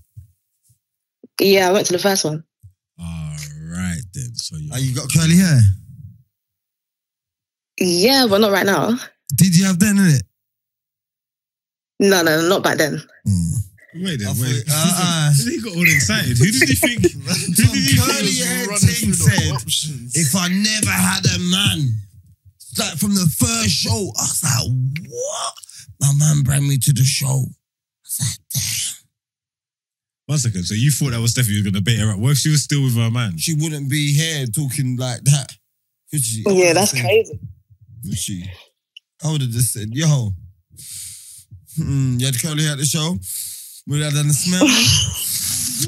S10: Yeah, I went to the first one.
S2: All right then. So you.
S1: Oh, you got curly hair?
S10: Yeah, but not right now.
S1: Did you have that in it?
S10: No, no, not back then.
S2: Wait then.
S1: I
S2: Wait.
S1: thought- uh-uh.
S2: uh, he got all excited. Who did he think? Who did he
S1: Curly
S2: think?
S1: hair
S4: Running
S1: ting
S4: through the
S1: said,
S4: options.
S1: If I never had a man, like from the first show, I was like, what? My man brought me to the show.
S2: One second. So you thought that was Steph? You were gonna bait her up. What if she was still with her man?
S1: She wouldn't be here talking like that. Could she?
S10: Yeah, that's
S1: Listen.
S10: crazy.
S1: Was she? I would have just said, yo, hmm, you had curly hair at the show, would have done the smell,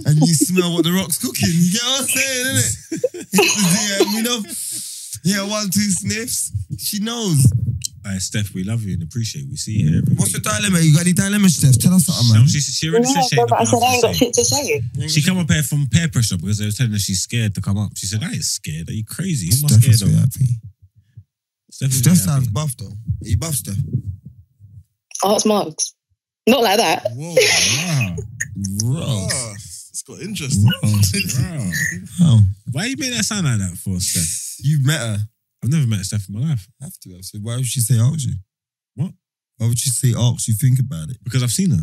S1: and you smell what the rock's cooking. You get what I'm saying, innit? yeah, you know, yeah, one, two sniffs. She knows.
S2: Alright, Uh, Steph, we love you and appreciate. you. We see you here. Every
S1: What's your
S2: week.
S1: dilemma? You got any dilemma, Steph? Tell us something,
S2: No,
S1: man.
S2: she, she
S10: No,
S2: already said she ain't
S10: but I
S2: got
S10: said I ain't
S2: nothing
S10: got
S2: to say.
S10: shit to say.
S2: She come up here from peer pressure because they was telling her she's scared to come up. She said, I ain't scared. Are you crazy? Who's
S1: Steph
S2: scared
S1: is
S2: of?
S1: happy.
S2: Steph is
S1: Steph
S2: happy.
S1: sounds buff though. He buff Steph.
S10: arts Oh, marks. Not like that.
S4: Whoa.
S2: Wow.
S1: Bro.
S4: Oh, it's got interesting.
S2: Wow.
S1: Wow.
S2: Why you make that sound like that for, Steph?
S1: You met her.
S2: I've never met Steph in my life.
S1: Have to have. So why would she say ask you?
S2: What?
S1: Why would she say ask you? Think about it.
S2: Because I've seen her.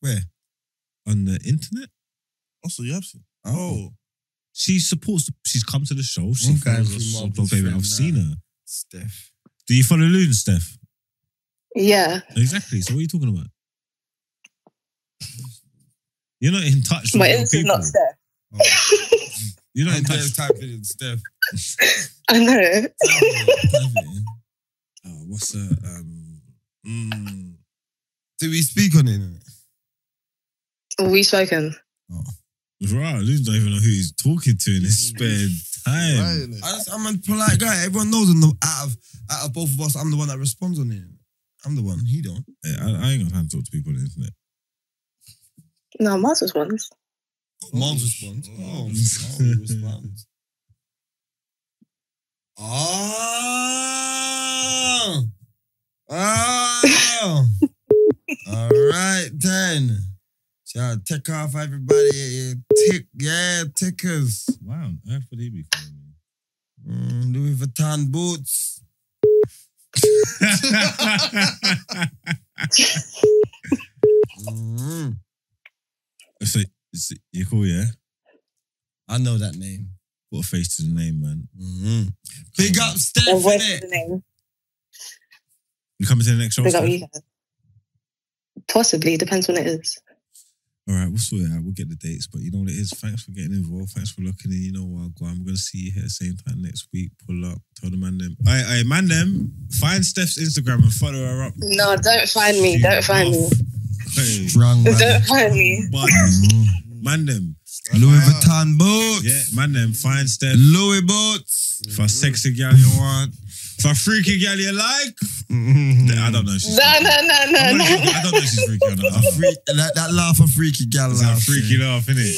S1: Where?
S2: On the internet.
S4: Also, you have seen.
S1: Oh.
S2: She supports, she's come to the show. She
S1: Okay,
S2: follows
S1: she's
S2: us.
S1: my
S2: on
S1: best
S2: Facebook.
S1: friend
S2: I've
S1: now.
S2: seen her.
S1: Steph.
S2: Do you follow Loon, Steph?
S10: Yeah.
S2: Exactly. So what are you talking about? You're not in touch with
S10: My
S2: your
S10: Insta's
S2: people.
S10: not there.
S2: You're not in
S1: And
S2: touch.
S1: just type it in, Steph.
S10: I know.
S1: Type it in, type it in.
S2: Uh, what's the um? Mm,
S1: Do we speak on it?
S10: We spoken.
S2: Right, Loon's don't even know who he's talking to in his spare time.
S4: Lying, innit?
S1: I just, I'm a polite guy. Everyone knows I'm the, out, of, out of both of us, I'm the one that responds on it. I'm the one. He don't.
S2: Hey, I, I ain't got time to talk to people on the internet.
S10: No, Mars was once.
S1: Mom's responds.
S2: Oh.
S1: Oh, mom responds. Oh. Oh. All right, then. Shall I take off everybody? Yeah, yeah, Tick, yeah, tickers.
S2: Wow, on earth would he be calling me?
S1: Mm, Louis Vuitton boots. Mm.
S2: so, so you cool, yeah?
S1: I know that name.
S2: Put a face to the name, man.
S1: Mm. Big
S2: Come on.
S1: up Steph,
S10: Or where's
S1: innit?
S10: the name?
S2: You coming to the next show?
S10: They got
S2: Steph?
S10: you guys. Possibly, depends when it is.
S2: All right, we'll sort it out. We'll get the dates, but you know what it is. Thanks for getting involved. Thanks for looking in. You know what, Guam? We're gonna see you here same time next week. Pull up. Tell the man them. I, I man them. Find Steph's Instagram and follow her up.
S10: No, don't find me. Don't find me.
S2: Hey,
S1: Strong man.
S10: Don't find me.
S2: but man them.
S1: Louis Vuitton boots.
S2: Yeah, man them. Find Steph.
S1: Louis boots.
S2: For sexy girl you want. For freaky girl you like.
S1: Mm-hmm.
S2: I don't know. if She's
S10: No, no, no, no,
S2: I'm not
S10: no.
S2: sure- I don't know if she's freaky or not. I don't know.
S1: Freak, that, that laugh a freaky gal
S2: It's a
S1: laugh.
S2: freaky laugh, isn't it?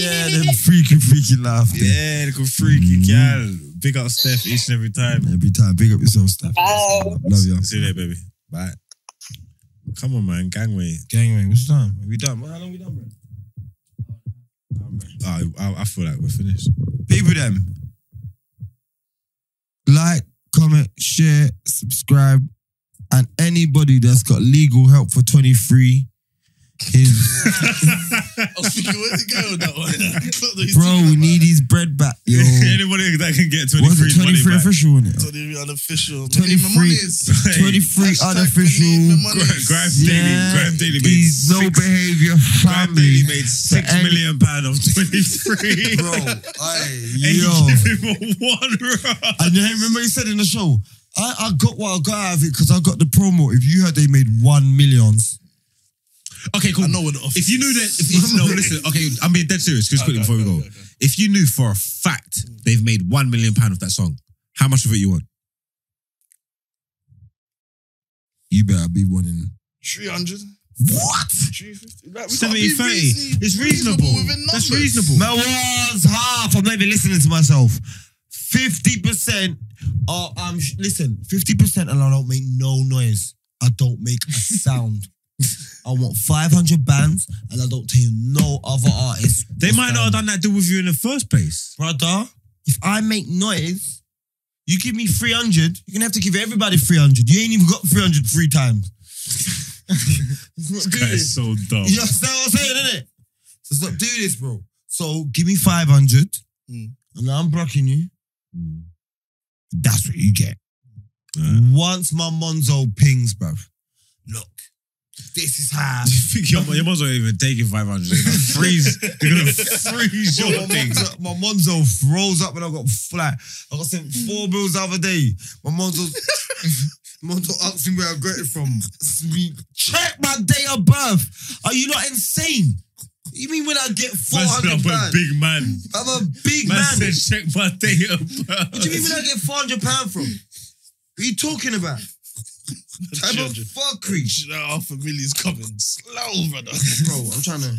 S1: yeah, them freaky, freaky laugh. Yeah. Mm-hmm.
S2: Yeah, look at freaky girl. Big up Steph each and every time.
S1: Every time, big up yourself, Steph.
S10: Bye.
S1: Love you.
S2: See you later, baby. Bye. Come on, man. Gangway.
S1: Gangway, what's time? Are we done? How long we done, bro?
S2: I, I, I feel like we're finished.
S1: People them. Like, comment, share, subscribe. And anybody that's got legal help for 23 is
S4: I was thinking, where's it going with that one?
S1: bro, we need his bread back, yo.
S2: Anybody that can get 23
S1: What's the 23
S2: money back.
S1: official on it?
S4: Twenty unofficial.
S1: 23. 23
S2: Hey,
S4: Hashtag
S1: unofficial.
S4: believe in money.
S2: Gra- Graham Daily, Graham Daily made
S1: These no
S2: six,
S1: behavior
S2: Graham
S1: family.
S2: Daily made six
S1: any-
S2: million pound of 23.
S1: Bro, aye,
S2: and
S1: yo.
S2: you give him a one round.
S1: And then remember he said in the show, I, I got what I got out of it because I got the promo. If you heard they made one millions.
S2: Okay, cool.
S4: I know what the office.
S2: If you knew that, if you, no, listen. Okay, I'm being dead serious. Just quickly before we go, if you knew for a fact they've made one million pound of that song, how much of it you want?
S1: You better be wanting.
S4: 300,
S1: What?
S4: 350. Like, we gotta
S2: 70,
S4: be
S2: 30.
S4: reason-
S2: It's reasonable.
S4: within
S2: That's
S4: numbers.
S2: reasonable.
S1: My was half. I'm not even listening to myself. 50% are, um, sh- listen, 50% and I don't make no noise. I don't make a sound. I want 500 bands and I don't tell you no other artist.
S2: They might not have done that deal with you in the first place.
S1: brother, if I make noise, you give me 300, you're going to have to give everybody 300. You ain't even got 300 three times. Let's not do this.
S2: so dumb.
S1: You understand what I'm saying, innit? So let's not do this, bro. So give me 500
S4: Mm.
S1: and I'm blocking you.
S2: Mm.
S1: That's what you get.
S2: Alright.
S1: Once my Monzo pings, bro, look, this is how.
S2: You think your, your mom's not even taking 500. You're gonna freeze, you're gonna freeze
S1: Yo,
S2: your
S1: my,
S2: things.
S1: Monzo, my Monzo froze up when I got flat. I got sent four bills the other day. My Monzo, Monzo asked me where I got it from. Me, check my date of birth. Are you not insane? You mean when I get
S2: Man's up
S1: 400
S2: a
S1: pounds?
S2: big man.
S1: I'm a big
S2: Man,
S1: man.
S2: said, check my thing up.
S1: What do you mean where I get 400 pounds from? What are you talking about? Type of
S4: Children.
S1: fuckery.
S4: Shit, that half a million's coming slow, brother.
S1: Bro, I'm trying to.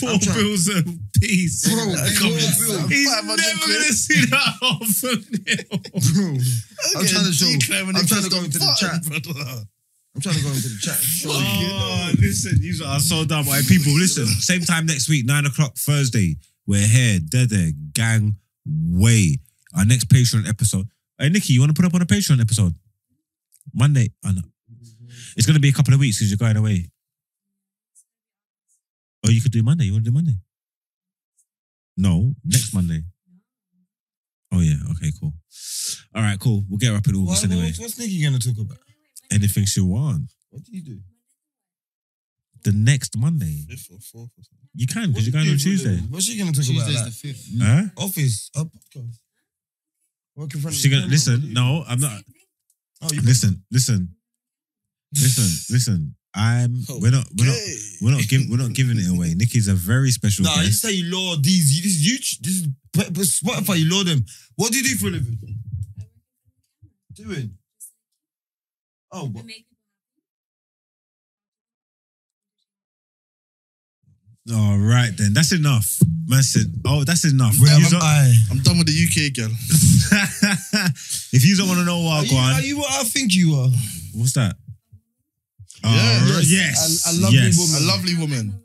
S2: Four
S1: I'm trying-
S2: bills a piece.
S1: Bro, four bills.
S2: He's
S4: 500
S2: never
S4: quid.
S2: gonna see that half a mil.
S1: Bro, I'm
S4: Getting
S1: trying to show.
S4: declared when
S1: I'm trying
S4: they press
S1: to go into the
S4: button,
S1: chat.
S4: brother.
S1: I'm trying to go into the chat. and Show you.
S2: Oh, listen, you are so dumb. Hey, people, listen. Same time next week, nine o'clock Thursday. We're here, dead gang way. Our next Patreon episode. Hey, Nikki, you want to put up on a Patreon episode Monday? Oh, no. It's gonna be a couple of weeks because you're going away. Or you could do Monday. You want to do Monday? No, next Monday. Oh yeah. Okay. Cool. All right. Cool. We'll get her up in
S1: Why-
S2: August anyway.
S1: what's, what's Nikki gonna talk about?
S2: Anything she want.
S1: What do you do?
S2: The next Monday.
S4: Fifth or fourth or something.
S2: You
S1: What
S2: can because
S1: do
S2: you're going
S1: you
S2: on
S1: do,
S2: Tuesday.
S1: really? What's she gonna talk about?
S3: Tuesday's the
S1: Like,
S3: fifth.
S2: Huh?
S1: office, a podcast. Work in front of
S2: She
S1: the
S2: gonna
S1: camera, what do
S2: listen.
S1: you-
S2: No, I'm not.
S1: Oh, you
S2: Listen, listen, listen, listen. I'm. We're not. We're not. We're not giving. We're not giving it away. Nikki's a very special
S1: Nah, you
S2: guest.
S1: say you law these. You- This is huge. This is but- but Spotify. You law them. What do you do for a living? Doing. Oh, but
S2: All right, then. That's enough. Man said. Oh, that's enough.
S1: Where
S2: If you
S1: am
S2: don't-
S1: I?
S4: I'm done with the UK, girl.
S2: if you don't want to know
S1: Are
S2: what I go
S1: you,
S2: on,
S1: are you what I think you are?
S2: what's that?
S4: Yeah,
S2: All right,
S1: Ah, yes.
S2: yes.
S1: A- a lovely
S2: yes.
S1: woman.
S4: A lovely woman.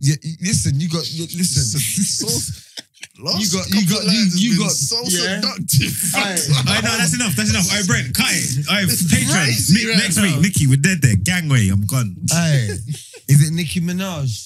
S1: Yeah, y- listen, you got you- listen.
S4: Last
S1: got- you
S4: couple
S1: got-
S4: of lines
S1: you- you
S4: has been
S1: got-
S4: so
S1: yeah.
S4: seductive.
S1: Aye.
S2: All right, no, that's enough. That's enough. All right, Brent, cut it. All right, Patreon.
S4: crazy
S2: Nick-
S4: right
S2: next
S4: now.
S2: week, Nikki, we're dead there. Gangway, I'm gone.
S1: Aye. Is it Nicki Minaj?